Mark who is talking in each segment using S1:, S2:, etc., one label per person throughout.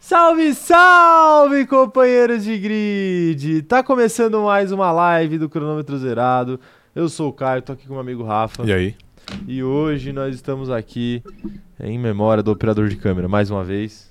S1: Salve, salve, companheiros de grid! Tá começando mais uma live do Cronômetro Zerado. Eu sou o Caio, tô aqui com o meu amigo Rafa.
S2: E aí?
S1: E hoje nós estamos aqui em memória do operador de câmera, mais uma vez.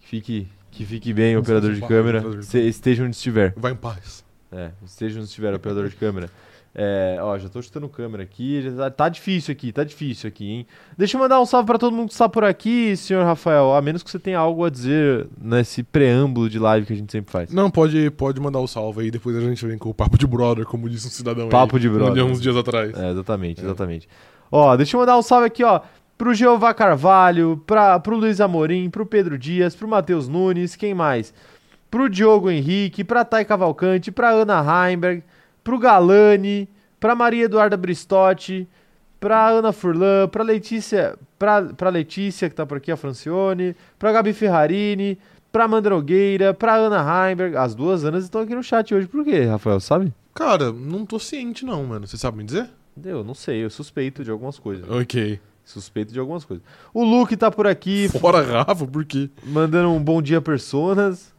S1: Que fique, que fique bem,
S2: Nossa,
S1: operador de
S2: esse
S1: câmera.
S2: operador de
S1: Se- Esteja onde estiver.
S2: Vai em paz.
S1: É, esteja onde estiver, operador de câmera. É, ó, já tô chutando câmera aqui. já tá, tá difícil aqui, tá difícil aqui, hein? Deixa eu mandar um salve pra todo mundo que está por aqui, senhor Rafael. A menos que você tenha algo a dizer nesse preâmbulo de live que a gente sempre faz.
S2: Não, pode, pode mandar o salve aí, depois a gente vem com o papo de brother, como disse um cidadão aí,
S1: Papo de brother.
S2: Uns dias atrás.
S1: É, exatamente,
S2: É.
S1: exatamente. Ó, deixa eu mandar um salve aqui, ó. Pro Jeová Carvalho, pra, pro Luiz Amorim, pro Pedro Dias, pro Matheus Nunes, quem mais? Pro Diogo Henrique, pra Thay Cavalcante, pra Ana Heimberg, pro Galani, pra Maria Eduarda Bristotti, pra Ana Furlan, pra Letícia, pra, pra Letícia, que tá por aqui, a Francione, pra Gabi Ferrarini, pra Amanda Nogueira, pra Ana Heimberg. As duas Anas estão aqui no chat hoje, por quê, Rafael, sabe?
S2: Cara, não tô ciente não, mano. Você sabe me dizer?
S1: Eu não sei, eu suspeito de algumas coisas.
S2: Ok.
S1: Suspeito de algumas coisas. O Luke tá por aqui,
S2: Fora Rafa, por quê?
S1: mandando um bom dia, personas.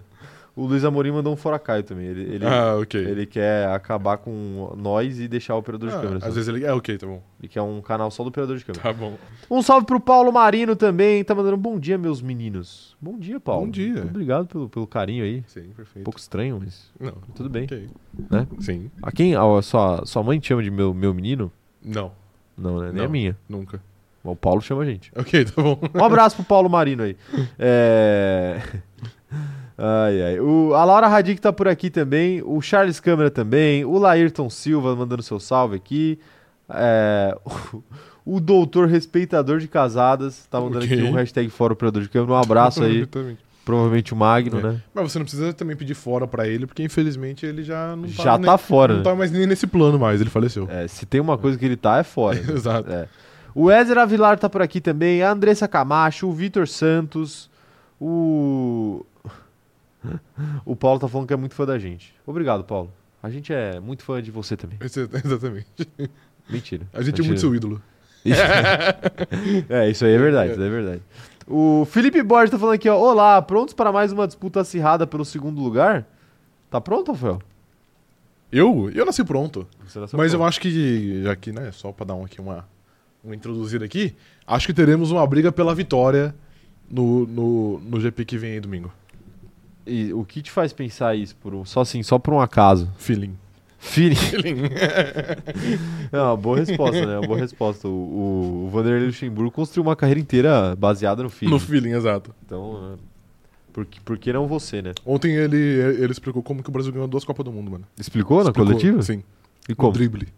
S1: o Luiz Amorim mandou um fora Caio também. Ele, ele,
S2: ah, ok.
S1: ele é quer acabar com nós e deixar o operador de
S2: Ah,
S1: câmera. só.
S2: às vezes ele... É, ok, tá bom.
S1: Ele quer um canal só do operador de câmera.
S2: Tá bom.
S1: Um salve pro Paulo Marino também, tá mandando um bom dia, meus meninos. Bom dia, Paulo.
S2: Bom dia.
S1: Muito obrigado pelo, pelo carinho aí.
S2: Sim,
S1: Um
S2: perfeito.
S1: pouco estranho, mas
S2: Não.
S1: tudo bem.
S2: Ok.
S1: Né?
S2: Sim.
S1: A quem? A sua, sua mãe te chama de meu, meu menino?
S2: Não.
S1: Não, né? Nem a
S2: Não.
S1: minha.
S2: Nunca.
S1: Mas O Paulo chama a gente.
S2: Ok, tá bom.
S1: Um abraço pro Paulo Marino aí. É... Ai, ai. O, a Laura Radic tá por aqui também. O Charles Câmara também. O Laírton Silva mandando seu salve aqui. É, O, doutor respeitador de casadas tá mandando
S2: Ok.
S1: aqui um hashtag fora operador de câmera. Um abraço aí.
S2: Exatamente.
S1: Provavelmente o Magno,
S2: É.
S1: né?
S2: Mas você não precisa também pedir fora pra ele, porque infelizmente ele já não tá...
S1: Já
S2: nem-
S1: tá fora.
S2: Não
S1: né?
S2: tá mais nem nesse plano mais, ele faleceu.
S1: É, se tem uma coisa que ele tá, é fora. né?
S2: Exato.
S1: É. O Ézer Avilar tá por aqui também, a Andressa Camacho, o Vitor Santos, o. O Paulo tá falando que é muito fã da gente. Obrigado, Paulo. A gente é muito fã de você também.
S2: Esse- é, Exatamente.
S1: Mentira.
S2: A gente é muito seu ídolo.
S1: é, isso aí é verdade, isso aí é verdade. O Felipe Borges tá falando aqui, ó. Olá, prontos para mais uma disputa acirrada pelo segundo lugar? Tá pronto, Rafael?
S2: Eu? Eu nasci pronto. Mas eu acho que, já que, né, só pra dar um, aqui uma, uma introduzida aqui, acho que teremos uma briga pela vitória no, no, no GP que vem aí domingo.
S1: E o que te faz pensar isso? Por um- Só assim, só por um acaso.
S2: Feeling.
S1: Feeling.
S2: Feeling.
S1: É uma boa resposta, né? Uma boa resposta. O, o, o Vanderlei Luxemburgo construiu uma carreira inteira baseada no filho.
S2: No feeling, exato.
S1: Então, é, por, que- por que não você, né?
S2: Ontem ele, ele explicou como que o Brasil ganhou duas Copas do Mundo, mano.
S1: Explicou, na
S2: Explicou,
S1: coletiva?
S2: Sim.
S1: E
S2: Com
S1: como?
S2: drible.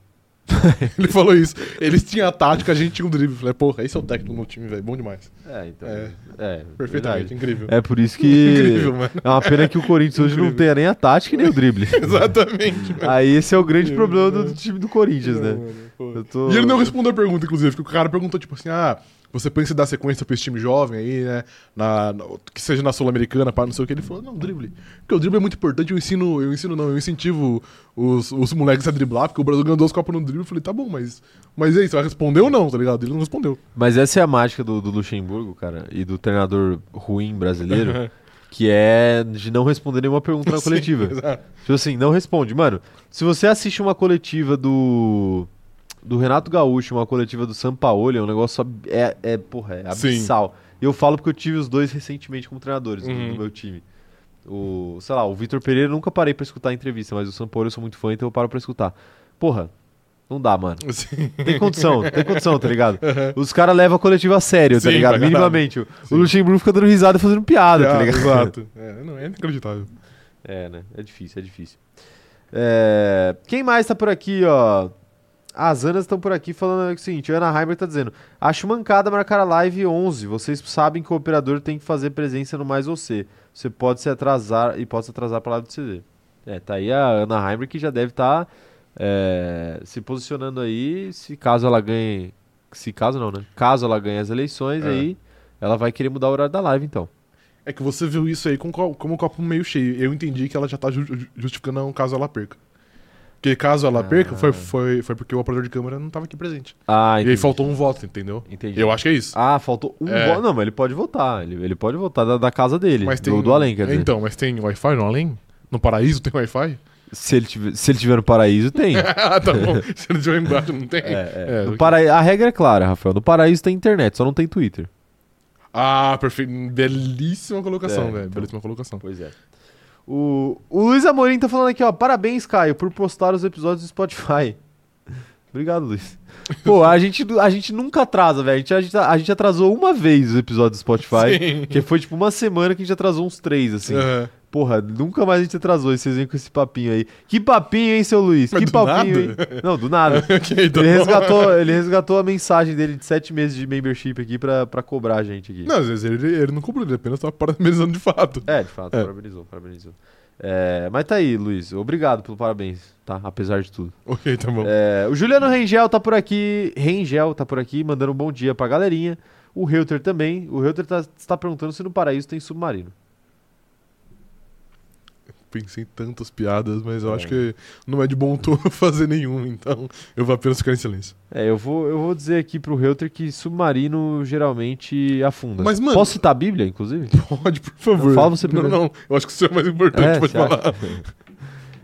S2: ele falou isso. Eles tinham a tática, a gente tinha um drible. Falei, porra, esse é o técnico do time, velho. Bom demais.
S1: É, então.
S2: É.
S1: É,
S2: Perfeitamente,
S1: verdade.
S2: incrível.
S1: É por isso que.
S2: Incrível, mano.
S1: É uma pena que o Corinthians hoje não
S2: Incrível.
S1: tenha nem a tática e nem o drible.
S2: Exatamente, mano.
S1: Aí esse é o grande problema do, do time do Corinthians, né?
S2: Mano, pô.
S1: Eu tô-
S2: E ele não respondeu a pergunta, inclusive, porque o cara perguntou, tipo assim, ah, você pensa em dar sequência pra esse time jovem aí, né? Na, na- que seja na Sul-Americana, para não sei o que. Ele falou, não, drible. Porque o drible é muito importante, eu ensino, eu ensino não, eu incentivo os, os moleques a driblar, porque o Brasil ganhou duas copas no drible. Eu falei, tá bom, mas, mas e aí, você vai responder ou não, tá ligado? Ele não respondeu.
S1: Mas essa é a mágica do, do Luxemburgo, cara, e do treinador ruim brasileiro, que é de não responder nenhuma pergunta na
S2: Sim,
S1: coletiva.
S2: exato.
S1: Tipo assim, não responde. Mano, se você assiste uma coletiva do. Do Renato Gaúcho, uma coletiva do Sampaoli, é um negócio. ab- É, é porra, é
S2: Sim.
S1: abissal. E eu falo porque eu tive os dois recentemente como treinadores do- do,
S2: Uhum.
S1: meu time. O, sei lá, o Vitor Pereira eu nunca parei pra escutar a entrevista, mas o Sampaoli eu sou muito fã, então eu paro pra escutar. Porra, não dá, mano.
S2: Assim,
S1: Tem condição, tem condição, tá ligado? Os caras levam a coletiva a sério, tá
S2: É. Sim,
S1: ligado?
S2: pra caralho.
S1: Minimamente. O- O
S2: Sim.
S1: Luxemburgo fica dando risada e fazendo piada, tá
S2: ah,
S1: ligado?
S2: Exato. É, não, é inacreditável.
S1: É, né? É difícil, é difícil. É, Quem mais tá por aqui, ó? As Anas estão por aqui falando o seguinte: a Ana Heimer tá dizendo, acho mancada marcar a live 11. Vocês sabem que o operador tem que fazer presença no mais você. Você pode se atrasar e pode se atrasar pra live do CD. É, tá aí a Ana Heimer que já deve estar se posicionando aí. Se caso ela ganhe. Se caso não, né? Caso ela ganhe as eleições,
S2: É.
S1: aí ela vai querer mudar o horário da live, então.
S2: É que você viu isso aí com, co- como um copo meio cheio. Eu entendi que ela já tá ju- ju- justificando caso ela perca. Porque caso ela
S1: Ah.
S2: perca, foi, foi, foi porque o operador de câmera não tava aqui presente.
S1: Ah,
S2: E aí
S1: entendi.
S2: faltou um voto, entendeu?
S1: Entendi.
S2: Eu acho que é isso.
S1: Ah, faltou um
S2: É.
S1: voto. Não, mas ele pode votar. Ele, ele pode votar da, da casa dele.
S2: mas tem...
S1: do, do além, quer dizer.
S2: Então, mas tem Wi-Fi no além? No paraíso tem Wi-Fi?
S1: Se ele, tiver, se ele tiver no paraíso, tem.
S2: ah, tá bom. Se não tiver embaixo, não tem.
S1: É, é.
S2: É,
S1: No
S2: ok.
S1: paraí- A regra é clara, Rafael. No paraíso tem internet, só não tem Twitter.
S2: Ah, perfeito. Belíssima colocação,
S1: É,
S2: velho.
S1: então.
S2: Belíssima colocação.
S1: Pois é. O, o Luiz Amorim tá falando aqui, ó. Parabéns, Caio, por postar os episódios do Spotify. Obrigado, Luiz. Pô, a gente, a gente nunca atrasa, velho. A gente, a, gente, a gente atrasou uma vez os episódios do Spotify.
S2: Sim.
S1: Que foi tipo uma semana que a gente atrasou uns três, assim.
S2: Aham.
S1: Porra, nunca mais a gente atrasou. E vocês vêm com esse papinho aí. Que papinho, hein, seu Luiz?
S2: Mas
S1: que
S2: do
S1: papinho,
S2: nada?
S1: hein? Não, do nada.
S2: Ok, tá
S1: Ele
S2: bom.
S1: resgatou, ele resgatou a mensagem dele de sete meses de membership aqui pra, pra cobrar a gente aqui.
S2: Não, às vezes ele, ele não cobrou, ele apenas tava parabenizando de fato.
S1: É, de fato,
S2: É.
S1: parabenizou, parabenizou. É, mas tá aí, Luiz. Obrigado pelo parabéns, tá? Apesar de tudo.
S2: Ok, tá bom.
S1: É, o Juliano Rengel tá por aqui. Rengel tá por aqui, mandando um bom dia pra galerinha. O Reuter também. O Reuter tá, está perguntando se no paraíso tem submarino.
S2: Pensei em tantas piadas, mas eu
S1: É.
S2: acho que não é de bom tom fazer nenhuma, então eu vou apenas ficar em silêncio.
S1: É, eu vou, eu vou dizer aqui pro Reuter que submarino geralmente afunda.
S2: Mas, mano-
S1: Posso citar a Bíblia, inclusive?
S2: Pode, por favor.
S1: Fala você
S2: não,
S1: primeiro.
S2: não, eu acho que o seu é mais importante,
S1: É,
S2: pode
S1: você acha?
S2: falar.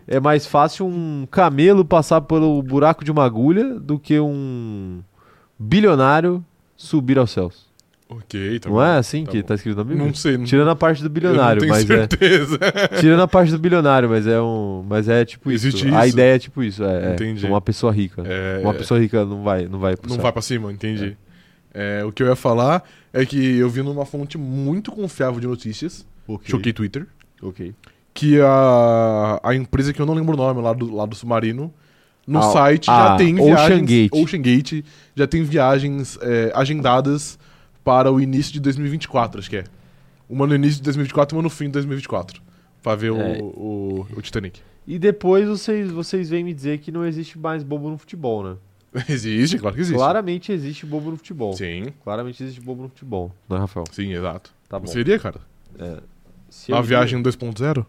S1: É mais fácil um camelo passar pelo buraco de uma agulha do que um bilionário subir aos céus.
S2: Ok, tá
S1: não
S2: bom.
S1: é assim
S2: tá
S1: que
S2: bom.
S1: tá escrito na Bíblia?
S2: Não sei, não,
S1: Tirando a parte do bilionário,
S2: eu não tenho
S1: mas
S2: certeza.
S1: é. Tirando a parte do bilionário, mas é um. Mas é tipo isso.
S2: Existe
S1: A
S2: isso?
S1: ideia é tipo isso. É, é.
S2: Entendi.
S1: uma pessoa rica.
S2: É,
S1: Uma pessoa rica não vai, não vai pro
S2: Não
S1: céu.
S2: vai pra cima, entendi. É, o que eu ia falar é que eu vi numa fonte muito confiável de notícias,
S1: Ok,
S2: choquei Twitter,
S1: ok.
S2: que a, a empresa que eu não lembro o nome lá do, lá do submarino, no
S1: Ah,
S2: site
S1: ah,
S2: já tem viagens.
S1: Ocean Gate.
S2: Ocean Gate já tem viagens é, agendadas para o início de 2024, acho que é. Uma no início de 2024 e uma no fim de 2024. Pra ver o,
S1: É.
S2: o, o Titanic.
S1: E depois vocês, vocês vêm me dizer que não existe mais bobo no futebol, né?
S2: Existe, claro que existe.
S1: Claramente existe bobo no futebol.
S2: Sim,
S1: Claramente existe bobo no futebol, né, Rafael?
S2: sim, exato.
S1: Tá bom. É,
S2: Você iria, cara?
S1: Se eu
S2: a
S1: vir-
S2: viagem 2.0? O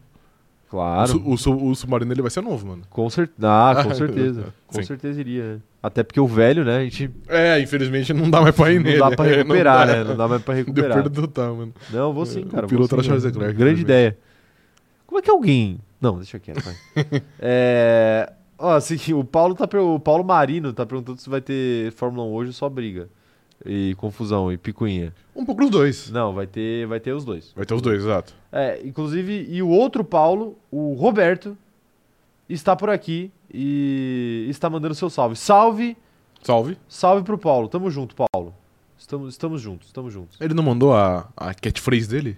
S1: Claro.
S2: su- O, su- o submarino ele vai ser novo, mano.
S1: Com, cer... ah, com certeza. Com
S2: Sim.
S1: certeza iria, né? Até porque o velho, né? A gente
S2: É, infelizmente não dá mais pra ir
S1: não
S2: nele.
S1: dá pra
S2: É,
S1: recuperar,
S2: dá.
S1: né? Não dá mais pra
S2: Deu
S1: recuperar.
S2: perda total, mano.
S1: Não, vou sim,
S2: O
S1: cara. vou
S2: piloto era
S1: sim,
S2: Charles
S1: né?
S2: Leclerc,
S1: Grande
S2: infelizmente.
S1: ideia. Como é que alguém. Não, deixa quieto, vai. é... Ó, assim, o, Paulo tá per- o Paulo Marino tá perguntando se vai ter Fórmula 1 hoje ou só briga. E confusão, e picuinha.
S2: Um pouco dos dois.
S1: Não, vai ter, vai ter os dois.
S2: Vai ter os dois, exato.
S1: É, inclusive, e o outro Paulo, o Roberto, está por aqui e está mandando seu salve. Salve,
S2: Salve.
S1: salve pro Paulo. Tamo junto, Paulo. Estamos, estamos juntos, estamos juntos.
S2: Ele não mandou a, a catchphrase dele?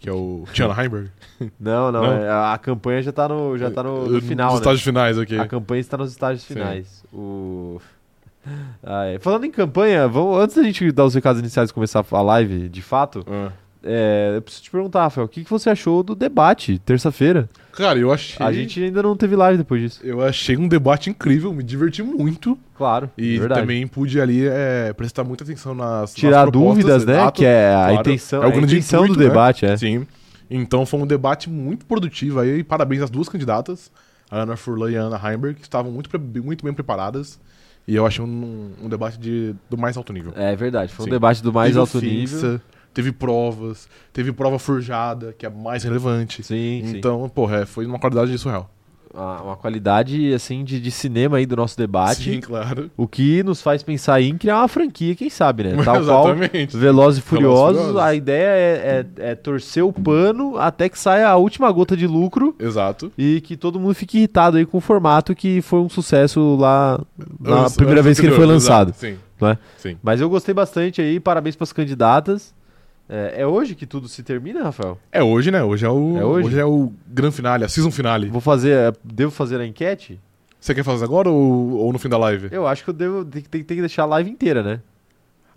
S2: Que é o Tiana Heimberg?
S1: Não, não,
S2: Não?
S1: é, a a campanha já tá no, já tá no, no final, né?
S2: Nos estágios finais, ok.
S1: A campanha está nos estágios
S2: Sim.
S1: finais. O... Ah, é. Falando em campanha, vamos, antes da gente dar os recados iniciais e começar a live, de fato,
S2: Ah.
S1: é, eu preciso te perguntar, Rafael, o que, que você achou do debate terça-feira?
S2: Cara, eu achei.
S1: A gente ainda não teve live depois disso.
S2: Eu achei um debate incrível, me diverti muito.
S1: Claro,
S2: E
S1: É verdade.
S2: também pude ali é, prestar muita atenção nas.
S1: tirar
S2: nas propostas,
S1: dúvidas, né?
S2: exato.
S1: Que é a
S2: claro.
S1: intenção,
S2: É o
S1: a
S2: grande
S1: intenção do
S2: intuito, né?
S1: debate, é.
S2: Sim. Então foi um debate muito produtivo aí. Parabéns às duas candidatas, a Ana Furlan e a Ana Heimberg, que estavam muito, pre- muito bem preparadas. E eu achei um, um debate de, do mais alto nível.
S1: É verdade, foi um
S2: Sim.
S1: debate do mais
S2: Teve
S1: alto
S2: ofensa,
S1: nível.
S2: Teve provas, teve prova forjada, que é a mais relevante.
S1: Sim, sim.
S2: então, porra, é, foi uma qualidade surreal.
S1: Uma uma qualidade assim de, de cinema aí do nosso debate.
S2: Sim, claro.
S1: O que nos faz pensar em criar uma franquia, quem sabe, né? Tal qual
S2: Exatamente.
S1: Velozes e Furiosos,
S2: Furiosos.
S1: a ideia é, é- é torcer o pano até que saia a última gota de lucro
S2: Exato.
S1: e que todo mundo fique irritado aí com o formato que foi um sucesso lá na
S2: Anos-
S1: primeira
S2: anos
S1: vez que ele foi
S2: anteriores,
S1: lançado.
S2: um exato, Sim.
S1: não é?
S2: Sim.
S1: Mas eu gostei bastante aí, parabéns para as candidatas. É, é hoje que tudo se termina, Rafael?
S2: É hoje, né? Hoje é o.
S1: É hoje?
S2: é o grande finale, a season finale.
S1: Vou fazer, é, devo fazer a enquete?
S2: Você quer fazer agora ou, ou no fim da live?
S1: Eu acho que eu devo, tem, que- tem que- tem que deixar a live inteira, né?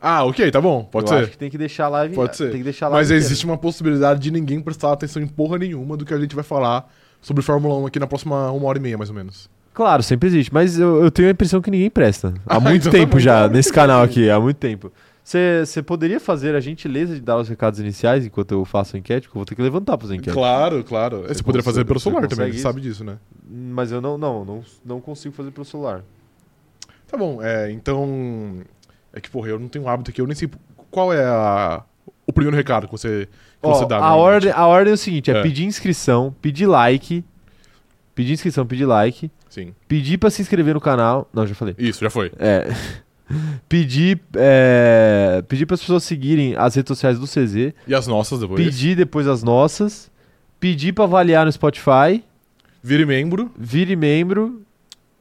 S2: Ah, ok, tá bom, pode
S1: eu
S2: ser.
S1: acho que tá tem que deixar a live,
S2: Pode ser.
S1: tem que deixar a live
S2: Mas
S1: inteira.
S2: existe uma possibilidade de ninguém prestar atenção em porra nenhuma do que a gente vai falar sobre Fórmula 1 aqui na próxima uma hora e meia, mais ou menos.
S1: Claro, sempre existe, mas eu, eu tenho a impressão que ninguém presta. Há
S2: Ah,
S1: muito
S2: então tá
S1: tempo
S2: bom.
S1: já, nesse canal aqui, há muito tempo. Você poderia fazer a gentileza de dar os recados iniciais enquanto eu faço a enquete? Que eu vou ter que levantar para as enquetes.
S2: Claro, claro. Você,
S1: Você
S2: poderia fazer
S1: consegue-
S2: pelo
S1: você
S2: celular também,
S1: consegue
S2: você
S1: isso?
S2: sabe disso, né?
S1: Mas eu não, não, não, não consigo fazer pelo celular.
S2: Tá bom, é, então. É que, porra, eu não tenho hábito aqui, eu nem sei qual é a- o primeiro recado que você, que
S1: Ó,
S2: você dá. né?
S1: a,
S2: normalmente.
S1: ordem, a ordem é o seguinte: é,
S2: É.
S1: pedir inscrição, pedir like. Pedir inscrição, pedir like.
S2: Sim.
S1: Pedir para se inscrever no canal. Não, já falei.
S2: Isso, já foi.
S1: É. pedir é, pedir para as pessoas seguirem as redes sociais do CZ.
S2: E as nossas depois.
S1: Pedir depois as nossas. Pedir para avaliar no Spotify.
S2: Vire membro.
S1: Vire membro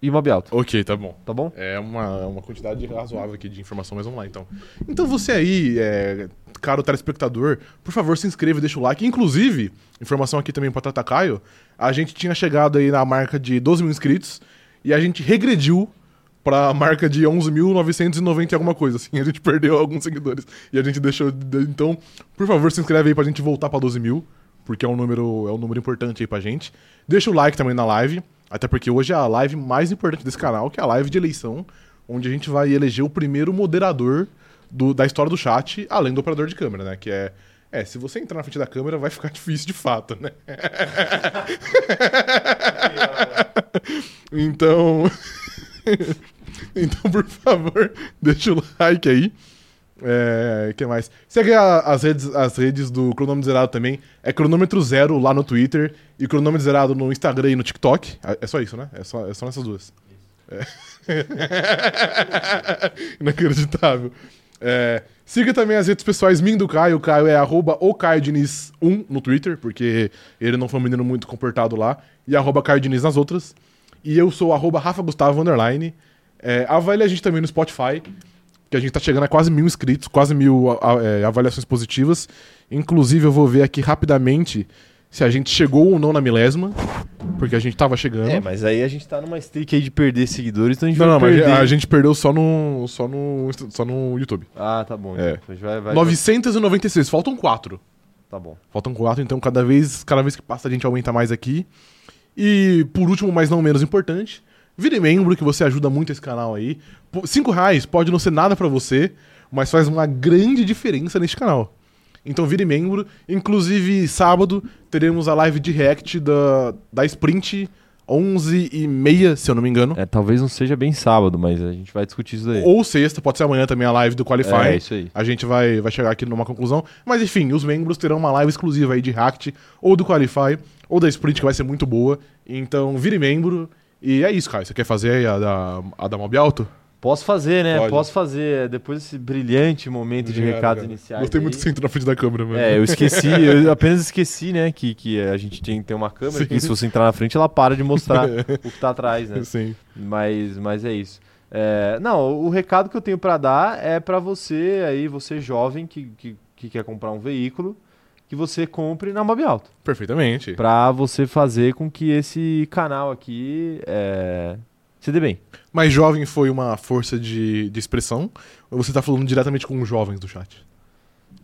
S1: e mob alto.
S2: Ok, tá bom.
S1: Tá bom?
S2: É uma, uma quantidade razoável aqui de informação, mas vamos lá então. Então você aí, é, caro telespectador, por favor se inscreva e deixa o like. Inclusive, informação aqui também pra Tata Caio, a gente tinha chegado aí na marca de 12 mil inscritos e a gente regrediu pra marca de 11.990 e alguma coisa, assim. A gente perdeu alguns seguidores e a gente deixou... de- Então, por favor, se inscreve aí pra gente voltar pra 12 mil, porque é um número, é um número importante aí pra gente. Deixa o like também na live, até porque hoje é a live mais importante desse canal, que é a live de eleição, onde a gente vai eleger o primeiro moderador do- da história do chat, além do operador de câmera, né? Que é. É, se você entrar na frente da câmera, vai ficar difícil de fato, né? então. então, por favor, deixa o like aí. É, que mais? Segue a- as, redes, as redes do Cronômetro Zerado também. É Cronômetro Zero lá no Twitter e Cronômetro Zerado no Instagram e no TikTok. Ah, É só isso, né? É só, é só nessas duas. É. Inacreditável. É, siga também as redes pessoais minha e do Caio. O Caio é arroba o Caio Diniz 1 no Twitter, porque ele não foi um menino muito comportado lá. E arroba Caio Diniz nas outras. E eu sou arroba Rafa Gustavo Underline. É, avalie a gente também no Spotify que a gente tá chegando a quase mil inscritos, quase mil a- a- é, avaliações positivas. Inclusive, eu vou ver aqui rapidamente se a gente chegou ou não na milésima, porque a gente tava chegando.
S1: É, mas aí a gente tá numa streak aí de perder seguidores, então a gente
S2: não,
S1: vai
S2: não, mas
S1: perder.
S2: a gente perdeu só no, só no, Insta- só no YouTube.
S1: Ah, tá bom.
S2: É.
S1: então. A gente vai, vai...
S2: 996, faltam quatro.
S1: Tá bom.
S2: Faltam quatro, então cada vez, cada vez que passa a gente aumenta mais aqui. E por último, mas não menos importante, vire membro que você ajuda muito esse canal aí. Pô, Cinco reais pode não ser nada pra você, mas faz uma grande diferença neste canal. Então vire membro. Inclusive, sábado teremos a live de react da, da Sprint 11 e meia, se eu não me engano.
S1: É, talvez não seja bem sábado, mas a gente vai discutir isso daí.
S2: Ou sexta, pode ser amanhã também a live do Qualify.
S1: É, isso aí.
S2: A gente vai, vai chegar aqui numa conclusão. Mas enfim, os membros terão uma live exclusiva aí de Hacked, ou do Qualify, ou da Sprint, que vai ser muito boa. Então, vire membro. E é isso, cara. Você quer fazer aí a da, a da Mob Alto?
S1: Posso fazer, né?
S2: Pode.
S1: Posso fazer. Depois desse brilhante momento de
S2: Obrigado,
S1: recados
S2: cara.
S1: iniciais.
S2: Gostei muito
S1: aí.
S2: né? que você entrou na frente da câmera, mano.
S1: É, eu esqueci, eu apenas esqueci, né, que, que a gente tem, tem uma câmera,
S2: Sim.
S1: que se você entrar na frente, ela para de mostrar o que tá atrás, né?
S2: Sim.
S1: Mas, mas é isso. É, não, o recado que eu tenho pra dar é pra você aí, você jovem que, que, que quer comprar um veículo, que você compre na Mob Alto.
S2: Perfeitamente.
S1: Pra você fazer com que esse canal aqui é, se dê bem.
S2: Mas jovem foi uma força de, de expressão? Ou você tá falando diretamente com os jovens do chat?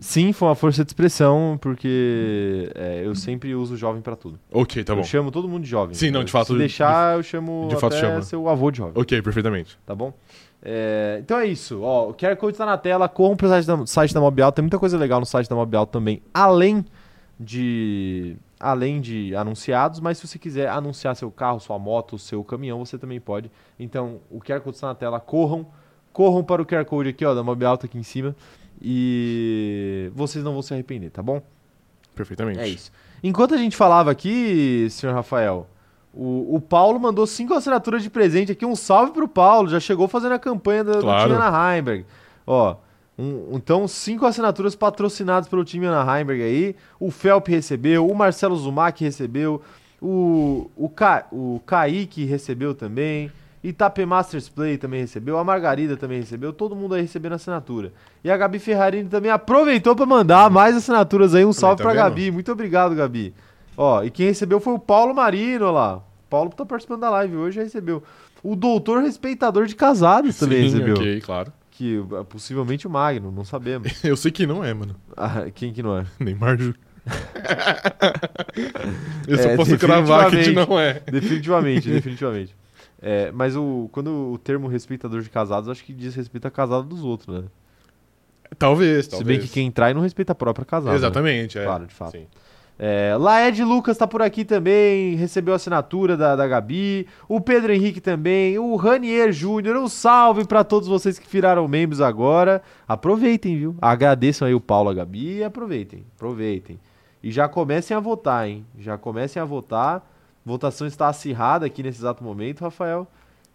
S1: Sim, foi uma força de expressão, porque é, eu sempre uso jovem pra tudo.
S2: Ok, tá
S1: eu
S2: bom.
S1: chamo todo mundo de jovem.
S2: Sim, não, de
S1: Se
S2: fato-
S1: deixar, eu chamo
S2: de fato
S1: até
S2: chama.
S1: seu avô de jovem.
S2: Ok, perfeitamente.
S1: Tá bom? É, então é isso. Ó, o QR Code tá na tela. Corram pro site da, site da Mobial. Tem muita coisa legal no site da Mobial também. Além de além de anunciados, mas se você quiser anunciar seu carro, sua moto, seu caminhão, você também pode. Então, o QR Code está na tela, corram, corram para o QR Code aqui, ó, da Mob Alta aqui em cima, e vocês não vão se arrepender, tá bom?
S2: Perfeitamente.
S1: É isso. Enquanto a gente falava aqui, senhor Rafael, o, o Paulo mandou cinco assinaturas de presente aqui. Um salve pro Paulo, já chegou fazendo a campanha do,
S2: Claro.
S1: do time Ana Heimberg. Ó, um- então cinco assinaturas patrocinadas pelo time Ana Heimberg aí. O Felp recebeu, o Marcelo Zumac recebeu, o, o, Ca, o Kaique recebeu também. Itapê Masters Play também recebeu, a Margarida também recebeu, todo mundo aí recebendo assinatura. E a Gabi Ferrarini também aproveitou pra mandar mais assinaturas aí. Um salve
S2: tá
S1: pra
S2: vendo?
S1: Gabi, muito obrigado, Gabi. Ó, e quem recebeu foi o Paulo Marino, ó lá. O Paulo tá participando da live hoje, já recebeu. O doutor respeitador de casados também
S2: Sim,
S1: recebeu.
S2: ok, claro.
S1: Que é, possivelmente o Magno, não sabemos.
S2: Eu sei que não é, mano.
S1: Ah, quem que não é?
S2: Neymar Júnior. Eu só
S1: É,
S2: posso cravar que a gente
S1: definitivamente.
S2: não é.
S1: Definitivamente, definitivamente. É, mas o, quando o termo respeitador de casados, acho que diz respeito a casado dos outros, né?
S2: Talvez,
S1: Se
S2: talvez.
S1: bem que quem trai não respeita a própria casada. né?
S2: Exatamente, é.
S1: Claro, de fato.
S2: Sim.
S1: É, Laed Lucas tá por aqui também, recebeu a assinatura da, da Gabi, o Pedro Henrique também, o Ranier Júnior, um salve pra todos vocês que viraram membros agora. Aproveitem, viu? Agradeçam aí o Paulo, a Gabi e aproveitem, aproveitem. E já comecem a votar, hein? Já comecem a votar. Votação está acirrada aqui nesse exato momento, Rafael.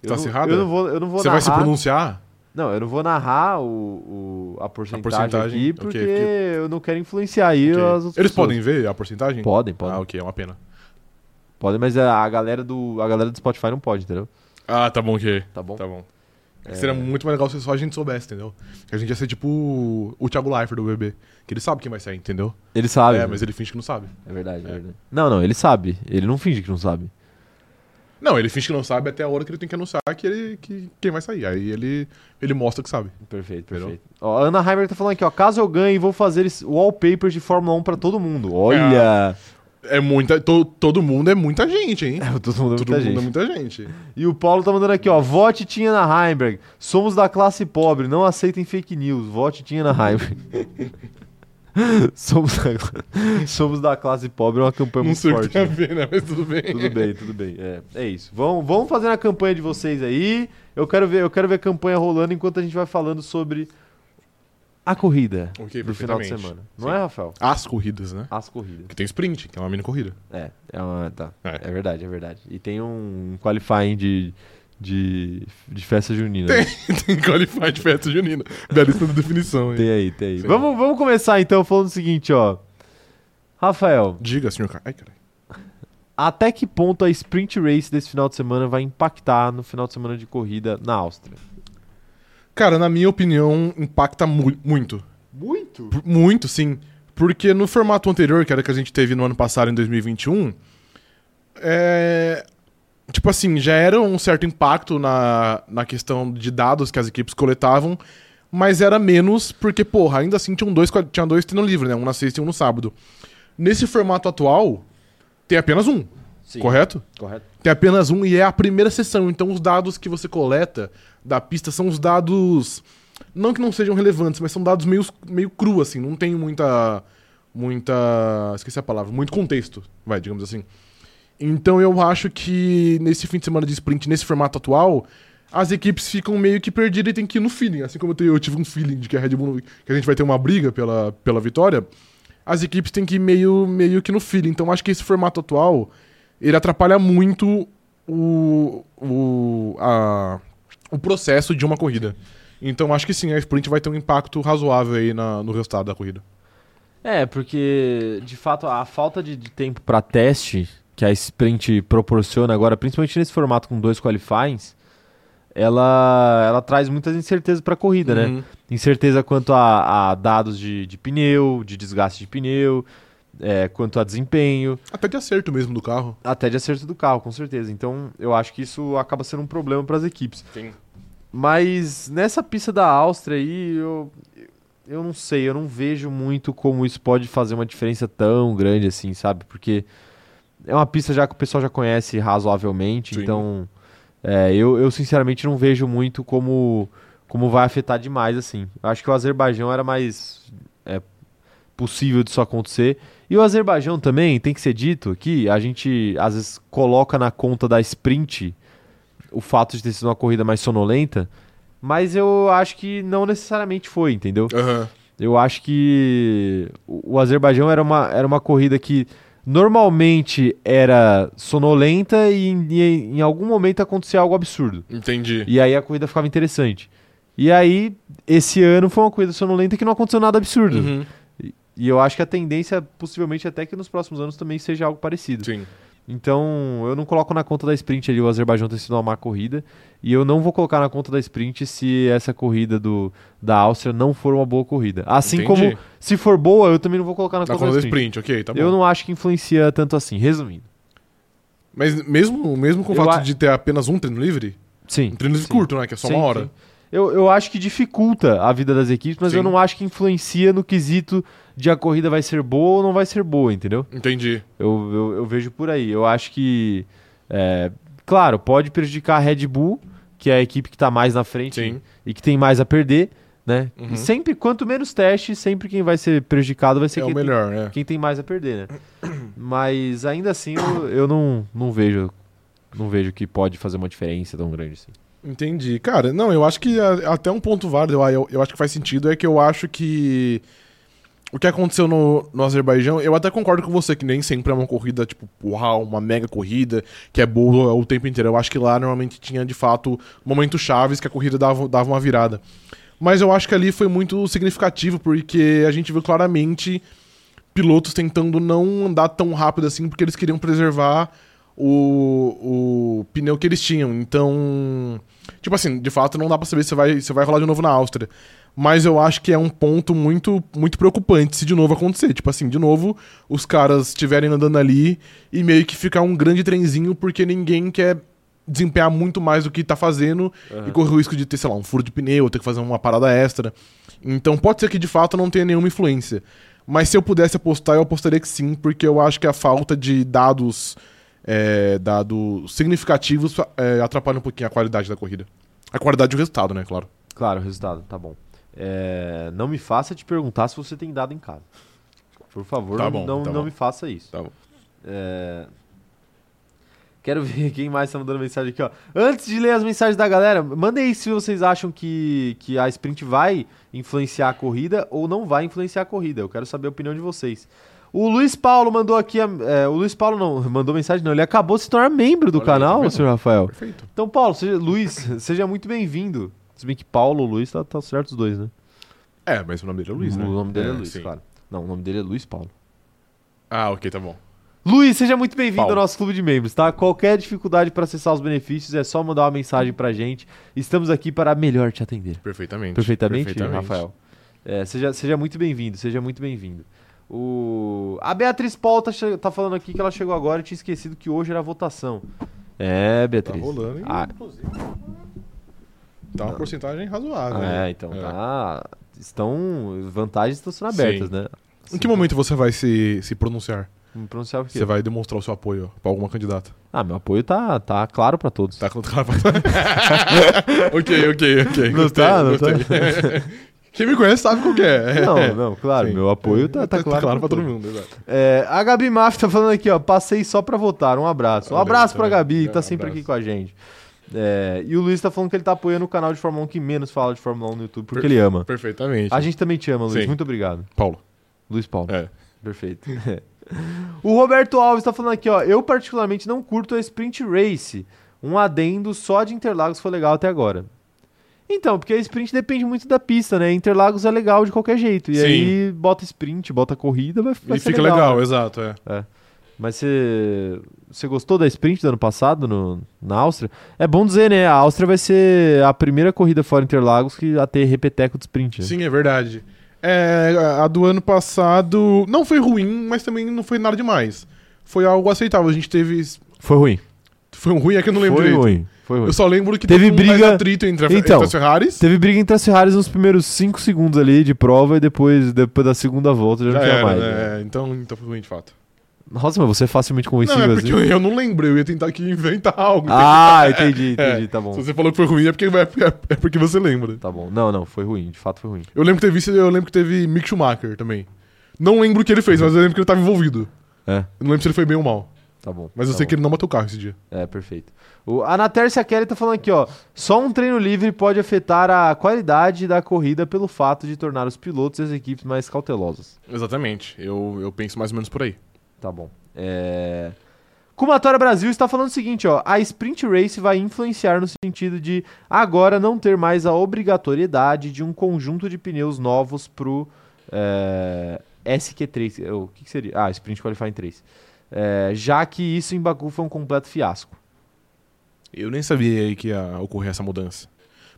S1: Eu
S2: Tá
S1: não-
S2: acirrada?
S1: Eu não vou, eu não vou
S2: Você vai
S1: narrar.
S2: se pronunciar?
S1: Não, eu não vou narrar o, o- a, porcentagem
S2: porcentagem,
S1: aqui,
S2: ok,
S1: porque
S2: porque-
S1: eu não quero influenciar aí
S2: Ok.
S1: as outras
S2: Eles
S1: pessoas.
S2: podem ver a porcentagem?
S1: Podem, podem.
S2: Ah, ok, é uma pena.
S1: Pode, mas a galera do a galera do Spotify não pode, entendeu?
S2: Ah, tá bom, ok.
S1: Tá bom?
S2: Tá bom. É que Seria muito mais legal se só a gente soubesse, entendeu? Que a gente ia ser tipo o- o Thiago Leifert do bebê. Que ele sabe quem vai sair, entendeu?
S1: Ele sabe.
S2: é, mas ele finge que não sabe.
S1: É verdade, é.
S2: É.
S1: verdade. Não, não, ele sabe. Ele não finge que não sabe.
S2: Não, ele finge que não sabe até a hora que ele tem que anunciar que ele que quem vai sair. Aí ele ele mostra que sabe.
S1: Perfeito,
S2: Entendeu?
S1: perfeito. Ó, a Ana Heimer tá falando aqui, ó, caso eu ganhe, vou fazer esse wallpaper de Fórmula 1 pra todo mundo. Olha!
S2: É muita to- todo mundo é muita gente, hein?
S1: Todo mundo é
S2: todo
S1: muita
S2: mundo
S1: gente.
S2: é muita gente.
S1: E o Paulo tá mandando aqui, ó, vote Tinha na Heimberg. Somos da classe pobre, não aceitem fake news. Vote Tinha na Heimberg. Somos da, cla- Somos da classe pobre, é uma campanha
S2: não
S1: muito
S2: sei o que
S1: forte.
S2: tem a ver, né? Mas tudo bem.
S1: Tudo bem, tudo bem. É, é isso. Vão, vão fazendo a campanha de vocês aí. Eu quero ver, eu quero ver a campanha rolando enquanto a gente vai falando sobre a corrida
S2: Ok,
S1: do final de
S2: perfeitamente.
S1: semana. Não
S2: Sim.
S1: é, Rafael?
S2: As corridas, né?
S1: As corridas.
S2: Que tem sprint, que é uma mini corrida.
S1: É, é uma. Tá.
S2: É.
S1: É verdade, é verdade. E tem um qualifying de, de, de festa junina. né?
S2: Tem, tem qualified festa junina. Belíssima definição, hein?
S1: Tem aí, tem aí.
S2: Sim.
S1: Vamos, vamos começar então falando o seguinte, ó. Rafael,
S2: Diga, senhor. Ca- Ai, caralho.
S1: até que ponto a sprint race desse final de semana vai impactar no final de semana de corrida na Áustria?
S2: Cara, na minha opinião, impacta mu- muito.
S1: Muito?
S2: P- Muito, sim. Porque no formato anterior, que era que a gente teve no ano passado, em 2021, é... tipo assim, já era um certo impacto na, na questão de dados que as equipes coletavam, mas era menos, porque, porra, ainda assim tinham dois, quali- tinha dois treino livre, né? Um na sexta e um no sábado. Nesse formato atual, tem apenas um,
S1: Sim.
S2: correto?
S1: Correto.
S2: Tem apenas um e é a primeira sessão. Então os dados que você coleta da pista são os dados. Não que não sejam relevantes, mas são dados meio, meio cru, assim. Não tem muita. Muita. Esqueci a palavra. Muito contexto, vai, digamos assim. Então eu acho que nesse fim de semana de sprint, nesse formato atual, as equipes ficam meio que perdidas e tem que ir no feeling. Assim como eu, te- eu tive um feeling de que a Red Bull. que a gente vai ter uma briga pela, pela vitória, as equipes têm que ir meio, meio que no feeling. Então eu acho que esse formato atual ele atrapalha muito o, o, a- o processo de uma corrida. Então acho que sim, a sprint vai ter um impacto razoável aí na- no resultado da corrida.
S1: É, porque de fato a falta de, de tempo para teste que a sprint proporciona agora, principalmente nesse formato com dois qualifies, ela, ela traz muitas incertezas para a corrida, né?
S2: Uhum.
S1: Incerteza quanto a, a dados de, de pneu, de desgaste de pneu, é, quanto a desempenho,
S2: Até de acerto mesmo do carro.
S1: até de acerto do carro, com certeza. Então eu acho que isso acaba sendo um problema para as equipes.
S2: Sim.
S1: Mas nessa pista da Áustria aí, eu, eu não sei, eu não vejo muito como isso pode fazer uma diferença tão grande assim, sabe? Porque é uma pista já que o pessoal já conhece razoavelmente,
S2: Sim.
S1: então é, eu, eu sinceramente não vejo muito como, como vai afetar demais, assim. Eu acho que o Azerbaijão era mais é, possível disso acontecer. E o Azerbaijão também, tem que ser dito aqui, a gente às vezes coloca na conta da sprint o fato de ter sido uma corrida mais sonolenta, mas eu acho que não necessariamente foi, entendeu?
S2: Aham.
S1: Eu acho que o o Azerbaijão era uma, era uma corrida que normalmente era sonolenta e em, e em algum momento acontecia algo absurdo.
S2: Entendi.
S1: E aí a corrida ficava interessante. E aí, esse ano foi uma corrida sonolenta que não aconteceu nada absurdo.
S2: Uhum.
S1: E eu acho que a tendência, possivelmente, até que nos próximos anos também seja algo parecido.
S2: Sim.
S1: Então, eu não coloco na conta da sprint ali o Azerbaijão ter sido uma má corrida. E eu não vou colocar na conta da sprint se essa corrida do, da Áustria não for uma boa corrida. Assim
S2: Entendi.
S1: como, se for boa, eu também não vou colocar na conta
S2: Tá
S1: da
S2: falando da
S1: sprint.
S2: sprint, ok, tá bom.
S1: eu não acho que influencia tanto assim. Resumindo.
S2: Mas mesmo, mesmo com o
S1: Eu
S2: fato
S1: a-
S2: de ter apenas um treino livre,
S1: Sim.
S2: um treino livre
S1: sim.
S2: curto, né? Que é só
S1: Sim,
S2: uma hora.
S1: sim. Eu, eu acho que dificulta a vida das equipes, mas
S2: Sim.
S1: eu não acho que influencia no quesito de a corrida vai ser boa ou não vai ser boa, entendeu?
S2: Entendi.
S1: Eu, eu, eu vejo por aí. Eu acho que, é, claro, pode prejudicar a Red Bull, que é a equipe que está mais na frente
S2: Sim. Uhum.
S1: e que tem mais a perder, né? E sempre, quanto menos teste, sempre quem vai ser prejudicado vai ser
S2: é o
S1: quem, tem,
S2: melhor, né?
S1: quem tem mais a perder, né? Mas ainda assim eu, eu não, não vejo. Não vejo que pode fazer uma diferença tão grande assim.
S2: Entendi. Cara, não, eu acho que a- até um ponto válido, ah, eu, eu acho que faz sentido, é que eu acho que o que aconteceu no, no Azerbaijão, eu até concordo com você que nem sempre é uma corrida, tipo, uau, uma mega corrida, que é boa o tempo inteiro. Eu acho que lá normalmente tinha, de fato, momentos chaves que a corrida dava, dava uma virada. Mas eu acho que ali foi muito significativo, porque a gente viu claramente pilotos tentando não andar tão rápido assim, porque eles queriam preservar o, o pneu que eles tinham. Então, tipo assim, de fato não dá pra saber se vai, se vai rolar de novo na Áustria. Mas eu acho que é um ponto muito, muito preocupante se de novo acontecer. Tipo assim, de novo, os caras estiverem andando ali e meio que ficar um grande trenzinho porque ninguém quer desempenhar muito mais do que tá fazendo e correr o risco de ter, sei lá, um furo de pneu, ter que fazer uma parada extra. Então pode ser que de fato não tenha nenhuma influência. Mas se eu pudesse apostar, eu apostaria que sim, porque eu acho que a falta de dados, é, dados significativos é, atrapalha um pouquinho a qualidade da corrida. A qualidade do resultado, né, claro.
S1: Claro, o resultado, tá bom. É, não me faça te perguntar se você tem dado em casa. Por favor,
S2: Tá
S1: não-
S2: bom,
S1: não,
S2: tá
S1: não
S2: bom.
S1: me faça isso.
S2: Tá bom.
S1: É, Quero ver quem mais tá mandando mensagem aqui, ó. Antes de ler as mensagens da galera, mandem aí se vocês acham que, que a sprint vai influenciar a corrida ou não vai influenciar a corrida. Eu quero saber a opinião de vocês. O Luiz Paulo mandou aqui. a- é, o Luiz Paulo não mandou mensagem, não. Ele acabou de se tornar membro do
S2: Olha aí, tá
S1: canal,
S2: vendo?
S1: senhor Rafael.
S2: Perfeito.
S1: Então, Paulo, seja, Luiz, seja muito bem-vindo. Se bem que Paulo ou Luiz tá, tá certo os dois, né?
S2: É, mas o nome dele é Luiz, né?
S1: O nome dele é, Luiz,
S2: sim.
S1: claro. Não, o nome dele é Luiz Paulo.
S2: Ah, ok, tá bom.
S1: Luiz, seja muito bem-vindo
S2: Paulo.
S1: ao nosso clube de membros, tá? Qualquer dificuldade para acessar os benefícios é só mandar uma mensagem pra gente. Estamos aqui para melhor te atender.
S2: Perfeitamente.
S1: Perfeitamente, Rafael. É, seja, seja muito bem-vindo, seja muito bem-vindo. O... A Beatriz Paul tá, che- tá falando aqui que ela chegou agora e tinha esquecido que hoje era a votação. É,
S2: Tá
S1: Beatriz.
S2: rolando, hein?
S1: Ah.
S2: Inclusive. Tá uma porcentagem razoável. né?
S1: É, então tá. Estão. Vantagens estão sendo abertas, né?
S2: Em que momento você vai se, se pronunciar?
S1: Me pronunciar o quê?
S2: Você vai demonstrar o seu apoio pra alguma candidata?
S1: Ah, meu apoio tá, tá claro pra todos.
S2: Tá quando o cara fala- ok, ok, ok.
S1: Não
S2: gostei,
S1: tá, não tá?
S2: gostei. Quem me conhece sabe qual que é.
S1: Não, não, claro,
S2: Sim. É,
S1: meu apoio tá, tá claro,
S2: pra todo
S1: todos.
S2: mundo, exato.
S1: É, a Gabi Maf tá falando aqui, ó. Passei só pra votar. Um abraço. Um
S2: Olha aí,
S1: abraço
S2: tá
S1: pra
S2: vendo?
S1: Gabi,
S2: É,
S1: tá sempre
S2: abraço.
S1: aqui com a gente. É, e o Luiz tá falando que ele tá apoiando o canal de Fórmula 1 que menos fala de Fórmula 1 no YouTube, porque
S2: Per-
S1: ele ama.
S2: Perfeitamente.
S1: A gente também te ama, Luiz.
S2: Sim.
S1: Muito obrigado.
S2: Paulo.
S1: Luiz Paulo.
S2: É.
S1: Perfeito. o Roberto Alves tá falando aqui, ó. Eu particularmente não curto a Sprint Race. Um adendo só de Interlagos foi legal até agora. Então, porque a sprint depende muito da pista, né? Interlagos é legal de qualquer jeito. E
S2: Sim.
S1: aí bota sprint, bota corrida, vai, vai
S2: E
S1: ser
S2: fica legal,
S1: né?
S2: exato, é.
S1: Mas você, você gostou da sprint do ano passado no, na Áustria? É bom dizer, né? A Áustria vai ser a primeira corrida fora Interlagos que a ter repeteco de sprint. né?
S2: Sim, é verdade. É, a do ano passado não foi ruim, mas também não foi nada demais. Foi algo aceitável. A gente teve.
S1: Foi ruim.
S2: Foi um ruim, é que eu não lembro
S1: Foi
S2: direito.
S1: ruim. Foi ruim.
S2: Eu só lembro que
S1: Teve
S2: um
S1: briga-
S2: mais atrito entre, a-
S1: Então.
S2: entre as Ferraris.
S1: Teve briga entre as Ferraris nos primeiros 5 segundos ali de prova e depois, depois da segunda volta já não
S2: Já
S1: tinha
S2: era,
S1: mais. né?
S2: né? Então, então foi ruim de fato.
S1: Nossa, mas você é facilmente
S2: Não,
S1: convencido
S2: é
S1: assim.
S2: porque É. eu, eu não lembro, eu ia tentar aqui inventar algo.
S1: Ah, entendi, entendi. Tá bom.
S2: Se você falou que foi ruim, é porque, é, é porque você lembra.
S1: Tá bom. Não, não, foi ruim. De fato foi ruim.
S2: Eu lembro que teve isso, eu lembro que teve Mick Schumacher também. Não lembro o que ele fez, mas eu lembro que ele tava envolvido.
S1: É.
S2: Eu não lembro se ele foi bem ou mal.
S1: Tá bom.
S2: Mas eu
S1: tá
S2: sei
S1: bom.
S2: que ele não bateu o carro esse dia.
S1: É, perfeito. O, a Natércia Kelly tá falando aqui, ó. Só um treino livre pode afetar a qualidade da corrida pelo fato de tornar os pilotos e as equipes mais cautelosas.
S2: Exatamente. Eu, eu penso mais ou menos por aí.
S1: Tá bom. É... Kumatora Brasil está falando o seguinte, ó. A Sprint Race vai influenciar no sentido de agora não ter mais a obrigatoriedade de um conjunto de pneus novos pro é, SQ3. O que, que seria? Ah, Sprint Qualifying 3. É, já que isso em Baku foi um completo fiasco.
S2: Eu nem sabia aí que ia ocorrer essa mudança.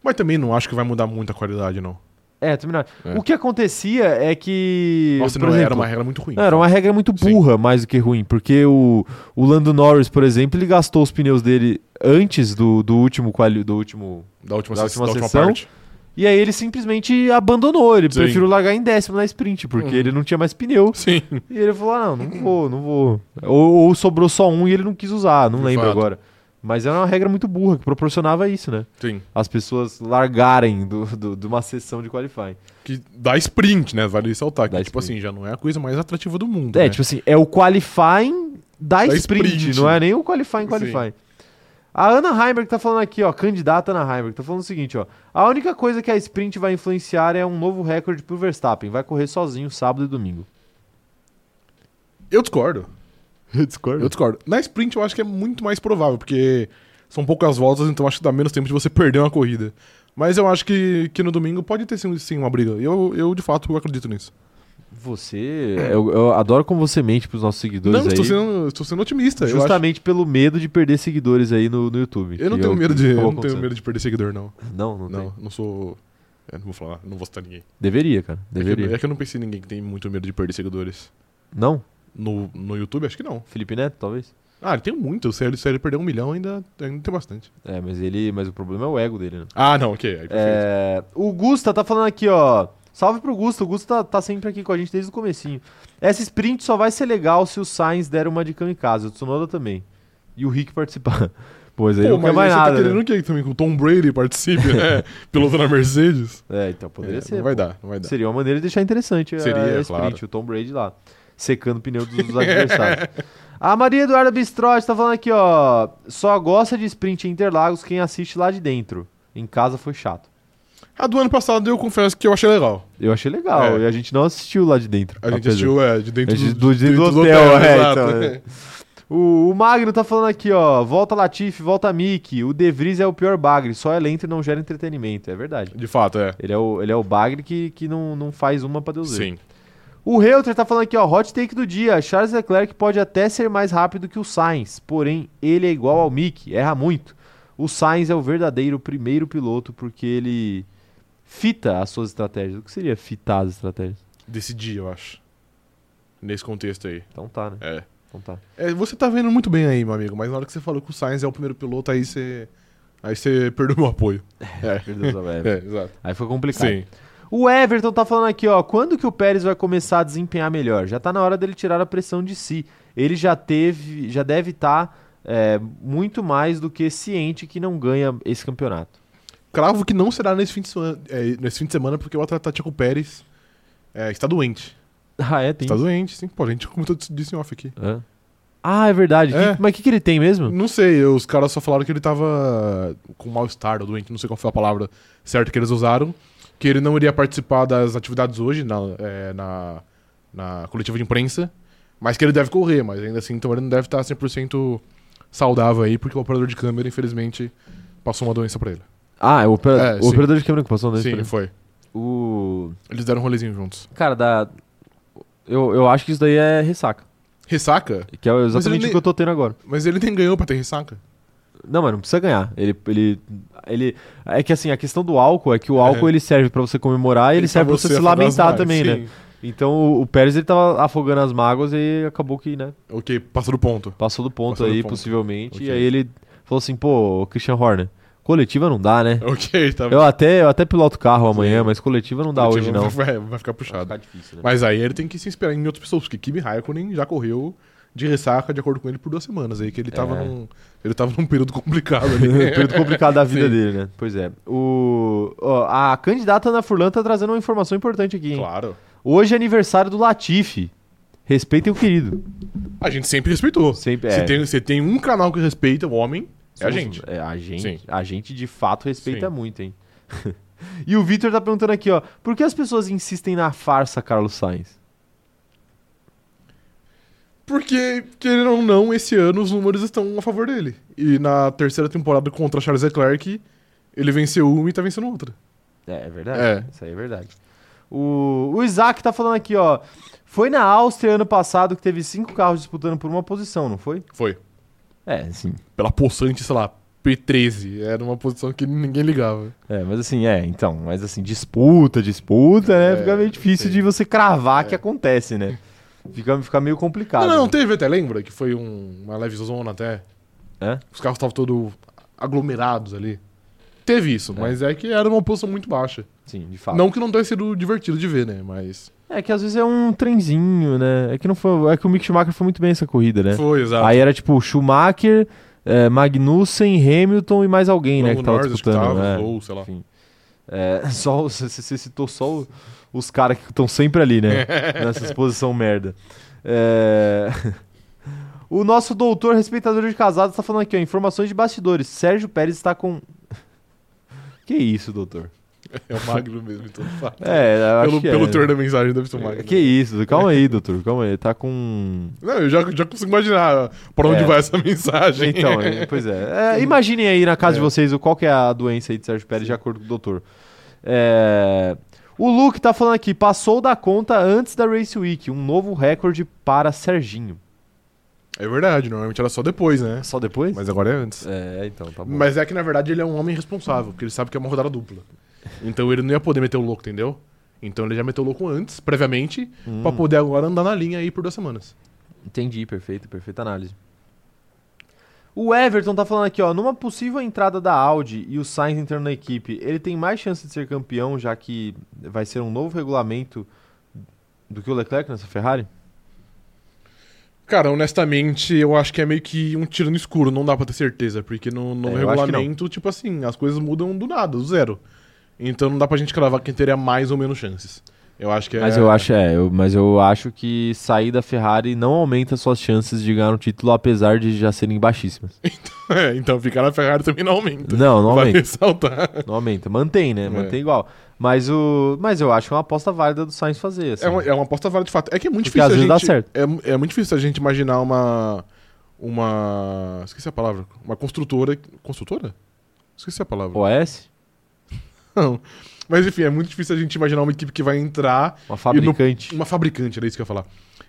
S2: Mas também não acho que vai mudar muito a qualidade, não.
S1: É, terminar.
S2: É.
S1: O que acontecia é que.
S2: Nossa,
S1: por
S2: não era
S1: exemplo,
S2: uma regra muito ruim.
S1: não, era uma regra muito
S2: Sim.
S1: burra, mais do que ruim, porque o, o Lando Norris, por exemplo, ele gastou os pneus dele antes do, do último quali, do último.
S2: Da última,
S1: Da
S2: se-
S1: última
S2: da última
S1: sessão.
S2: parte.
S1: E aí ele simplesmente abandonou. Ele
S2: Sim.
S1: preferiu largar em décimo na sprint, porque
S2: Uhum.
S1: ele não tinha mais pneu.
S2: Sim.
S1: E ele falou: ah, não, não vou, não vou. Ou, ou sobrou só um e ele não quis usar, não
S2: De
S1: lembro
S2: fato.
S1: agora. Mas era uma regra muito burra que proporcionava isso, né?
S2: Sim.
S1: As pessoas largarem do, do- de uma sessão de qualifying.
S2: Que dá sprint, né? Vale ressaltar. Que,
S1: Dá
S2: tipo
S1: sprint.
S2: assim, já não é a coisa mais atrativa do mundo.
S1: É,
S2: né?
S1: tipo assim, é o qualifying da,
S2: Da
S1: sprint,
S2: sprint.
S1: não é nem o qualifying
S2: Sim.
S1: qualifying. A Ana Heimberg tá falando aqui, ó, candidata Ana Heimberg, tá falando o seguinte, ó. A única coisa que a sprint vai influenciar é um novo recorde pro Verstappen. Vai correr sozinho sábado e domingo.
S2: Eu discordo.
S1: Eu discordo.
S2: Eu discordo. Na sprint eu acho que é muito mais provável, porque são poucas voltas, então acho que dá menos tempo de você perder uma corrida. Mas eu acho que, que no domingo pode ter sim, sim uma briga. Eu, eu, de fato, acredito nisso.
S1: Você. Eu, eu adoro como você mente pros nossos seguidores
S2: não,
S1: aí.
S2: estou sendo, estou sendo otimista. Eu, acho-
S1: Justamente pelo medo de perder seguidores aí no, no YouTube.
S2: eu não
S1: que
S2: tenho
S1: é o
S2: medo
S1: que
S2: de.
S1: acabou
S2: Eu não tenho
S1: acontecendo.
S2: medo de perder seguidor, não.
S1: Não, não,
S2: Não,
S1: tem.
S2: não sou. Eu não vou falar, não vou citar ninguém.
S1: Deveria, cara.
S2: É que,
S1: Deveria.
S2: eu, é que eu não pensei em ninguém que tem muito medo de perder seguidores.
S1: Não?
S2: No, no YouTube, acho que não.
S1: Felipe Neto, talvez?
S2: Ah, ele tem muito. Se ele, se ele perder um milhão, ainda, ainda tem bastante.
S1: É, mas ele. Mas o problema é o ego dele, né?
S2: Ah, não, ok. Aí, perfeito.
S1: É, o Gusta tá falando aqui, ó. Salve pro Gusta. O Gusta tá, tá sempre aqui com a gente desde o comecinho. Essa sprint só vai ser legal se o Sainz der uma de kamikaze. O Tsunoda também. E o Rick participar. Pois aí
S2: Pô,
S1: não quer
S2: mas
S1: mais
S2: você
S1: nada.
S2: tá
S1: né?
S2: querendo que também que o Tom Brady participe, né? Piloto na Mercedes.
S1: É, então poderia
S2: É,
S1: ser.
S2: não vai
S1: pô.
S2: dar, não vai dar.
S1: Seria uma maneira de deixar interessante a-
S2: Seria, é
S1: a sprint,
S2: claro.
S1: o Tom Brady lá, secando o pneu dos, dos adversários. A Maria Eduarda Bistrotti tá falando aqui, ó, só gosta de sprint em Interlagos quem assiste lá de dentro. Em casa foi chato.
S2: A do ano passado eu confesso que eu achei legal.
S1: Eu achei legal,
S2: É.
S1: e a gente não assistiu lá de dentro.
S2: A gente
S1: apesar.
S2: assistiu, é, de dentro
S1: Ah, A gente-
S2: do,
S1: do-
S2: de dentro
S1: do hotel, é,
S2: exato.
S1: então, é. O, o Magno tá falando aqui, ó, volta Latifi, volta Mickey, o De Vries é o pior bagre, só é lento e não gera entretenimento, é verdade.
S2: De fato, é.
S1: Ele é o, ele é o bagre que, que não, não faz uma pra Deus ver.
S2: Sim.
S1: O Reuter tá falando aqui, ó, hot take do dia. Charles Leclerc pode até ser mais rápido que o Sainz, porém ele é igual ao Mick, erra muito. O Sainz é o verdadeiro primeiro piloto porque ele fita as suas estratégias. O que seria fitar as estratégias?
S2: Decidi, eu acho. Nesse contexto aí.
S1: Então tá, né?
S2: É.
S1: Então tá.
S2: É, Você tá vendo muito bem aí, meu amigo, mas na hora que você falou que o Sainz é o primeiro piloto, aí você. Aí você perdeu meu apoio. É.
S1: Meu Deus, velho.
S2: É, exato.
S1: Aí foi complicado.
S2: Sim.
S1: O Everton tá falando aqui, ó, quando que o Pérez vai começar a desempenhar melhor? Já tá na hora dele tirar a pressão de si. Ele já teve, já deve estar muito mais do que ciente que não ganha esse campeonato.
S2: Cravo que não será nesse fim de, semana- é, nesse fim de semana, porque o atleta Tiago Pérez é, está doente.
S1: Ah, é, tem.
S2: Está tá doente, sim. Pô, a gente comentou disso- disso em off aqui.
S1: Hã? Ah, é verdade.
S2: É.
S1: Que- mas o que, que ele tem mesmo?
S2: Não sei, os caras só falaram que ele tava com mal-estar, ou doente, não sei qual foi a palavra certa que eles usaram. Que ele não iria participar das atividades hoje na, é, na, na coletiva de imprensa, mas que ele deve correr, mas ainda assim, então ele não deve estar 100% saudável aí, porque o operador de câmera, infelizmente, passou uma doença pra ele.
S1: Ah, é o, opera-
S2: É,
S1: o
S2: sim.
S1: operador de câmera que passou, né?
S2: Sim, foi.
S1: O.
S2: Eles deram um rolezinho juntos.
S1: Cara, da. Eu, eu acho que isso daí é ressaca.
S2: Ressaca?
S1: Que é exatamente
S2: ele
S1: o que eu tô tendo agora.
S2: Mas ele nem ganhou pra ter ressaca.
S1: Não, mas não precisa ganhar. Ele. ele, ele é que assim, a questão do álcool é que o
S2: É.
S1: álcool ele serve pra você comemorar e ele, serve pra você, se
S2: afogar as
S1: lamentar
S2: mágoas,
S1: também, né?
S2: sim.
S1: Então o, o Pérez ele tava afogando as mágoas e acabou que, né?
S2: Ok, passou do ponto.
S1: Passou do ponto
S2: Passou do
S1: aí,
S2: ponto.
S1: possivelmente. E
S2: Ok.
S1: aí ele falou assim, pô, Christian Horner, coletiva não dá, né?
S2: Ok, tá
S1: Eu até, eu até piloto carro amanhã, mas coletiva não dá hoje, não.
S2: um Vai, vai ficar puxado.
S1: difícil,
S2: é Mas aí ele tem que se inspirar em outras pessoas, porque Kimi Raikkonen já correu de ressaca, de acordo com ele, por duas semanas. Aí que ele tava,
S1: É.
S2: num, ele tava num período complicado
S1: É
S2: ali.
S1: um período complicado da vida
S2: Sim.
S1: dele, né? Pois é. O, ó, a candidata Ana Furlan tá trazendo uma informação importante aqui, hein?
S2: claro.
S1: Hoje é aniversário do Latifi. Respeitem o querido.
S2: A gente sempre respeitou.
S1: Sempre
S2: Se
S1: é.
S2: tem, se tem um canal que respeita o homem, é a
S1: Somos-
S2: gente.
S1: É, a gente.
S2: Sim.
S1: A gente de fato respeita
S2: Sim.
S1: muito, hein? e o Vitor tá perguntando aqui, ó. Por que as pessoas insistem na farsa, Carlos Sainz?
S2: Porque, querendo ou não, esse ano os números estão a favor dele. E na terceira temporada contra Charles Leclerc, ele venceu uma e tá vencendo outra.
S1: É, é
S2: É.
S1: verdade. Isso aí é verdade. O, o Isaac tá falando aqui, ó. Foi na Áustria ano passado que teve cinco carros disputando por uma posição, não foi?
S2: Foi.
S1: É, sim.
S2: Pela possante, sei lá, P13. Era uma posição que ninguém ligava.
S1: É, mas assim, é, então, mas assim, disputa, disputa, né?
S2: É,
S1: fica meio difícil
S2: sim. É.
S1: de você cravar que acontece, né? Fica, fica meio complicado.
S2: Não, não, não,
S1: né?
S2: teve até, lembra? Que foi um- uma leve zona até.
S1: É?
S2: Os carros estavam todos aglomerados ali. Teve isso, mas é que era uma posição muito baixa.
S1: Sim, de fato.
S2: Não que não tenha sido divertido de ver, né? Mas.
S1: É que às vezes é um trenzinho, né? É que não foi, é que o Mick Schumacher foi muito bem essa corrida, né?
S2: Foi, exato.
S1: Aí era tipo Schumacher, é, Magnussen, Hamilton e mais alguém, né?
S2: Lando
S1: Que tava
S2: Norris, acho que
S1: disputando.
S2: tava,
S1: né?
S2: ou sei lá.
S1: Enfim. É, só, os- você, você citou só o- os caras que estão sempre ali, né? Nessa exposição merda. É, O nosso doutor respeitador de casados tá falando aqui, ó. Informações de bastidores. Sérgio Pérez está com. Que isso, doutor?
S2: É o Magno mesmo, então. fala.
S1: É, eu acho
S2: pelo
S1: que é.
S2: pelo teor da mensagem deve ser o Magno.
S1: Que isso, calma aí, doutor, calma aí. Tá com.
S2: Não, eu já, já consigo imaginar pra onde
S1: É.
S2: vai essa mensagem.
S1: Então, é, pois é. É, Imaginem aí na casa
S2: É.
S1: de vocês o- qual que é a doença aí de Sérgio Pérez, de acordo com o doutor. É, O Luke tá falando aqui, passou da conta antes da Race Week, um novo recorde para Serginho.
S2: É verdade, normalmente era só depois, né?
S1: Só depois?
S2: Mas agora é antes.
S1: É, então, tá bom.
S2: Mas é que na verdade ele é um homem responsável, porque ele sabe que é uma rodada dupla. Então ele não ia poder meter o louco, entendeu? Então ele já meteu o louco antes, previamente,
S1: Hum,
S2: pra poder agora andar na linha aí por duas semanas.
S1: Entendi, perfeito, perfeita análise. O Everton tá falando aqui, ó, numa possível entrada da Audi e o Sainz entrando na equipe, ele tem mais chance de ser campeão, já que vai ser um novo regulamento do que o Leclerc nessa Ferrari?
S2: Cara, honestamente, eu acho que é meio que um tiro no escuro, não dá pra ter certeza, porque no, no
S1: É, eu acho que
S2: regulamento, tipo assim, as coisas mudam do nada, do zero. Então não dá pra gente cravar quem teria mais ou menos chances. Eu acho que é.
S1: Mas eu acho, é, eu- mas eu acho que sair da Ferrari não aumenta suas chances de ganhar um título, apesar de já serem baixíssimas.
S2: É, então ficar na Ferrari também não aumenta.
S1: Não, não
S2: Vai É.
S1: aumenta.
S2: ressaltar.
S1: Não aumenta. Mantém, né? Mantém igual. Mas o. Mas eu acho uma aposta válida do Sainz fazer. Assim.
S2: É uma, é uma aposta válida de fato. É que é muito
S1: Porque às
S2: difícil a
S1: vezes
S2: gente,
S1: dá certo.
S2: É, mu- é muito difícil a gente imaginar uma. Uma. Esqueci a palavra. Uma construtora. Construtora? Esqueci a palavra.
S1: OS?
S2: Não. Mas enfim, é muito difícil a gente imaginar uma equipe que vai entrar.
S1: Uma fabricante.
S2: Uma fabricante, era isso que eu ia falar.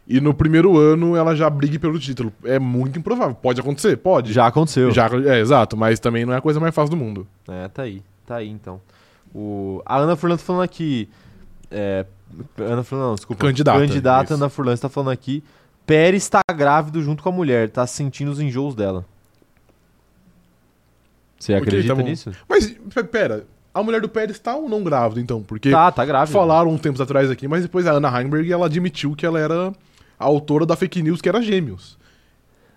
S2: E no primeiro ano ela já brigue pelo título. É muito improvável. Pode acontecer? Pode.
S1: Já aconteceu.
S2: Já, é, exato, mas também não é a coisa mais fácil do mundo.
S1: É, tá aí. Tá aí então. O... A Ana Furlan tá falando aqui. É... Ana Furlan, não, desculpa.
S2: Candidata,
S1: Candidata
S2: isso.
S1: Ana Furlan tá falando aqui. Pérez tá grávido junto com a mulher, tá sentindo os enjoos dela. Você
S2: Ok,
S1: acredita
S2: tá bom.
S1: nisso?
S2: Mas, pe- pera, a mulher do Pérez tá ou não grávida, então? Porque
S1: Tá, tá grávida.
S2: falaram um tempos atrás aqui, mas depois a Ana Heimberg ela admitiu que ela era a autora da fake news que era gêmeos.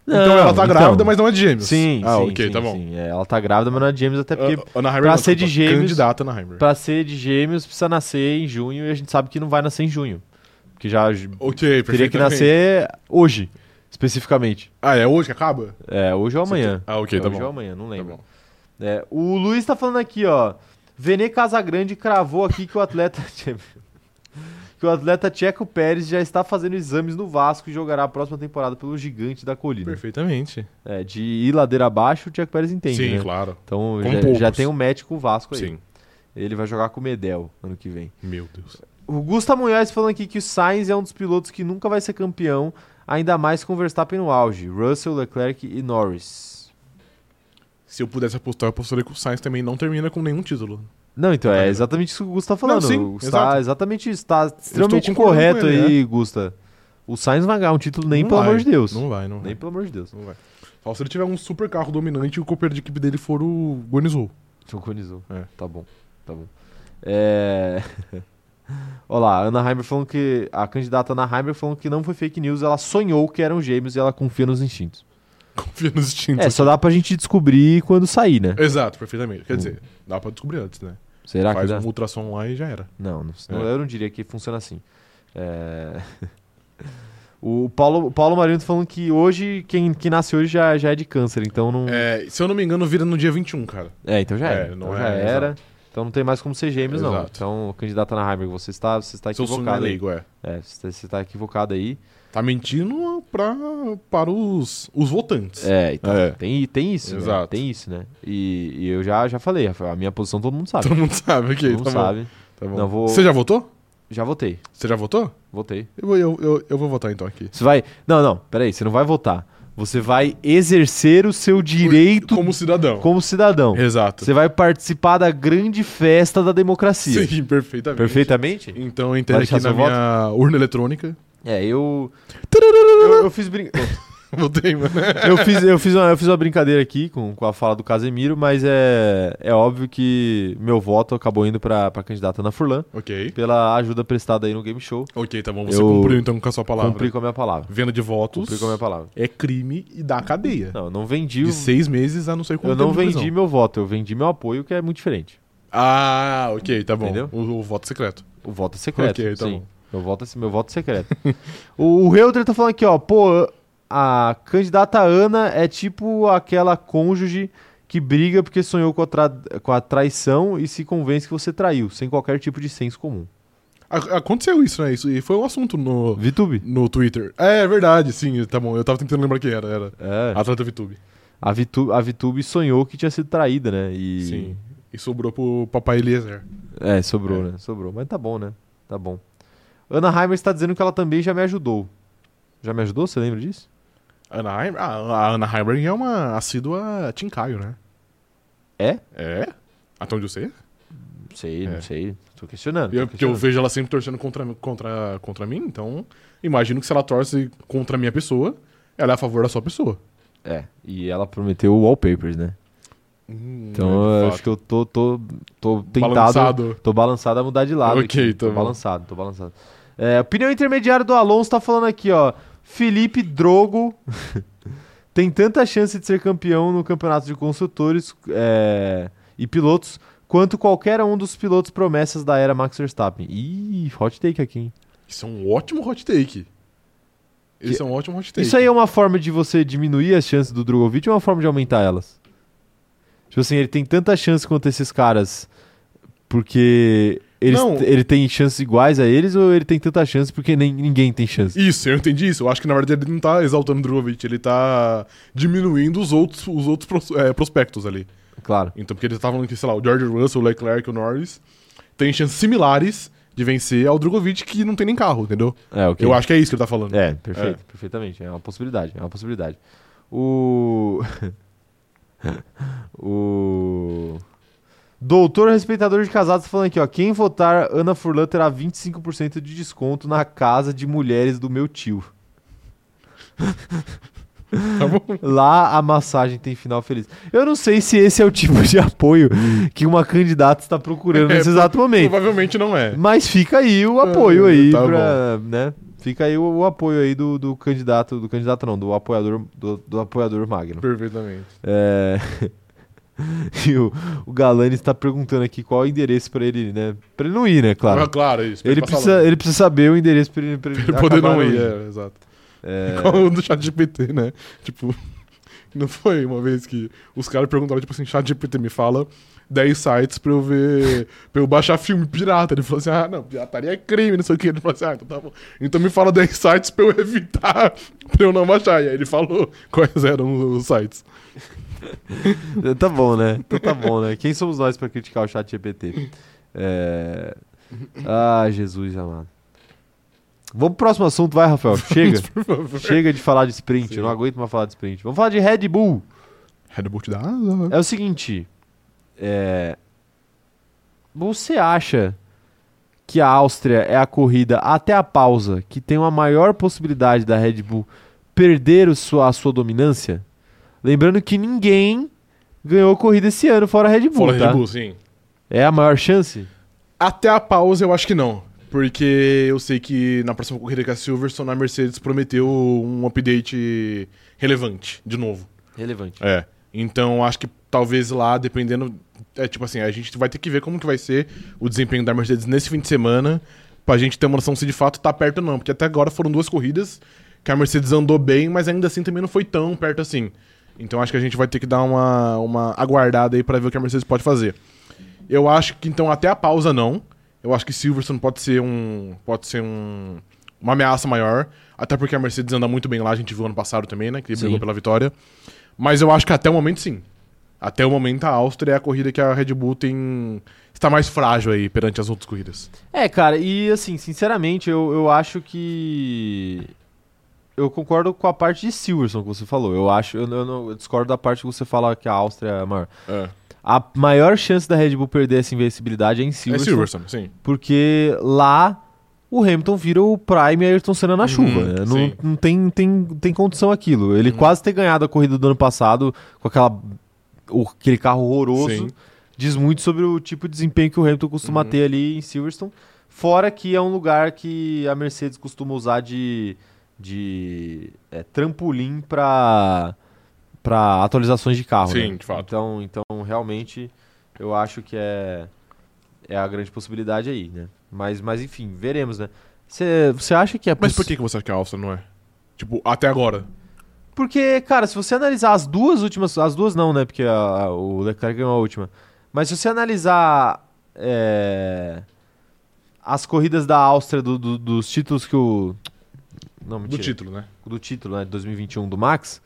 S2: então ela tá grávida, mas não é de gêmeos.
S1: Sim,
S2: ah,
S1: sim,
S2: ok,
S1: sim,
S2: tá bom. Ah,
S1: sim. É, ela tá grávida, mas não é de gêmeos, até porque
S2: A- Ana Heimberg,
S1: pra
S2: não,
S1: ser de
S2: desculpa,
S1: gêmeos-
S2: é Candidata Ana Heimberg.
S1: pra ser de gêmeos precisa nascer em junho e a gente sabe que não vai nascer em junho. Porque já j-
S2: Ok,
S1: teria que
S2: Oh, perfeitamente.
S1: nascer hoje, especificamente.
S2: Ah, é hoje que acaba?
S1: É, hoje ou amanhã.
S2: Ah, ok, tá
S1: hoje ou
S2: bom.
S1: amanhã, não
S2: Tá
S1: lembro.
S2: bom.
S1: É, o Luiz tá falando aqui, ó. Vene Casagrande cravou aqui que o atleta. que o atleta Tcheco Pérez já está fazendo exames no Vasco e jogará a próxima temporada pelo gigante da colina.
S2: Perfeitamente.
S1: É, de ir ladeira abaixo, o Tcheco Pérez entende.
S2: sim,
S1: né?
S2: claro.
S1: Então
S2: Com
S1: já,
S2: poucos.
S1: já tem um match com o Vasco aí.
S2: Sim.
S1: Ele vai jogar com o Medel ano que vem.
S2: Meu Deus.
S1: O Gustavo Munhoz falando aqui que o Sainz é um dos pilotos que nunca vai ser campeão, ainda mais com o Verstappen no auge. Russell, Leclerc e Norris.
S2: Se eu pudesse apostar, eu apostaria que o Sainz também não termina com nenhum título.
S1: Não, então é exatamente isso que o Gusta tá falando.
S2: Não, sim,
S1: O Gusta-
S2: exato.
S1: Exatamente isso. Tá extremamente
S2: concordando
S1: correto
S2: com ele, né?
S1: aí, Gusta. O Sainz não vai ganhar um título nem
S2: Não
S1: pelo
S2: vai,
S1: amor de Deus.
S2: Não vai, não vai.
S1: Nem pelo amor de Deus.
S2: Não vai. Só se ele tiver um super carro dominante e o companheiro de equipe dele for o Gonizou.
S1: Choconizou.
S2: É.
S1: Tá bom, tá bom. É... Olha lá, a Ana Heimer falando que. A candidata Ana Heimer falando que não foi fake news, ela sonhou que eram gêmeos e ela confia nos instintos.
S2: Confia nos instintos.
S1: É, só dá pra gente descobrir quando sair, né?
S2: Exato, perfeitamente. Quer dizer, dá pra descobrir antes, né?
S1: Será
S2: Faz
S1: que dá?
S2: um ultrassom lá e já era.
S1: Não, não, não,
S2: É.
S1: eu não diria que funciona assim. É... o Paulo, o Paulo Marinho tá falando que hoje, quem que nasce hoje já, já é de câncer, então não. É,
S2: É, se eu não me engano, vira no dia 21, cara.
S1: então já
S2: É,
S1: era.
S2: não
S1: então
S2: é,
S1: já
S2: exato.
S1: era. Então não tem mais como ser gêmeos, não.
S2: Exato.
S1: Então, candidata Ana Heimer, você está, você está
S2: Seu sonho é
S1: equivocado. aí.
S2: leigo, é.
S1: É, você você tá equivocado aí.
S2: Tá mentindo pra, para os, os votantes.
S1: É, então,
S2: É.
S1: tem, tem isso, né?
S2: Exato.
S1: Tem isso, né? E, e eu já, já falei, Rafael, a minha posição todo mundo sabe.
S2: Todo mundo sabe, ok.
S1: Todo
S2: tá
S1: mundo
S2: bom,
S1: sabe.
S2: tá bom.
S1: Não, vou-
S2: Você já votou?
S1: Já votei,
S2: Você já votou?
S1: votei.
S2: Eu, vou- eu, eu, eu vou votar então aqui.
S1: Você vai... Não, não, peraí, você não vai votar. Você vai exercer o seu direito como,
S2: Como cidadão.
S1: cidadão.
S2: Exato.
S1: Você vai participar da grande festa da democracia.
S2: Sim, perfeitamente.
S1: Perfeitamente?
S2: Então eu
S1: Vai
S2: entrei
S1: deixar
S2: aqui na
S1: seu voto?
S2: minha urna eletrônica.
S1: É, eu... Eu, eu fiz brin...
S2: Voltei, mano.
S1: Eu fiz, eu fiz, uma, eu fiz uma brincadeira aqui com, com a fala do Casemiro, mas é, é óbvio que meu voto acabou indo pra, pra candidata Ana Furlan
S2: Ok.
S1: pela ajuda prestada aí no game show.
S2: Ok, tá bom. Você
S1: Eu-
S2: cumpriu então com a sua palavra.
S1: Cumpri com a minha palavra.
S2: Venda de votos
S1: Cumpri com a minha palavra.
S2: é crime e dá cadeia.
S1: Não, eu não vendi o.
S2: De seis meses a não sei quanto
S1: Eu não
S2: tempo de
S1: vendi
S2: prisão.
S1: meu voto, eu vendi meu apoio, que é muito diferente.
S2: Ah, ok, tá bom.
S1: Entendeu?
S2: O, o voto secreto.
S1: O voto é secreto.
S2: Ok, tá
S1: sim.
S2: bom.
S1: Meu voto é, meu voto é secreto. o, o Reuter tá falando aqui, ó. Pô, a candidata Ana é tipo aquela cônjuge que briga porque sonhou com a, tra- com a traição e se convence que você traiu, sem qualquer tipo de senso comum.
S2: A- aconteceu isso, né? Isso, e foi um assunto no,
S1: Vitube?
S2: no Twitter. É, é verdade, sim, tá bom. Eu tava tentando lembrar quem era. Era
S1: É.
S2: Atleta Vitube.
S1: A Vitube, a Vitube sonhou que tinha sido traída, né? E,
S2: Sim. E sobrou pro papai Eliezer.
S1: É, sobrou,
S2: É.
S1: né? Sobrou. Mas tá bom, né? Tá bom. Ana Heimer está dizendo que ela também já me ajudou. Já me ajudou? Você lembra disso?
S2: Ana Heim- ah, a Ana Heimberg é uma assídua Tincaio, né?
S1: É?
S2: É? Até onde eu sei?
S1: Não sei,
S2: É.
S1: não sei. Tô questionando.
S2: Eu,
S1: tô
S2: porque eu
S1: questionando.
S2: vejo ela sempre torcendo contra, contra, contra mim, então imagino que se ela torce contra a minha pessoa, ela é a favor da sua pessoa.
S1: É, e ela prometeu wallpapers,
S2: Uhum.
S1: né?
S2: É,
S1: Então eu acho que eu tô, tô, tô tentado.
S2: Né, Balançado.
S1: Tô balançado a mudar de lado.
S2: Ok,
S1: aqui.
S2: tá
S1: tô
S2: bom.
S1: balançado, tô balançado. É, opinião intermediária do Alonso tá falando aqui, ó. Felipe Drogo tem tanta chance de ser campeão no campeonato de construtores é, e pilotos quanto qualquer um dos pilotos promessas da era Max Verstappen. Ih, hot take aqui, hein?
S2: Isso é um ótimo hot take. Isso é um ótimo hot take.
S1: Isso aí é uma forma de você diminuir as chances do Drogovic ou é uma forma de aumentar elas? Tipo assim, ele tem tanta chance quanto esses caras porque eles,
S2: Não.
S1: ele tem chances iguais a eles ou ele tem tanta chance porque nem, ninguém tem chance?
S2: Isso, eu entendi isso. Eu acho que na verdade ele não tá exaltando o Drogovic, ele tá diminuindo os outros, os outros pros- é, prospectos ali.
S1: Claro.
S2: Então, porque ele tá falando que, sei lá, o George Russell, o Leclerc, o Norris têm chances similares de vencer ao Drogovic que não tem nem carro, entendeu?
S1: É, ok.
S2: Eu acho que é isso que ele tá falando.
S1: É, perfeito, perfeitamente. É uma possibilidade, é uma possibilidade. O. o. Doutor respeitador de casados tá falando aqui, ó. Quem votar Ana Furlan terá 25% de desconto na casa de mulheres do meu tio.
S2: Tá bom?
S1: Lá a massagem tem final feliz. Eu não sei se esse é o tipo de apoio que uma candidata está procurando nesse
S2: É,
S1: exato momento.
S2: Provavelmente não é.
S1: Mas fica aí o apoio
S2: Ah,
S1: aí
S2: tá
S1: pra, né? Fica aí o, o apoio aí do, do candidato, do candidato não, do apoiador, do, do apoiador Magno.
S2: Perfeitamente.
S1: É... e o, o Galani está perguntando aqui qual é o endereço pra ele, né? Pra ele não ir, né,
S2: Claro,
S1: claro.
S2: claro é isso. pra
S1: Ele
S2: passar
S1: precisa, ele precisa saber o endereço pra ele, pra ele
S2: lá. Pra poder
S1: acabar
S2: não ir, é, exato.
S1: É,
S2: Igual o do chat GPT, né? Tipo, não foi uma vez que os caras perguntaram, tipo assim, chat GPT me fala 10 sites pra eu ver, pra eu baixar filme pirata. Ele falou assim, ah, não, pirataria é crime, não sei o que. Ele falou assim, ah, então tá bom. Então me fala 10 sites pra eu evitar, pra eu não baixar. E aí ele falou quais eram os sites.
S1: Tá bom, né? Então tá bom, né? Quem somos nós pra criticar o chat GPT? É... Ah, Jesus amado. Vamos pro próximo assunto, vai, Rafael. Chega.
S2: Por favor.
S1: Chega de falar de sprint.
S2: Sim.
S1: Eu não aguento mais falar de sprint. Vamos falar de Red Bull.
S2: Red Bull te dá asa.
S1: É o seguinte. é, Você acha que a Áustria é a corrida até a pausa que tem uma maior possibilidade da Red Bull perder o sua, a sua dominância? Lembrando que ninguém ganhou corrida esse ano fora a Red Bull,
S2: Fala
S1: tá?
S2: Red Bull, sim.
S1: É a maior chance?
S2: Até a pausa eu acho que não. Porque eu sei que na próxima corrida com a Silverstone, a Mercedes prometeu um update relevante, de novo.
S1: Relevante.
S2: É. Então acho que talvez lá, dependendo. É tipo assim, a gente vai ter que ver como que vai ser o desempenho da Mercedes nesse fim de semana. Pra gente ter uma noção se de fato tá perto ou não. Porque até agora foram duas corridas que a Mercedes andou bem, mas ainda assim também não foi tão perto assim. Então acho que a gente vai ter que dar uma, uma aguardada aí pra ver o que a Mercedes pode fazer. Eu acho que então até a pausa não. Eu acho que Silverstone pode ser um pode ser um uma ameaça maior, até porque a Mercedes anda muito bem lá, a gente viu ano passado também, né, que
S1: Sim.
S2: brigou pela vitória. Mas eu acho que até o momento sim. Até o momento a Áustria é a corrida que a Red Bull tem está mais frágil aí perante as outras corridas.
S1: É, cara, e assim, sinceramente, eu, eu acho que. Eu concordo com a parte de Silverson que você falou. Eu acho, eu, não- eu não- eu discordo da parte que você fala que a Áustria é a maior.
S2: É,
S1: A maior chance da Red Bull perder essa invencibilidade é em Silverson,
S2: Silverstone, sim.
S1: porque lá o Hamilton vira o Prime Ayrton Senna na chuva. né? Não,
S2: Uhum, sim. Uhum.
S1: não tem, tem, tem condição aquilo. Ele quase ter ganhado a corrida do ano passado com aquela, o- aquele carro horroroso.
S2: Sim. Uhum.
S1: Diz muito sobre o tipo de desempenho que o Hamilton costuma ter ali em Silverstone. Fora que é um lugar que a Mercedes costuma usar de, de é, trampolim para para atualizações de carro.
S2: Sim,
S1: né?
S2: de fato.
S1: Então, então, realmente, eu acho que é, é a grande possibilidade aí, né? Mas, mas enfim, veremos, né? Cê- Você acha que é
S2: Mas por
S1: possi-
S2: que, que você acha que a Alça não é? Tipo, até agora.
S1: Porque, cara, se você analisar as duas últimas. As duas não, né? Porque a- a- o Leclerc ganhou a última. Mas se você analisar. é, as corridas da Áustria do- do- dos títulos que o. Não,
S2: Do
S1: mentira.
S2: título, né?
S1: Do título, né? De 2021 do Max.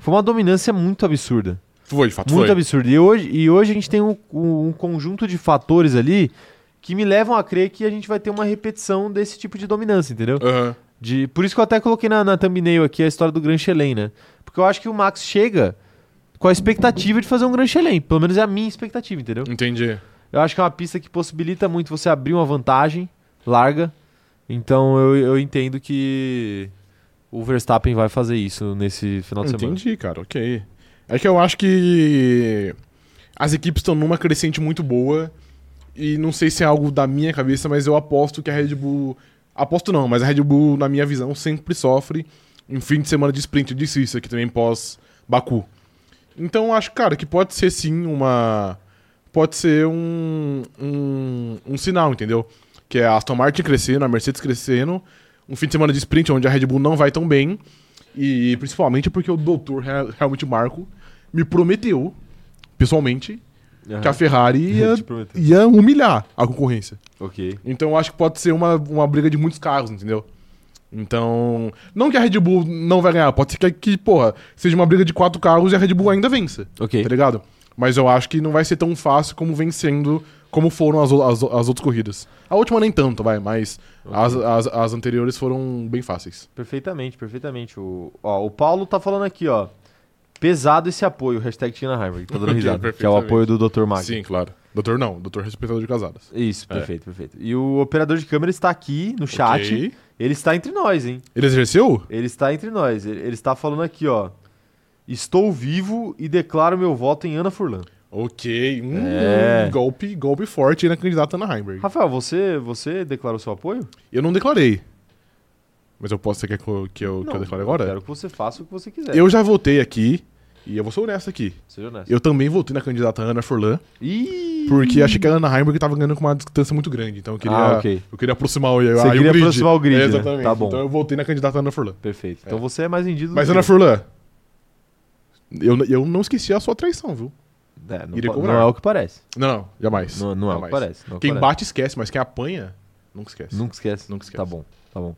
S1: Foi uma dominância muito absurda.
S2: Foi, de fato,
S1: Muito
S2: foi.
S1: absurdo. E hoje, e hoje a gente tem um, um- um conjunto de fatores ali que me levam a crer que a gente vai ter uma repetição desse tipo de dominância, entendeu?
S2: Aham.
S1: De, por isso que eu até coloquei na, na thumbnail aqui a história do Grand Chelem, né? Porque eu acho que o Max chega com a expectativa de fazer um Grand Chelem. Pelo menos é a minha expectativa, entendeu?
S2: Entendi.
S1: Eu acho que é uma pista que possibilita muito você abrir uma vantagem larga. Então eu, eu entendo que o Verstappen vai fazer isso nesse final de semana.
S2: Entendi, cara, ok. É que eu acho que as equipes estão numa crescente muito boa. E não sei se é algo da minha cabeça, mas eu aposto que a Red Bull. Aposto não, mas a Red Bull, na minha visão, sempre sofre em fim de semana de sprint. Eu disse isso aqui também pós-Baku. Então eu acho, cara, que pode ser sim uma. Pode ser um, um, um sinal, entendeu? Que é a Aston Martin crescendo, a Mercedes crescendo, um fim de semana de sprint onde a Red Bull não vai tão bem. E principalmente porque o doutor Hel- Helmut Marko me prometeu, pessoalmente, que a
S1: Aham.
S2: Ferrari ia,
S1: É. Te prometo.
S2: ia humilhar a concorrência.
S1: Ok.
S2: Então eu acho que pode ser uma, uma briga de muitos carros, entendeu? Então, não que a Red Bull não vai ganhar, pode ser que, que, porra, seja uma briga de quatro carros e a Red Bull ainda vença,
S1: Ok.
S2: tá ligado? Mas eu acho que não vai ser tão fácil como vencendo, como foram as, o- as, o- as outras corridas. A última nem tanto, vai, mas as, as, as anteriores foram bem fáceis.
S1: Perfeitamente, perfeitamente. O, ó, o Paulo tá falando aqui, ó. Pesado esse apoio, hashtag Tina Heimer, que tá dando
S2: Ok,
S1: risada. Que é o apoio do Dr. Mag.
S2: Sim, claro. Doutor não, doutor respeitador de casadas.
S1: Isso,
S2: É.
S1: perfeito, perfeito. E o operador de câmera está aqui no chat.
S2: Ok.
S1: Ele está entre nós, hein?
S2: Ele exerceu?
S1: Ele está entre nós. Ele, ele está falando aqui, ó. Estou vivo e declaro meu voto em Ana Furlan.
S2: Ok. Hum,
S1: É.
S2: golpe, golpe forte na candidata Ana Heimberg.
S1: Rafael, você, você declarou seu apoio?
S2: Eu não declarei. Mas eu posso, você quer que eu, que eu, que eu declare agora?
S1: Quero que você faça o que você quiser.
S2: Eu já votei aqui, e eu vou ser honesto aqui.
S1: Seja honesto.
S2: Eu também votei na candidata Ana Forlan,
S1: Ih!
S2: porque achei que a Ana Heimberg tava ganhando com uma distância muito grande. Então eu queria,
S1: Ah, ok.
S2: eu queria aproximar o, eu,
S1: Você
S2: aí
S1: queria
S2: o grid.
S1: aproximar o grid, né?
S2: exatamente.
S1: Tá bom.
S2: Então eu votei na candidata Ana Forlan.
S1: Perfeito. Então você é mais vendido do
S2: Mas
S1: que
S2: Ana
S1: eu.
S2: Forlan, eu, n- eu não esqueci a sua traição, viu?
S1: É, não,
S2: iria
S1: pa-
S2: cobrar.
S1: não é o que parece.
S2: Não, não jamais.
S1: Não, não é o que
S2: Jamais.
S1: parece. não é o que
S2: Quem
S1: parece.
S2: bate esquece, mas quem apanha, nunca esquece.
S1: Nunca esquece.
S2: Nunca esquece.
S1: Tá bom, tá bom.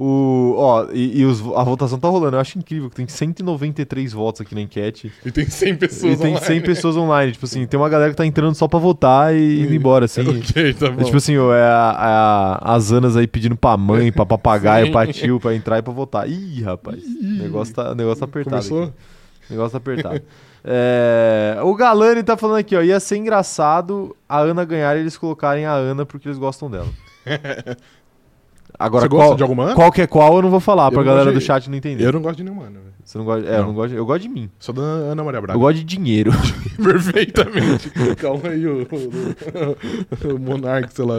S1: O, ó, e, e os- a votação tá rolando. Eu acho incrível que tem 193 votos aqui na enquete.
S2: E tem 100 pessoas
S1: e tem 100
S2: online.
S1: pessoas online. Tipo assim, tem uma galera que tá entrando só pra votar e indo embora, assim.
S2: Ok, tá bom.
S1: É tipo assim, ó, é a- a- as anas aí pedindo pra mãe, pra papagaio,
S2: Sim.
S1: pra tio, pra entrar e pra votar. Ih, rapaz, o negócio tá, o negócio tá apertado.
S2: Começou?
S1: aqui. O negócio tá apertado. É, o Galani tá falando aqui, ó. Ia ser engraçado a Ana ganhar e eles colocarem a Ana porque eles gostam dela. Agora,
S2: Você
S1: qual,
S2: gosta de alguma Ana?
S1: qual é? que é qual eu não vou falar,
S2: Eu
S1: pra
S2: não
S1: galera
S2: gosto
S1: do
S2: de-
S1: chat não entender.
S2: Eu não gosto de nenhuma Ana, velho.
S1: Você não gosta, é, eu não
S2: Não. Tá.
S1: gosto, eu gosto de mim.
S2: Só da Ana Maria Braga.
S1: Eu gosto de dinheiro.
S2: Perfeitamente. Calma aí, o, o, o Monark, sei lá,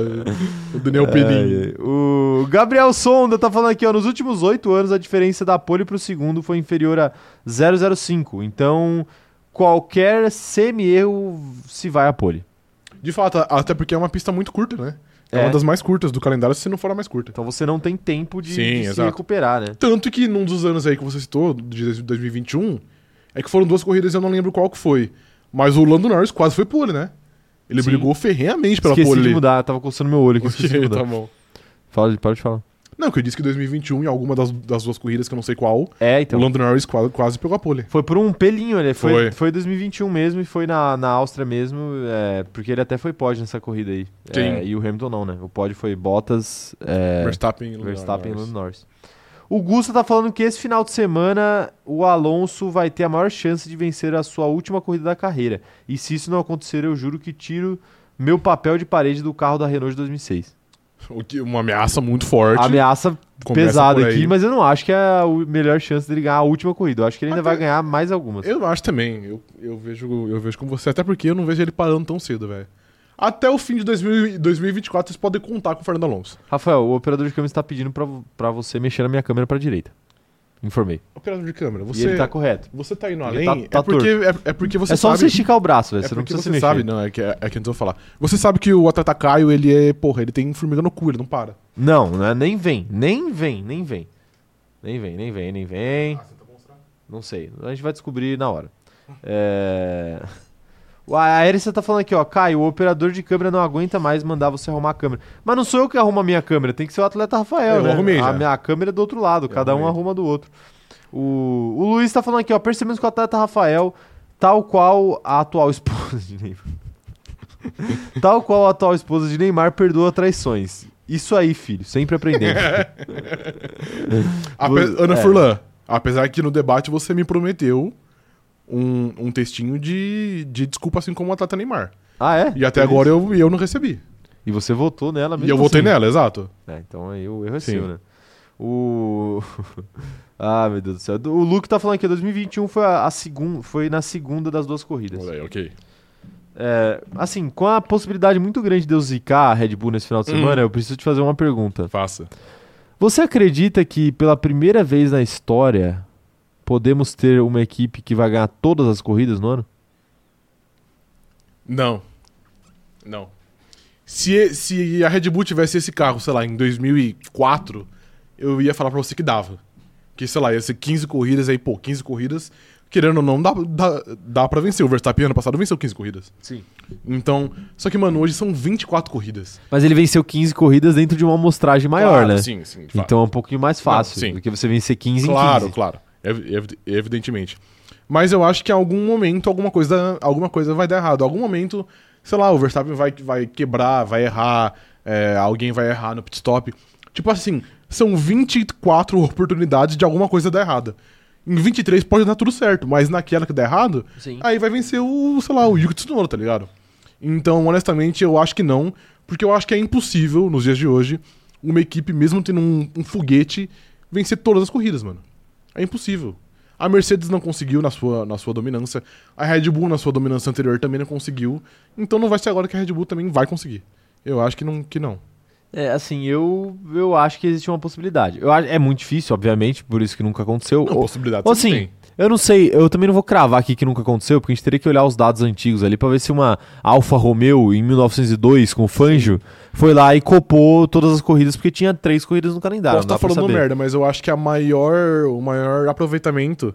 S2: o Daniel
S1: É,
S2: Pelinho.
S1: Ai, ai. O Gabriel Sonda tá falando aqui, ó. Nos últimos oito anos, a diferença da pole pro segundo foi inferior a 0,05. Então, qualquer semi-erro se vai à pole.
S2: De fato, a- até porque é uma pista muito curta, né? É,
S1: É.
S2: uma das mais curtas do calendário, se não for a mais curta.
S1: Então você não tem tempo de,
S2: Sim,
S1: de se
S2: exato.
S1: recuperar, né?
S2: Tanto que num dos anos aí que você citou, de 2021, é que foram duas corridas, eu não lembro qual que foi. Mas o Lando Norris quase foi pole, né? Ele
S1: Sim.
S2: brigou ferrenhamente pela
S1: esqueci
S2: pole.
S1: de
S2: ali.
S1: mudar, tava coçando meu olho aqui, esqueci de
S2: Ok,
S1: mudar.
S2: tá bom.
S1: Fala, de- para de falar.
S2: Não, que eu disse que 2021, em um é alguma das, das duas corridas, que eu não sei qual,
S1: É, então.
S2: o Lando Norris quase, quase pegou a pole.
S1: Foi por um pelinho, ele foi,
S2: Foi.
S1: foi 2021 mesmo e foi na, na Áustria mesmo, é, porque ele até foi pódio nessa corrida aí.
S2: Sim.
S1: É, e o Hamilton não, né? O pódio foi Bottas, é,
S2: Verstappen e Lando
S1: Verstappen e
S2: Norris.
S1: Lando Norris. O Gusta tá falando que esse final de semana o Alonso vai ter a maior chance de vencer a sua última corrida da carreira. E se isso não acontecer, eu juro que tiro meu papel de parede do carro da Renault de 2006.
S2: O que- Uma ameaça muito forte.
S1: A ameaça
S2: Começa
S1: pesada
S2: por aí.
S1: aqui, mas eu não acho que é a u- melhor chance dele ganhar a última corrida. Eu acho que ele ainda
S2: Até-
S1: vai ganhar mais algumas.
S2: Eu acho também. Eu, eu, vejo, eu vejo como você. Até porque eu não vejo ele parando tão cedo, velho. Até o fim de 2000 e 2024, vocês podem contar com o Fernando Alonso.
S1: Rafael, o operador de câmera está pedindo pra, vo- pra você mexer na minha câmera pra direita. Informei.
S2: Operador de câmera,
S1: E
S2: você.
S1: ele tá correto.
S2: Você tá indo
S1: Ele
S2: além.
S1: tá- tá
S2: é, porque, é, é porque você
S1: é só
S2: sabe.
S1: você esticar o braço, velho.
S2: é
S1: você não
S2: porque
S1: precisa
S2: você
S1: se mexer.
S2: sabe, não, é que, é que antes eu vou falar. Você sabe que o Atleta Caio, ele é, porra, ele tem formiga no cu, ele não para.
S1: Não, não é- nem vem, nem vem, nem vem. Nem vem, nem vem, nem
S2: Ah,
S1: vem.
S2: tá
S1: Não sei. A gente vai descobrir na hora. É... O- A Erissa tá falando aqui, ó. Caio, o operador de câmera não aguenta mais mandar você arrumar a câmera. Mas não sou eu que arrumo a minha câmera, tem que ser o atleta Rafael,
S2: Eu
S1: né?
S2: arrumei já.
S1: a minha câmera é do outro lado, cada um
S2: arrumei.
S1: arruma do outro. O, o Luiz tá falando aqui, ó. Percebemos que o atleta Rafael, tal qual a atual esposa de Neymar. tal qual a atual esposa de Neymar, perdoa traições. Isso aí, filho, sempre aprendendo.
S2: Ape-
S1: Lu-
S2: Ana
S1: é.
S2: Furlan, apesar que no debate você me prometeu um, um textinho de, de desculpa, assim como o Atleta Neymar.
S1: ah, é?
S2: E até agora eu, eu não recebi.
S1: E você votou nela mesmo?
S2: e eu voltei
S1: assim.
S2: nela, exato.
S1: É, então aí o erro é
S2: Sim.
S1: seu, né? O. ah, meu Deus do céu. O Luke tá falando aqui, 2021 foi a, a segunda. Foi na segunda das duas corridas.
S2: Olha aí, ok.
S1: É, assim, com a possibilidade muito grande de eu zicar a Red Bull nesse final de
S2: Hum.
S1: semana, eu preciso te fazer uma pergunta.
S2: Faça.
S1: Você acredita que pela primeira vez na história podemos ter uma equipe que vai ganhar todas as corridas no ano?
S2: Não. Não. Se, se a Red Bull tivesse esse carro, sei lá, em 2004, eu ia falar pra você que dava. Que, sei lá, ia ser 15 corridas, aí, pô, 15 corridas, querendo ou não, dá, dá, dá pra vencer. O Verstappen ano passado venceu 15 corridas.
S1: Sim.
S2: Então, só que, mano, hoje são 24 corridas.
S1: Mas ele venceu 15 corridas dentro de uma amostragem maior,
S2: Claro,
S1: né?
S2: Sim, sim. de fato.
S1: Então é um pouquinho mais fácil
S2: sim.
S1: do que você vencer 15
S2: claro,
S1: em 15.
S2: claro. Ev- ev- evidentemente. Mas eu acho que em algum momento alguma coisa, alguma coisa vai dar errado. Algum momento, sei lá, o Verstappen vai, vai quebrar, vai errar, é, alguém vai errar no pit stop. Tipo assim, são 24 oportunidades de alguma coisa dar errada. Em 23 pode dar tudo certo, mas naquela que dá errado,
S1: Sim.
S2: aí vai vencer o, sei lá, o Yuki Tsunoda, tá ligado? Então, honestamente, eu acho que não, porque eu acho que é impossível, nos dias de hoje, uma equipe, mesmo tendo um, um foguete, vencer todas as corridas, mano. É impossível. A Mercedes não conseguiu na sua, na sua dominância, a Red Bull na sua dominância anterior também não conseguiu, então não vai ser agora que a Red Bull também vai conseguir. Eu acho que não. Que não.
S1: É, assim, eu, eu acho que existe uma possibilidade. Eu, acho- é muito difícil, obviamente, por isso que nunca aconteceu.
S2: Não,
S1: Ou-
S2: possibilidade
S1: ou
S2: sempre
S1: assim, eu não sei, eu também não vou cravar aqui que nunca aconteceu, porque a gente teria que olhar os dados antigos ali pra ver se uma Alfa Romeo em 1902 com o Fangio foi lá e copou todas as corridas, porque tinha três corridas no calendário.
S2: Posso
S1: Tá, não
S2: estar
S1: dá pra
S2: falando
S1: saber.
S2: merda, mas eu acho que a maior, o maior aproveitamento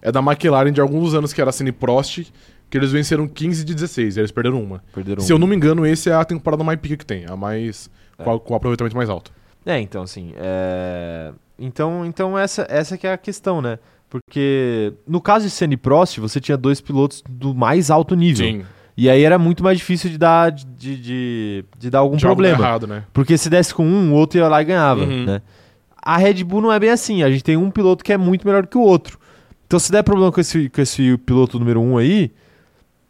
S2: é da McLaren de alguns anos, que era a Cine Prost, que eles venceram 15 de 16, e eles perderam uma.
S1: Perderam É.
S2: Se
S1: um.
S2: eu não me engano, essa é a temporada mais pica que tem, a mais. Com, a- com o aproveitamento mais alto.
S1: É, então, assim. é, Então, então essa, essa que é a questão, né? Porque no caso de Senna e Prost, você tinha dois pilotos do mais alto nível. E aí era muito mais difícil de dar, de, de, de dar algum
S2: Tinha algo
S1: um problema.
S2: errado, né?
S1: Porque se desse com um, o outro ia lá e ganhava,
S2: Uhum.
S1: né? A Red Bull não é bem assim. A gente tem um piloto que é muito melhor que o outro. Então se der problema com esse, com esse piloto número um aí,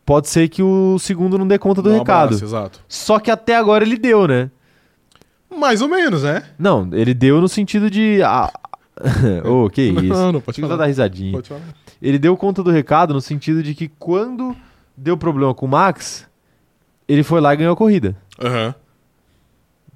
S1: pode ser que o segundo não dê conta do
S2: Não
S1: recado.
S2: abraça, um exato.
S1: Só que até agora ele deu, né?
S2: Mais ou menos, né?
S1: Não, ele deu no sentido de... Ah, oh, que isso.
S2: Não, não, pode
S1: Tinha que
S2: falar.
S1: dar risadinha.
S2: Pode falar.
S1: ele deu conta do recado no sentido de que quando deu problema com o Max, ele foi lá e ganhou a corrida.
S2: Aham.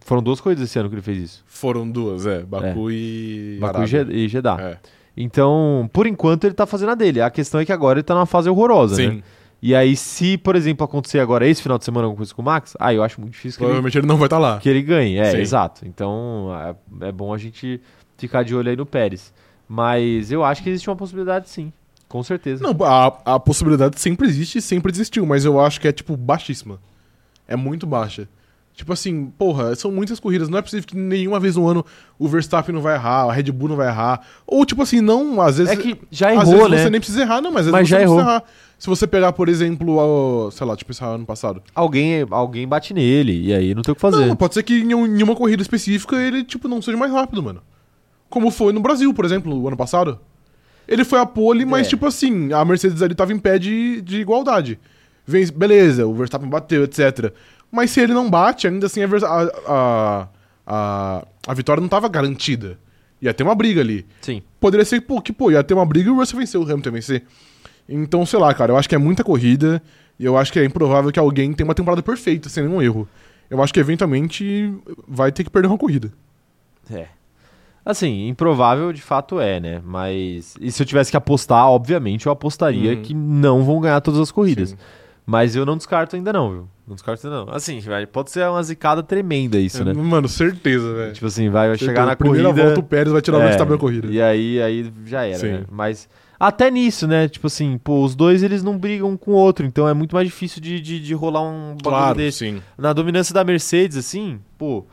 S1: Foram duas corridas esse ano que ele fez isso.
S2: Foram duas, é. Baku e.
S1: Baku e
S2: Arábia.
S1: Je- e Jeddah.
S2: É.
S1: Então, por enquanto, ele tá fazendo a dele. A questão é que agora ele tá numa fase horrorosa, né?
S2: Sim.
S1: E aí, se, por exemplo, acontecer agora esse final de semana alguma coisa com o Max, aí eu acho muito difícil que, ele,
S2: Provavelmente ele não vai estar lá.
S1: que ele ganhe. É,
S2: Sim.
S1: exato. Então, é, é bom a gente ficar de olho aí no Pérez. Mas eu acho que existe uma possibilidade, sim. Com certeza.
S2: Não, a, a possibilidade sempre existe e sempre existiu, mas eu acho que é, tipo, baixíssima. É muito baixa. Tipo assim, porra, são muitas corridas. Não é possível que nenhuma vez no ano o Verstappen não vai errar, a Red Bull não vai errar. Ou, tipo assim, não, às vezes.
S1: é que já
S2: às
S1: errou,
S2: vezes
S1: né?
S2: você nem precisa errar, não, mas às
S1: Mas
S2: vezes
S1: já
S2: você não
S1: errou.
S2: precisa errar. Se você pegar, por exemplo, a, sei lá, tipo, esse ano passado.
S1: Alguém, alguém bate nele, e aí não tem o que fazer.
S2: Não, pode ser que em, um- em uma corrida específica ele, tipo, não seja mais rápido, mano. Como foi no Brasil, por exemplo, o ano passado. Ele foi a pole, mas,
S1: É.
S2: tipo assim, a Mercedes ali tava em pé de, de igualdade. Vem, beleza, o Verstappen bateu, etc. Mas se ele não bate, ainda assim a, Vers- a, a, a, a vitória não tava garantida. Ia ter uma briga ali.
S1: Sim.
S2: Poderia ser pô, que, pô, ia ter uma briga e o Russell venceu, o Hamilton vencer. Então, sei lá, cara, eu acho que é muita corrida e eu acho que é improvável que alguém tenha uma temporada perfeita, sem nenhum erro. Eu acho que eventualmente vai ter que perder uma corrida.
S1: É. Assim, improvável de fato é, né? Mas. E se eu tivesse que apostar, obviamente eu apostaria
S2: Uhum.
S1: que não vão ganhar todas as corridas.
S2: Sim.
S1: Mas eu não descarto ainda, não, viu? Não descarto ainda, não. Assim, vai- pode ser uma zicada tremenda isso, né?
S2: É, Mano, certeza, velho.
S1: Tipo assim, vai, vai chegar na
S2: primeira
S1: corrida.
S2: volta o Pérez vai tirar o
S1: É,
S2: Verstappen da corrida.
S1: E aí, aí já era,
S2: Sim.
S1: né? Mas até nisso, né? Tipo assim, pô, os dois eles não brigam um com o outro, então é muito mais difícil de, de, de rolar um bagulho desse.
S2: sim.
S1: Na dominância da Mercedes, assim, pô,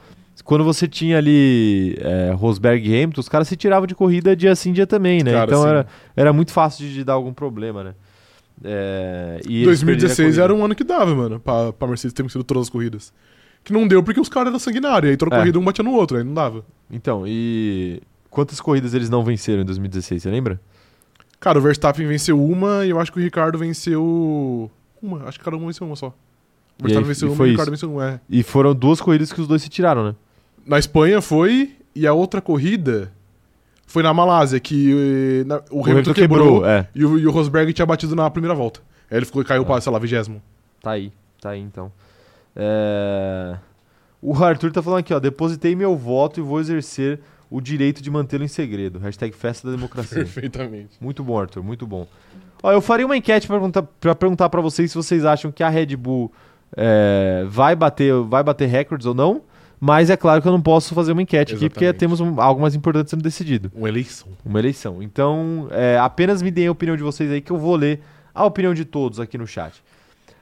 S1: quando você tinha ali é, Rosberg e Hamilton, os caras se tiravam de corrida dia sim, dia também, né?
S2: Cara,
S1: então
S2: sim.
S1: era, era muito fácil de, de dar algum problema, né? É, e eles perderam
S2: 2016
S1: a
S2: era
S1: corrida.
S2: um ano que dava, mano, pra, pra Mercedes ter vencido todas as corridas. Que não deu porque os caras eram sanguinários. Aí toda
S1: É.
S2: corrida um batia no outro, aí não dava.
S1: Então, e quantas corridas eles não venceram em 2016, você lembra?
S2: Cara, o Verstappen venceu uma e eu acho que o Ricardo venceu. Uma, acho que cada um venceu uma só. O
S1: E aí,
S2: Verstappen
S1: e
S2: venceu uma
S1: foi
S2: e o Ricardo
S1: isso.
S2: venceu uma. É.
S1: E foram duas corridas que os dois se tiraram, né?
S2: Na Espanha foi, e a outra corrida foi na Malásia, que eh, na- o, Hamilton, quebrou,
S1: é.
S2: E, o, e o Rosberg tinha batido na primeira volta. Aí ele ficou, caiu
S1: Ah.
S2: pra, sei lá, vigésimo.
S1: Tá aí, tá aí então. É, O Arthur tá falando aqui, ó. Depositei meu voto e vou exercer o direito de mantê-lo em segredo. Hashtag festa da democracia.
S2: Perfeitamente.
S1: muito bom, Arthur, muito bom. Ó, eu faria uma enquete pra perguntar pra perguntar pra vocês se vocês acham que a Red Bull é, vai, bater, vai bater recordes ou não. Mas é claro que eu não posso fazer uma enquete aqui, porque
S2: Exatamente.
S1: temos um- algo mais importante sendo decidido.
S2: Uma eleição.
S1: Uma eleição. Então, é, apenas me deem a opinião de vocês aí que eu vou ler a opinião de todos aqui no chat.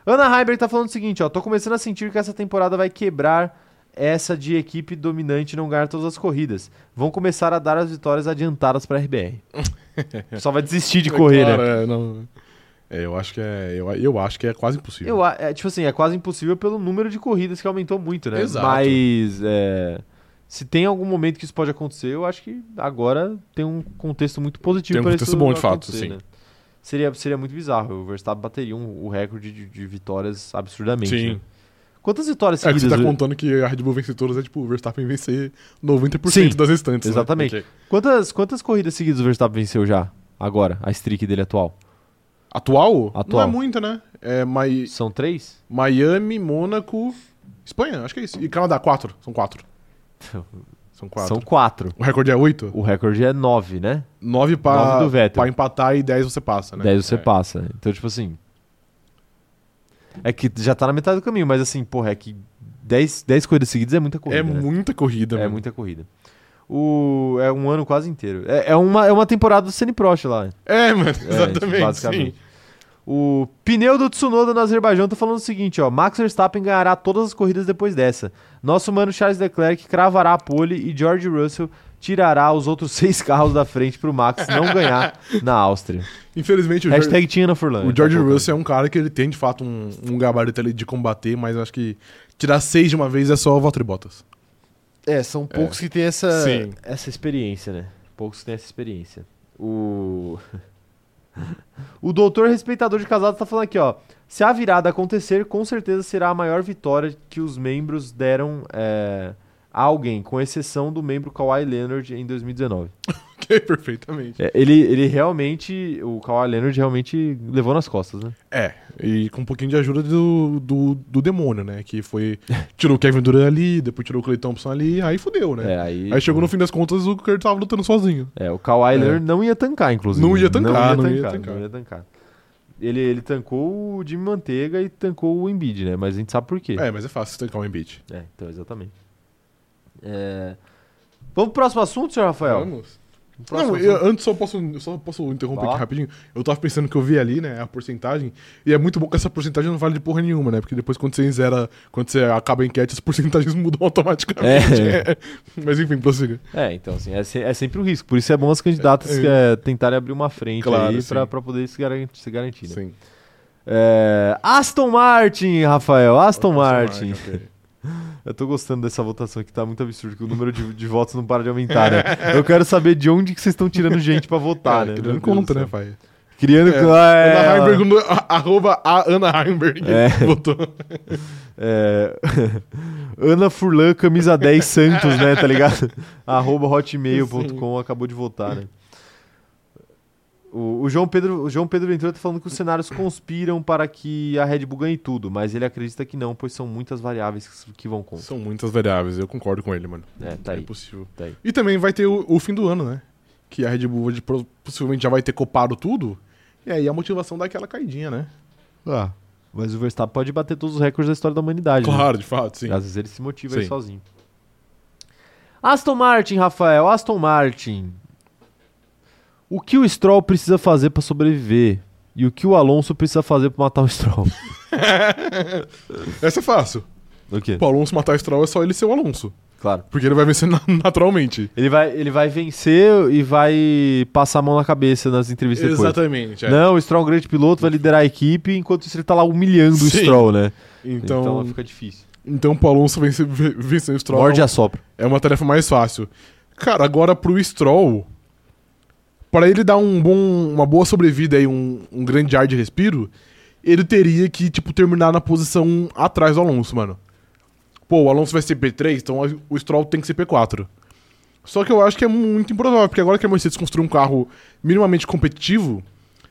S1: Ana Heiberg tá falando o seguinte, ó. Tô começando a sentir que essa temporada vai quebrar essa de equipe dominante não ganhar todas as corridas. Vão começar a dar as vitórias adiantadas pra RBR. Só vai desistir de correr, né?
S2: Cara, é, não- é, eu acho que é. Eu, eu acho que é quase impossível.
S1: Eu, a- é, tipo assim, é quase impossível pelo número de corridas que aumentou muito, né?
S2: Exato.
S1: Mas é, se tem algum momento que isso pode acontecer, eu acho que agora tem um contexto muito positivo
S2: Tem um
S1: pra
S2: contexto
S1: isso
S2: bom, de fato,
S1: acontecer,
S2: sim.
S1: né? Seria, seria muito bizarro. O Verstappen bateria um- o recorde de, de vitórias absurdamente.
S2: Sim.
S1: né? Quantas vitórias
S2: É que
S1: seguidas?
S2: você tá
S1: o-
S2: contando que a Red Bull vence todas, é tipo o Verstappen vencer 90%
S1: Sim,
S2: das restantes. né?
S1: exatamente.
S2: Ok.
S1: quantas, quantas corridas seguidas o Verstappen venceu já? Agora, a streak dele atual?
S2: Atual? Não
S1: Atual.
S2: é muita, né? É Mai-
S1: São três?
S2: Miami, Mônaco, Espanha, acho que é isso. E Canadá, quatro. São quatro. São quatro.
S1: São quatro.
S2: O recorde é oito?
S1: O recorde é nove, né?
S2: Nove pra,
S1: Nove do Vettel.
S2: pra empatar e dez você passa, né?
S1: 10 você
S2: É.
S1: passa. Então, tipo assim. É que já tá na metade do caminho, mas assim, porra, é que 10, 10 corridas seguidas é muita corrida.
S2: É
S1: né?
S2: muita corrida,
S1: É
S2: mano.
S1: muita corrida. O, é um ano quase inteiro. É, é uma, é uma temporada do Ceni Prost lá.
S2: É, mano,
S1: É,
S2: exatamente.
S1: basicamente.
S2: sim.
S1: O pneu do Tsunoda no Azerbaijão tá falando o seguinte, ó. Max Verstappen ganhará todas as corridas depois dessa. Nosso mano Charles Leclerc cravará a pole e George Russell tirará os outros seis carros da frente pro Max não ganhar na Áustria.
S2: Infelizmente, o Jorge,
S1: Hashtag né? tinha na Furlan.
S2: o George Russell é um cara que ele tem, de fato, um, um gabarito ali de combater, mas eu acho que tirar seis de uma vez é só o Valtteri Bottas.
S1: É, são poucos que têm essa,
S2: um Sim.
S1: essa experiência, né? Poucos que têm essa experiência. O. o doutor respeitador de casados tá falando aqui, ó. Se a virada acontecer, com certeza será a maior vitória que os membros deram é, a alguém, com exceção do membro Kawhi Leonard em 2019.
S2: Ok, perfeitamente.
S1: É, ele, ele realmente. O Kawhi Leonard realmente levou nas costas, né?
S2: É, e com um pouquinho de ajuda do, do, do demônio, né? Que foi. Tirou o Kevin Durant ali, depois tirou o Clay Thompson ali, aí fudeu, né?
S1: É, aí.
S2: Aí chegou no fim das contas o Kurt tava lutando sozinho.
S1: É, o Kawhi
S2: É.
S1: Leonard não ia tancar, inclusive.
S2: Não ia tancar, não ia tancar.
S1: não ia tancar. Ele, ele tancou o Jimmy Manteiga e tancou o Embiid, né? Mas a gente sabe por quê.
S2: É, mas é fácil tancar um Embiid.
S1: É, então, exatamente. É, Vamos pro próximo assunto, senhor Rafael?
S2: Vamos.
S1: Pro próximo
S2: Não,
S1: assunto.
S2: eu, antes só posso, eu só posso interromper
S1: Vai lá.
S2: aqui rapidinho. Eu tava pensando que eu vi ali, né, a porcentagem. E é muito bom que essa porcentagem não vale de porra nenhuma, né? Porque depois quando você zera, quando você acaba a enquete, as porcentagens mudam automaticamente.
S1: É.
S2: É. Mas enfim, prossiga.
S1: É, então, assim, é, se- é sempre um risco. Por isso é bom as candidatas
S2: É.
S1: é, tentarem abrir uma frente
S2: Claro,
S1: aí
S2: sim.
S1: pra, pra poder se garan- se garantir, né?
S2: Sim.
S1: É, Aston Martin, Rafael, Aston Martin.
S2: ok.
S1: Eu tô gostando dessa votação aqui, tá muito absurdo, que o número de, de votos não para de aumentar, né? Eu quero saber de onde que vocês estão tirando gente pra votar,
S2: é,
S1: né?
S2: que
S1: Meu
S2: dando
S1: Deus
S2: conta,
S1: do
S2: né,
S1: céu.
S2: pai?
S1: Criando.
S2: É,
S1: É,
S2: Ana Heimberg, a- arroba a Ana Heimberg.
S1: É.
S2: Botou.
S1: É, Ana Furlan, camisa 10 Santos, né? Tá ligado? Arroba hotmail.com acabou de votar, né? O, o João Pedro, o João Pedro Ventura tá falando que os cenários conspiram para que a Red Bull ganhe tudo, mas ele acredita que não, pois são muitas variáveis que, que vão contra.
S2: São muitas variáveis, eu concordo com ele, mano.
S1: É, tá
S2: é
S1: aí.
S2: impossível.
S1: tá aí.
S2: E também vai ter o, o fim do ano, né? Que a Red Bull de- pro- possivelmente já vai ter copado tudo. E aí a motivação dá aquela caidinha, né?
S1: Ah, mas o Verstappen pode bater todos os recordes da história da humanidade. né?
S2: Claro, de fato, sim.
S1: Às vezes ele se motiva aí
S2: Sim.
S1: sozinho. Aston Martin, Rafael. Aston Martin. O que o Stroll precisa fazer pra sobreviver? E o que o Alonso precisa fazer pra matar o Stroll?
S2: Essa é fácil.
S1: O quê?
S2: O Alonso matar a Stroll é só ele ser o Alonso.
S1: Claro.
S2: Porque ele vai vencer na- naturalmente.
S1: Ele vai, ele vai vencer e vai passar a mão na cabeça nas entrevistas depois.
S2: Exatamente. é.
S1: Não, o Stroll é um grande piloto, vai liderar a equipe, enquanto isso ele tá lá humilhando o
S2: Sim.
S1: Stroll, né? Então,
S2: Então, então,
S1: fica difícil.
S2: pro Alonso vencer, ve- vencer o Stroll
S1: Morde e assopra.
S2: é uma tarefa mais fácil. Cara, agora pro Stroll, pra ele dar um bom, uma boa sobrevida e um, um grande ar de respiro, ele teria que, tipo, terminar na posição atrás do Alonso, mano. Pô, o Alonso vai ser P3, então o Stroll tem que ser P4. Só que eu acho que é muito improvável, porque agora que a Mercedes construiu um carro minimamente competitivo,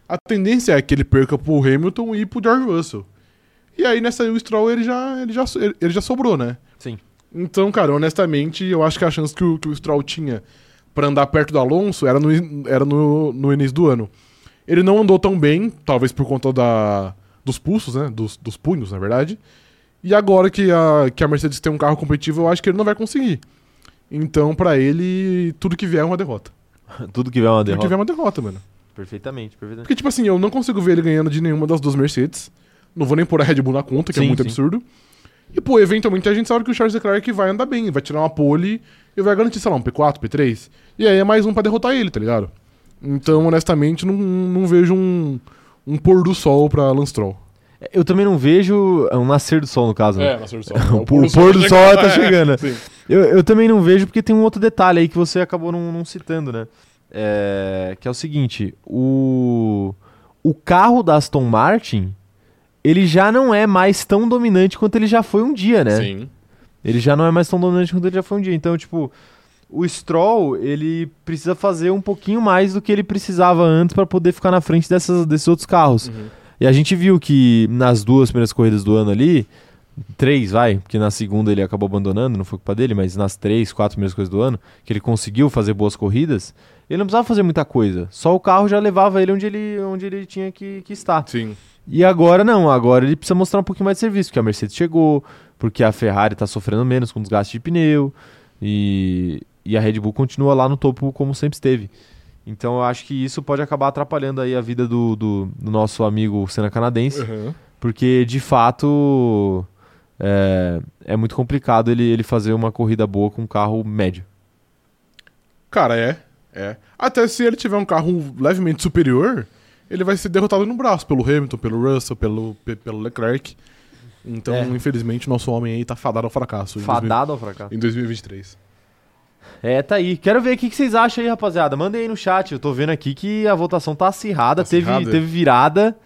S2: a tendência é que ele perca pro Hamilton e pro George Russell. E aí nessa aí o Stroll ele já, ele já, so- ele já sobrou, né?
S1: Sim.
S2: Então, cara, honestamente, eu acho que a chance que o, que o Stroll tinha pra andar perto do Alonso era, no, in- era no, no início do ano. Ele não andou tão bem, talvez por conta da, dos pulsos, né? Dos, dos punhos, na verdade. E agora que a, que a Mercedes tem um carro competitivo, eu acho que ele não vai conseguir. Então, pra ele, tudo que vier é uma derrota.
S1: Tudo que vier é uma
S2: Tudo que vier é
S1: derrota.
S2: uma derrota, mano.
S1: Perfeitamente, perfeitamente.
S2: Porque, tipo assim, eu não consigo ver ele ganhando de nenhuma das duas Mercedes. Não vou nem pôr a Red Bull na conta, que
S1: Sim,
S2: é muito
S1: sim.
S2: absurdo. E, pô, eventualmente a gente sabe que o Charles Leclerc vai andar bem, vai tirar uma pole e vai garantir, sei lá, um P4, P3. E aí é mais um pra derrotar ele, tá ligado? Então, honestamente, não, não vejo um, um pôr do sol pra Lance Stroll.
S1: É, Eu também não vejo é um nascer do sol, no caso. né?
S2: Lance
S1: O pôr do sol tá
S2: é,
S1: chegando. Eu, eu também não vejo, porque tem um outro detalhe aí que você acabou não, não citando, né? É, que é o seguinte: o, o carro da Aston Martin ele já não é mais tão dominante quanto ele já foi um dia, né?
S2: Sim.
S1: Ele já não é mais tão dominante quanto ele já foi um dia. Então, tipo, o Stroll ele precisa fazer um pouquinho mais do que ele precisava antes para poder ficar na frente dessas, desses outros carros.
S2: Uhum.
S1: E a gente viu que nas duas primeiras corridas do ano ali, três vai, porque na segunda ele acabou abandonando, não foi culpa dele, mas nas três, quatro primeiras corridas do ano, que ele conseguiu fazer boas corridas, ele não precisava fazer muita coisa. Só o carro já levava ele onde ele, onde ele tinha que, que estar.
S2: Sim.
S1: E agora não, agora ele precisa mostrar um pouquinho mais de serviço, porque a Mercedes chegou, porque a Ferrari tá sofrendo menos com desgaste de pneu, e, e a Red Bull continua lá no topo como sempre esteve. Então eu acho que isso pode acabar atrapalhando aí a vida do, do, do nosso amigo Senna canadense.
S2: Uhum.
S1: Porque de fato é, é muito complicado ele, ele fazer uma corrida boa com um carro médio.
S2: Cara, é. É. Até se ele tiver um carro levemente superior, ele vai ser derrotado no braço pelo Hamilton, pelo Russell, pelo, pe- pelo Leclerc. Então,
S1: É.
S2: infelizmente, nosso homem aí tá fadado ao fracasso. em
S1: Fadado ao fracasso.
S2: 2000 Em 2023.
S1: É, tá aí. Quero ver o que, que vocês acham aí, rapaziada. Mandem aí no chat. Eu tô vendo aqui que a votação tá acirrada.
S2: Tá
S1: teve,
S2: acirrada?
S1: teve virada.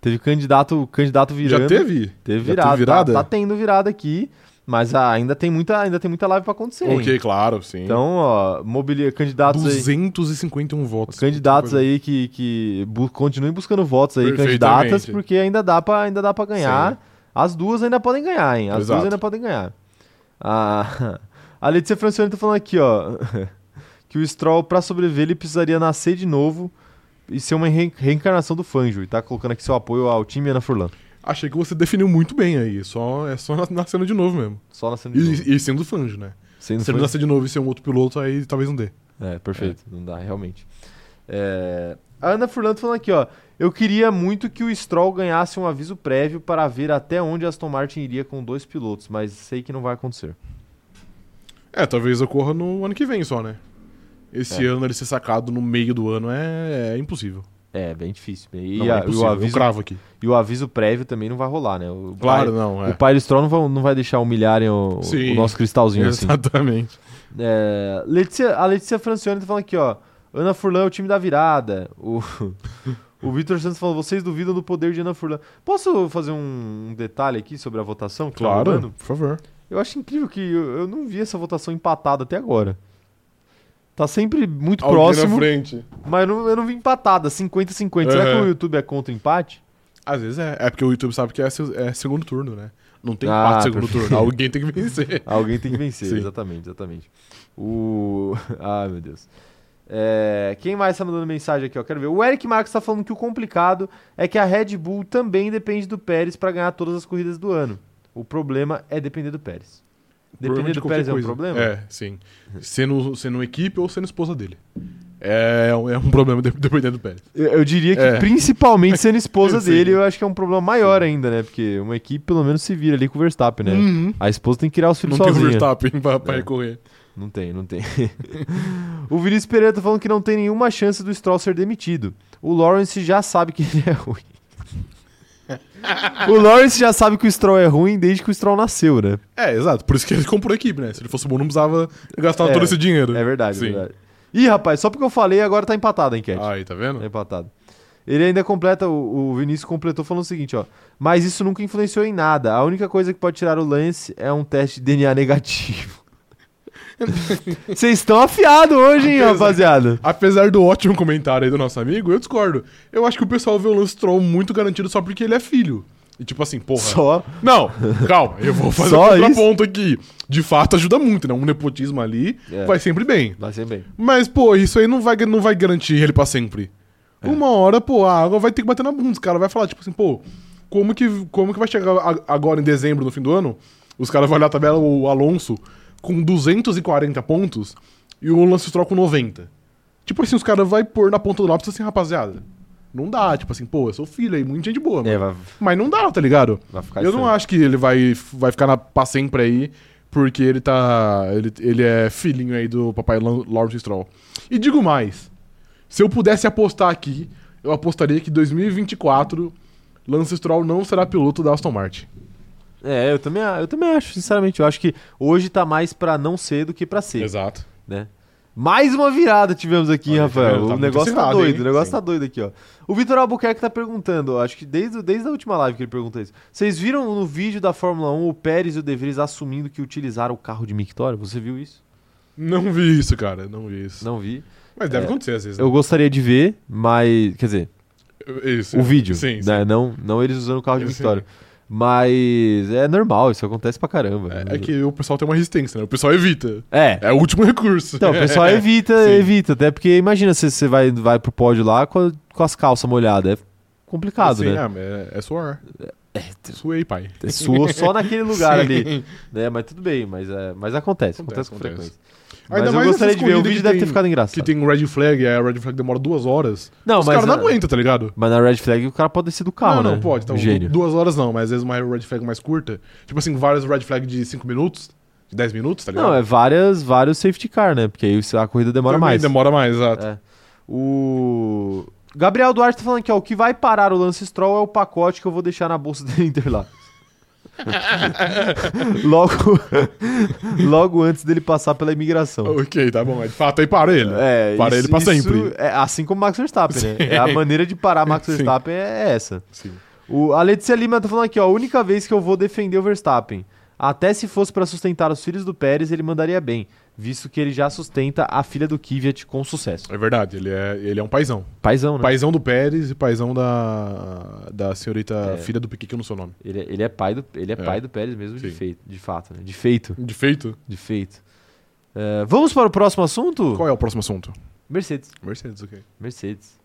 S1: Teve candidato, candidato virando.
S2: Já teve?
S1: Teve virada.
S2: Já teve
S1: Tá-
S2: virada?
S1: Tá, tendo virada aqui. Mas ah, ainda, tem muita, ainda tem muita live pra acontecer. hein?
S2: Ok, claro, sim.
S1: Então, ó, mobili... candidatos aí.
S2: 251 votos.
S1: Candidatos aí que, que bu- continuem buscando votos aí, candidatas,
S2: Perfeitamente.
S1: porque ainda dá pra, ainda dá pra ganhar.
S2: Sim.
S1: As duas ainda podem ganhar, hein? As duas
S2: Exato.
S1: ainda podem ganhar. A, a Letícia Francione tá falando aqui, ó, que o Stroll, pra sobreviver, ele precisaria nascer de novo e ser uma reen- reencarnação do Fangio. E tá colocando aqui seu apoio ao time Ana Furlan.
S2: Achei que você definiu muito bem aí. Só, é só na- nascendo de novo mesmo.
S1: Só nascendo de novo.
S2: E, e sendo Fangio, né?
S1: Sendo
S2: Se ele
S1: Fangio-
S2: nascer de novo e ser um outro piloto, aí talvez não dê.
S1: É, perfeito. Não dá, realmente. É, A Ana Furlan tá falando aqui, ó. Eu queria muito que o Stroll ganhasse um aviso prévio para ver até onde Aston Martin iria com dois pilotos, mas sei que não vai acontecer.
S2: É, talvez ocorra no ano que vem só, né? Esse
S1: É.
S2: ano ele ser sacado no meio do ano é, é impossível.
S1: É, bem difícil. E,
S2: Não,
S1: a-
S2: é
S1: e
S2: impossível.
S1: o
S2: Eu
S1: aviso,
S2: cravo aqui.
S1: e o aviso prévio também não vai rolar, né? O
S2: Claro,
S1: pai,
S2: não, é.
S1: O pai do Stroll não vai, não vai deixar humilharem o, o
S2: Sim.
S1: nosso cristalzinho assim.
S2: Exatamente.
S1: É, Letícia- a Letícia Francione tá falando aqui, ó. Ana Furlan é o time da virada. O, O Vitor Santos falou: vocês duvidam do poder de Ana Furlan. Posso fazer um um detalhe aqui sobre a votação? que tá rolando?
S2: Claro, por favor.
S1: Eu acho incrível que eu, eu não vi essa votação empatada até agora. Tá sempre muito
S2: Alguém na
S1: próximo,
S2: frente.
S1: mas eu não, eu não vi empatada, 50-50. Será que
S2: Uhum.
S1: o YouTube é contra o empate?
S2: Às vezes é. É porque o YouTube sabe que é, se- é segundo turno, né? Não tem
S1: Ah,
S2: empate segundo
S1: perfeito.
S2: turno. Alguém tem que vencer.
S1: Alguém tem que vencer,
S2: Sim.
S1: exatamente, exatamente. O. Ah, meu Deus. É, Quem mais tá mandando mensagem aqui? Eu quero ver. O Eric Marques tá falando que o complicado é que a Red Bull também depende do Pérez pra ganhar todas as corridas do ano. O problema é depender do Pérez. Depender
S2: Provavelmente
S1: do
S2: qualquer
S1: Pérez é um
S2: coisa.
S1: problema?
S2: É, sim. Sendo, sendo equipe ou sendo esposa dele. É, um- é um problema de- dependendo do Pérez.
S1: Eu, eu diria que
S2: É.
S1: principalmente sendo esposa
S2: Sim.
S1: dele, eu acho que é um problema maior ainda, né? Porque uma equipe pelo menos se vira ali com o Verstappen, né?
S2: Uhum.
S1: A esposa tem que criar os filhos
S2: Não tem o
S1: sozinha.
S2: Verstappen pra, pra
S1: É.
S2: recorrer.
S1: Não tem, não tem. o Vinícius Pereira tá falando que não tem nenhuma chance do Stroll ser demitido. O Lawrence já sabe que ele é ruim. o Lawrence já sabe que o Stroll é ruim desde que o Stroll nasceu, né?
S2: É, exato. Por isso que ele comprou a equipe, né? Se ele fosse bom, não precisava gastar
S1: É,
S2: todo esse dinheiro.
S1: É verdade, é
S2: Sim.
S1: verdade. Ih, rapaz, só porque eu falei, agora tá empatada a enquete.
S2: Aí, tá vendo?
S1: Tá empatado. Ele ainda completa, o, o Vinícius completou falando o seguinte, ó. Mas isso nunca influenciou em nada. A única coisa que pode tirar o lance é um teste de DNA negativo. Vocês estão afiados hoje, hein,
S2: Apesar-
S1: rapaziada?
S2: Apesar do ótimo comentário aí do nosso amigo, eu discordo. Eu acho que o pessoal vê o Lance Stroll muito garantido só porque ele é filho. E tipo assim, porra.
S1: Só.
S2: Não, calma, eu vou fazer
S1: Só
S2: um contraponto aqui. De fato, ajuda muito, né? Um nepotismo ali
S1: É.
S2: vai sempre bem.
S1: Vai ser bem.
S2: Mas, pô, isso aí não vai, não vai garantir ele pra sempre. Uma hora, pô, a água vai ter que bater na bunda. Os caras vão falar, tipo assim, pô, como que, como que vai chegar a- agora em dezembro, no fim do ano? Os caras vão olhar a tabela, o Alonso com 240 pontos e o Lance Stroll com 90. Tipo assim, os caras vão pôr na ponta do lápis assim, rapaziada. Não dá, tipo assim, pô, eu sou filho aí, muita gente boa,
S1: É,
S2: mano.
S1: vai,
S2: Mas não dá, tá ligado?
S1: vai ficar
S2: eu não
S1: estranho.
S2: acho que ele vai, vai ficar na, pra sempre aí, porque ele tá. Ele, ele é filhinho aí do papai Lan- Lawrence Stroll. E digo mais: se eu pudesse apostar aqui, eu apostaria que 2024 Lance Stroll não será piloto da Aston Martin.
S1: É, eu também, a- eu também acho, sinceramente. Eu acho que hoje tá mais pra não ser do que pra ser,
S2: Exato.
S1: né? Mais uma virada tivemos aqui,
S2: Olha, tá
S1: Rafael.
S2: vendo? Tá
S1: o
S2: muito
S1: negócio tá
S2: acirrado,
S1: doido,
S2: hein?
S1: o negócio
S2: Sim.
S1: tá doido aqui, ó. O Vitor Albuquerque tá perguntando, ó, acho que desde, o- desde a última live que ele pergunta isso. Vocês viram no vídeo da Fórmula 1 o Pérez e o De Vries assumindo que utilizaram o carro de Mictório? Você viu isso?
S2: Não vi isso, cara. Não vi isso.
S1: Não vi.
S2: Mas deve
S1: É.
S2: acontecer às vezes. né?
S1: Eu gostaria de ver, mas. Quer dizer,
S2: Isso.
S1: o vídeo.
S2: Sim, sim.
S1: né? Não, não eles usando o carro de
S2: Eu sei.
S1: Mictório. Mas é normal, isso acontece pra caramba.
S2: É, é que o pessoal tem uma resistência, né? O pessoal evita.
S1: É,
S2: É o último recurso.
S1: Então, o pessoal evita,
S2: Sim.
S1: evita. Até porque imagina se você vai, vai pro pódio lá com, a- com as calças molhadas. É complicado,
S2: Sim,
S1: né?
S2: ah, mas É, é suor. Suei, pai.
S1: Suou só naquele um lugar
S2: Sim.
S1: ali. Né? Mas tudo bem, mas, é, mas acontece, acontece,
S2: Acontece,
S1: com
S2: acontece.
S1: frequência.
S2: Ainda
S1: mas eu
S2: mais
S1: gostaria
S2: essas
S1: de ver, o
S2: corridas
S1: vídeo
S2: que
S1: deve ter
S2: tem-
S1: ficado
S2: Que
S1: engraçado.
S2: tem um red flag, e a red flag demora duas horas.
S1: Não,
S2: Os
S1: mas,
S2: caras não
S1: na-
S2: aguentam, tá ligado?
S1: mas na Red Flag o cara pode ter sido o carro,
S2: não, não,
S1: né?
S2: pode. Então,
S1: Gênio.
S2: Duas horas não, mas às vezes uma red flag mais curta. Tipo assim, várias red flag de 5 minutos, de 10 minutos, tá ligado?
S1: Não, é várias, vários safety car, né? Porque aí a corrida demora
S2: Também
S1: mais.
S2: Demora mais, exato.
S1: É. O. Gabriel Duarte tá falando que ó, o que vai parar o Lance Stroll é o pacote que eu vou deixar na bolsa da Inter lá. logo, logo antes dele passar pela imigração.
S2: Ok, tá bom. É, De fato, aí para ele.
S1: É,
S2: para ele pra sempre.
S1: é assim como Max Verstappen, né? É A maneira de parar Max
S2: Sim.
S1: Verstappen é essa.
S2: Sim.
S1: O, a Letícia Lima tá falando aqui, ó. A única vez que eu vou defender o Verstappen. Até se fosse pra sustentar os filhos do Pérez, ele mandaria bem, visto que ele já sustenta a filha do Kvyat com sucesso.
S2: É verdade, ele é, ele é um paizão.
S1: Paizão, né?
S2: Paizão do Pérez e paizão da, da senhorita
S1: É.
S2: filha do Piqui, que eu não sei o nome.
S1: Ele, ele é pai do, ele é,
S2: É.
S1: pai do Pérez mesmo, de,
S2: Sim.
S1: feito, de fato, né? De feito,
S2: De feito,
S1: de feito. É, vamos para o próximo assunto?
S2: qual é o próximo assunto?
S1: Mercedes.
S2: Mercedes, ok.
S1: Mercedes.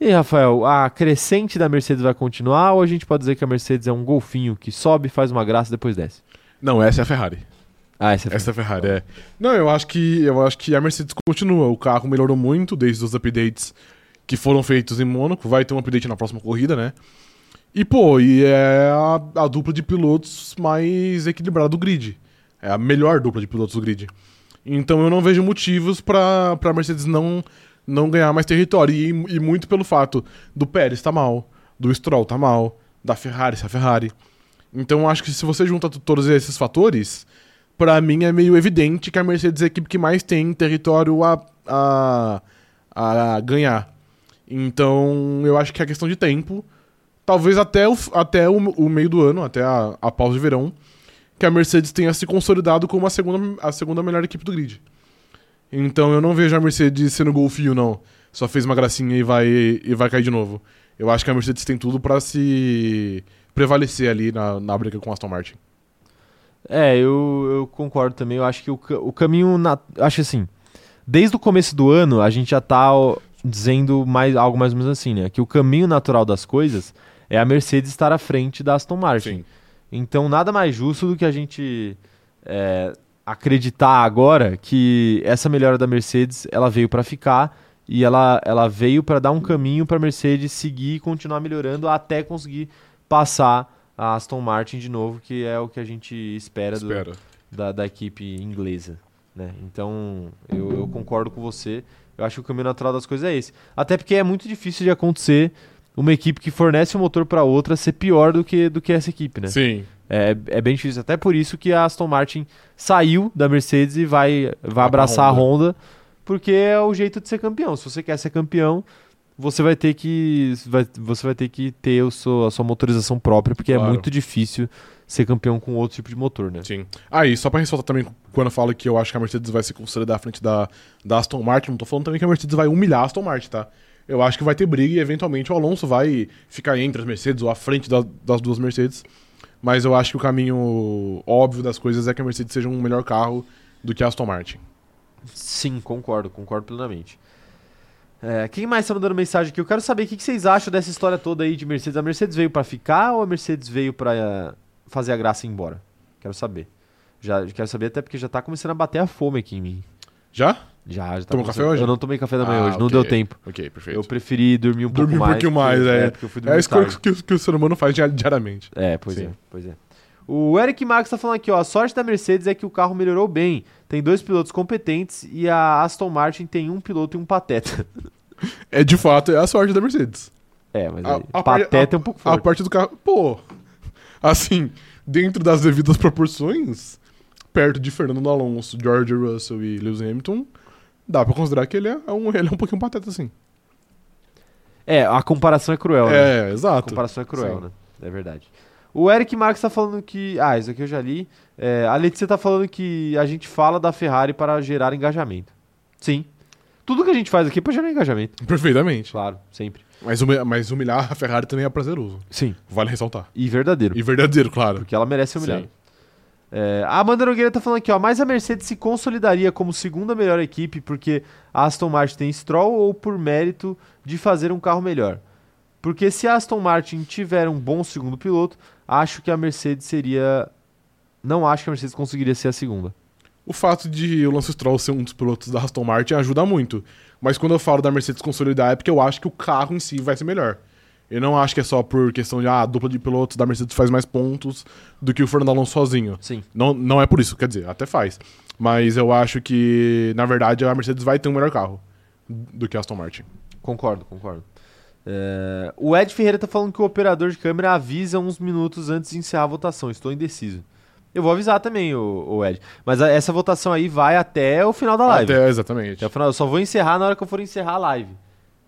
S1: E aí, Rafael, a crescente da Mercedes vai continuar ou a gente pode dizer que a Mercedes é um golfinho que sobe, faz uma graça e depois desce?
S2: Não, essa é a Ferrari.
S1: Ah, essa é
S2: Essa Ferrari, é. Não, eu acho que eu acho que a Mercedes continua. O carro melhorou muito desde os updates que foram feitos em Mônaco. Vai ter um update na próxima corrida, né? E, pô, e é a, a dupla de pilotos mais equilibrada do grid. É a melhor dupla de pilotos do grid. Então eu não vejo motivos pra, pra Mercedes não, não ganhar mais território. E, e muito pelo fato do Pérez tá mal, do Stroll tá mal, da Ferrari tá Ferrari. Então eu acho que se você junta t- todos esses fatores, pra mim é meio evidente que a Mercedes é a equipe que mais tem território a, a, a ganhar. Então, eu acho que é questão de tempo. Talvez até o, até o, o meio do ano, até a, a pausa de verão, que a Mercedes tenha se consolidado como a segunda, a segunda melhor equipe do grid. Então eu não vejo a Mercedes sendo golfinho, não. Só fez uma gracinha e vai, e vai cair de novo. Eu acho que a Mercedes tem tudo pra se prevalecer ali na, na briga com a Aston Martin.
S1: É, eu, eu concordo também. Eu acho que o, ca- o caminho. na- acho assim. Desde o começo do ano, a gente já tá ó, dizendo mais, algo mais ou menos assim, né? Que o caminho natural das coisas é a Mercedes estar à frente da Aston Martin. Então, nada mais justo do que a gente é, acreditar agora que essa melhora da Mercedes ela veio para ficar e ela, ela veio para dar um caminho para a Mercedes seguir e continuar melhorando até conseguir passar a Aston Martin de novo, que é o que a gente espera, do-
S2: Espera.
S1: da, da equipe inglesa. Né? Então, eu, eu concordo com você. Eu acho que o caminho natural das coisas é esse. Até porque é muito difícil de acontecer uma equipe que fornece um motor para outra ser pior do que, do que essa equipe, né?
S2: Sim.
S1: É, é bem difícil. Até por isso que a Aston Martin saiu da Mercedes e vai, vai
S2: pra
S1: abraçar a
S2: Honda.
S1: Honda, porque é o jeito de ser campeão. Se você quer ser campeão, você vai ter que vai- você vai ter que ter o seu- a sua motorização própria, porque é
S2: Claro.
S1: muito difícil ser campeão com outro tipo de motor, né?
S2: Sim. Ah, e só pra ressaltar também, quando eu falo que eu acho que a Mercedes vai se consolidar à frente da, da Aston Martin, não tô falando também que a Mercedes vai humilhar a Aston Martin, tá? Eu acho que vai ter briga e eventualmente o Alonso vai ficar entre as Mercedes ou à frente da- das duas Mercedes. Mas eu acho que o caminho óbvio das coisas é que a Mercedes seja um melhor carro do que a Aston Martin.
S1: Sim, concordo, concordo plenamente. É, quem mais está mandando mensagem aqui? Eu quero saber o que que vocês acham dessa história toda aí de Mercedes. A Mercedes veio para ficar ou a Mercedes veio para fazer a graça e ir embora? Quero saber. Já quero saber até porque já tá começando a bater a fome aqui em mim.
S2: Já?
S1: Já, já tá
S2: Tomou café
S1: começando-
S2: hoje?
S1: Eu não tomei café da manhã
S2: Ah,
S1: hoje, não
S2: ok.
S1: deu tempo.
S2: Ok, perfeito.
S1: Eu preferi dormir um
S2: Dormir um
S1: pouco mais.
S2: pouquinho mais,
S1: porque-
S2: é.
S1: porque eu fui
S2: É
S1: dormir
S2: a escolha
S1: tarde.
S2: que, o- que o ser humano faz dia- diariamente.
S1: É, pois
S2: Sim.
S1: é, pois é. O Eric Marx tá falando aqui, ó. A sorte da Mercedes é que o carro melhorou bem. Tem dois pilotos competentes e a Aston Martin tem um piloto e um pateta.
S2: É de fato é a sorte da Mercedes.
S1: É, mas
S2: A-
S1: aí,
S2: a par-
S1: pateta é um pouco
S2: A
S1: forte.
S2: parte do carro. Pô! Assim, dentro das devidas proporções, perto de Fernando Alonso, George Russell e Lewis Hamilton, dá pra considerar que ele é um, ele é um pouquinho pateta, assim.
S1: É, a comparação é cruel, né?
S2: É,
S1: A
S2: exato.
S1: comparação é cruel,
S2: Sim.
S1: né? É verdade. O Eric Marx tá falando que. Ah, isso aqui eu já li. É, a Letícia tá falando que a gente fala da Ferrari para gerar engajamento. Sim. Tudo que a gente faz aqui é pra gerar engajamento.
S2: Perfeitamente.
S1: Claro, sempre.
S2: Mas, humi- mas humilhar a Ferrari também é prazeroso.
S1: Sim.
S2: Vale ressaltar.
S1: E verdadeiro.
S2: E verdadeiro, claro.
S1: Porque ela merece ser humilhada.
S2: Sim.
S1: É, a Amanda Nogueira tá falando aqui, ó. Mas a Mercedes se consolidaria como segunda melhor equipe porque a Aston Martin tem Stroll ou por mérito de fazer um carro melhor? Porque se a Aston Martin tiver um bom segundo piloto, acho que a Mercedes seria. Não acho que a Mercedes conseguiria ser a segunda.
S2: O fato de o Lance Stroll ser um dos pilotos da Aston Martin ajuda muito. Mas quando eu falo da Mercedes consolidar é porque eu acho que o carro em si vai ser melhor. Eu não acho que é só por questão de ah, a dupla de pilotos da Mercedes faz mais pontos do que o Fernando Alonso sozinho.
S1: Sim.
S2: Não, não é por isso, quer dizer, até faz. Mas eu acho que, na verdade, a Mercedes vai ter um melhor carro do que a Aston Martin.
S1: Concordo, concordo. É, o Ed Ferreira tá falando que o operador de câmera avisa uns minutos antes de encerrar a votação. Estou indeciso. Eu vou avisar também, o, Ed. Mas a- essa votação aí vai até o final da live.
S2: Até, exatamente.
S1: Até o final. Eu só vou encerrar na hora que eu for encerrar a live.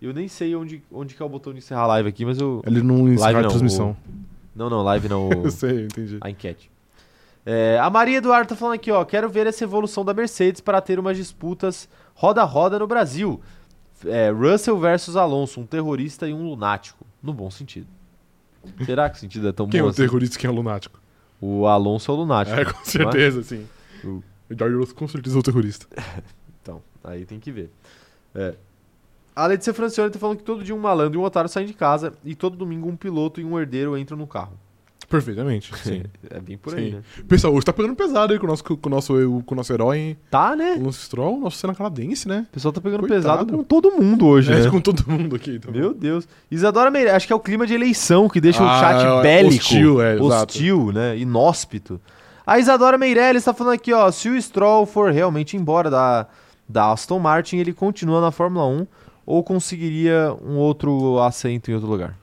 S1: Eu nem sei onde, onde que é o botão de encerrar a live aqui, mas eu.
S2: Ele não encerra a
S1: não,
S2: transmissão.
S1: Não, não, live não. o-
S2: Eu sei, eu entendi.
S1: a enquete. É, a Maria Eduardo tá falando aqui, ó. Quero ver essa evolução da Mercedes para ter umas disputas roda a roda no Brasil. É, Russell versus Alonso, um terrorista e um lunático. No bom sentido. Será que o sentido é tão
S2: Quem é
S1: bom
S2: o
S1: assim?
S2: terrorista e quem é o lunático?
S1: O Alonso é o lunático.
S2: É, com certeza, sim.
S1: O-
S2: O George Russell com certeza é o terrorista.
S1: Então, aí tem que ver. É. A Letícia Francione tá falando que todo dia um malandro e um otário saem de casa e todo domingo um piloto e um herdeiro entram no carro.
S2: Perfeitamente, sim.
S1: É bem por aí,
S2: Sim.
S1: né?
S2: Pessoal, hoje tá pegando pesado aí com o nosso, com o nosso, com o nosso herói, hein?
S1: Tá, né?
S2: O Lance Stroll, nosso cena canadense, né?
S1: O pessoal tá pegando
S2: Coitado.
S1: pesado com todo mundo hoje,
S2: É,
S1: né?
S2: com todo mundo aqui. então.
S1: Meu Deus. Isadora Meire, acho que é o clima de eleição que deixa o
S2: Ah,
S1: chat
S2: é,
S1: bélico.
S2: hostil, é, exato.
S1: Hostil, né? Inóspito. A Isadora Meirelles tá falando aqui, ó. Se o Stroll for realmente embora da, da Aston Martin, ele continua na Fórmula 1 ou conseguiria um outro assento em outro lugar?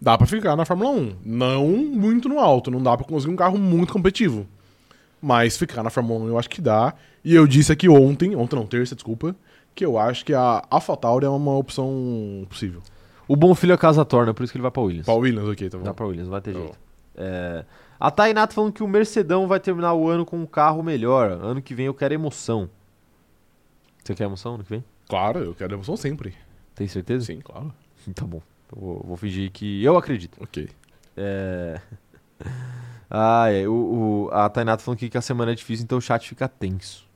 S2: Dá pra ficar na Fórmula 1. Não muito no alto, não dá pra conseguir um carro muito competitivo. um Mas ficar na Fórmula 1 eu acho que dá. E eu disse aqui ontem, ontem não, terça, desculpa, que eu acho que a AlphaTauri é uma opção possível.
S1: O bom filho é a casa torna, por isso que ele vai pra Williams.
S2: Paul Williams, ok, tá bom.
S1: Dá pra Williams, não vai ter
S2: Tá
S1: jeito. É, A Tainato falando que o Mercedão vai terminar o ano com um carro melhor. Ano que vem eu quero emoção. Você quer emoção ano que vem?
S2: Claro, eu quero emoção sempre.
S1: Tem certeza?
S2: Sim, claro.
S1: Tá bom. Eu vou, vou fingir que eu acredito.
S2: Ok.
S1: É... Ah, é. O, o- a Tainato falando que, que a semana é difícil, então o chat fica tenso.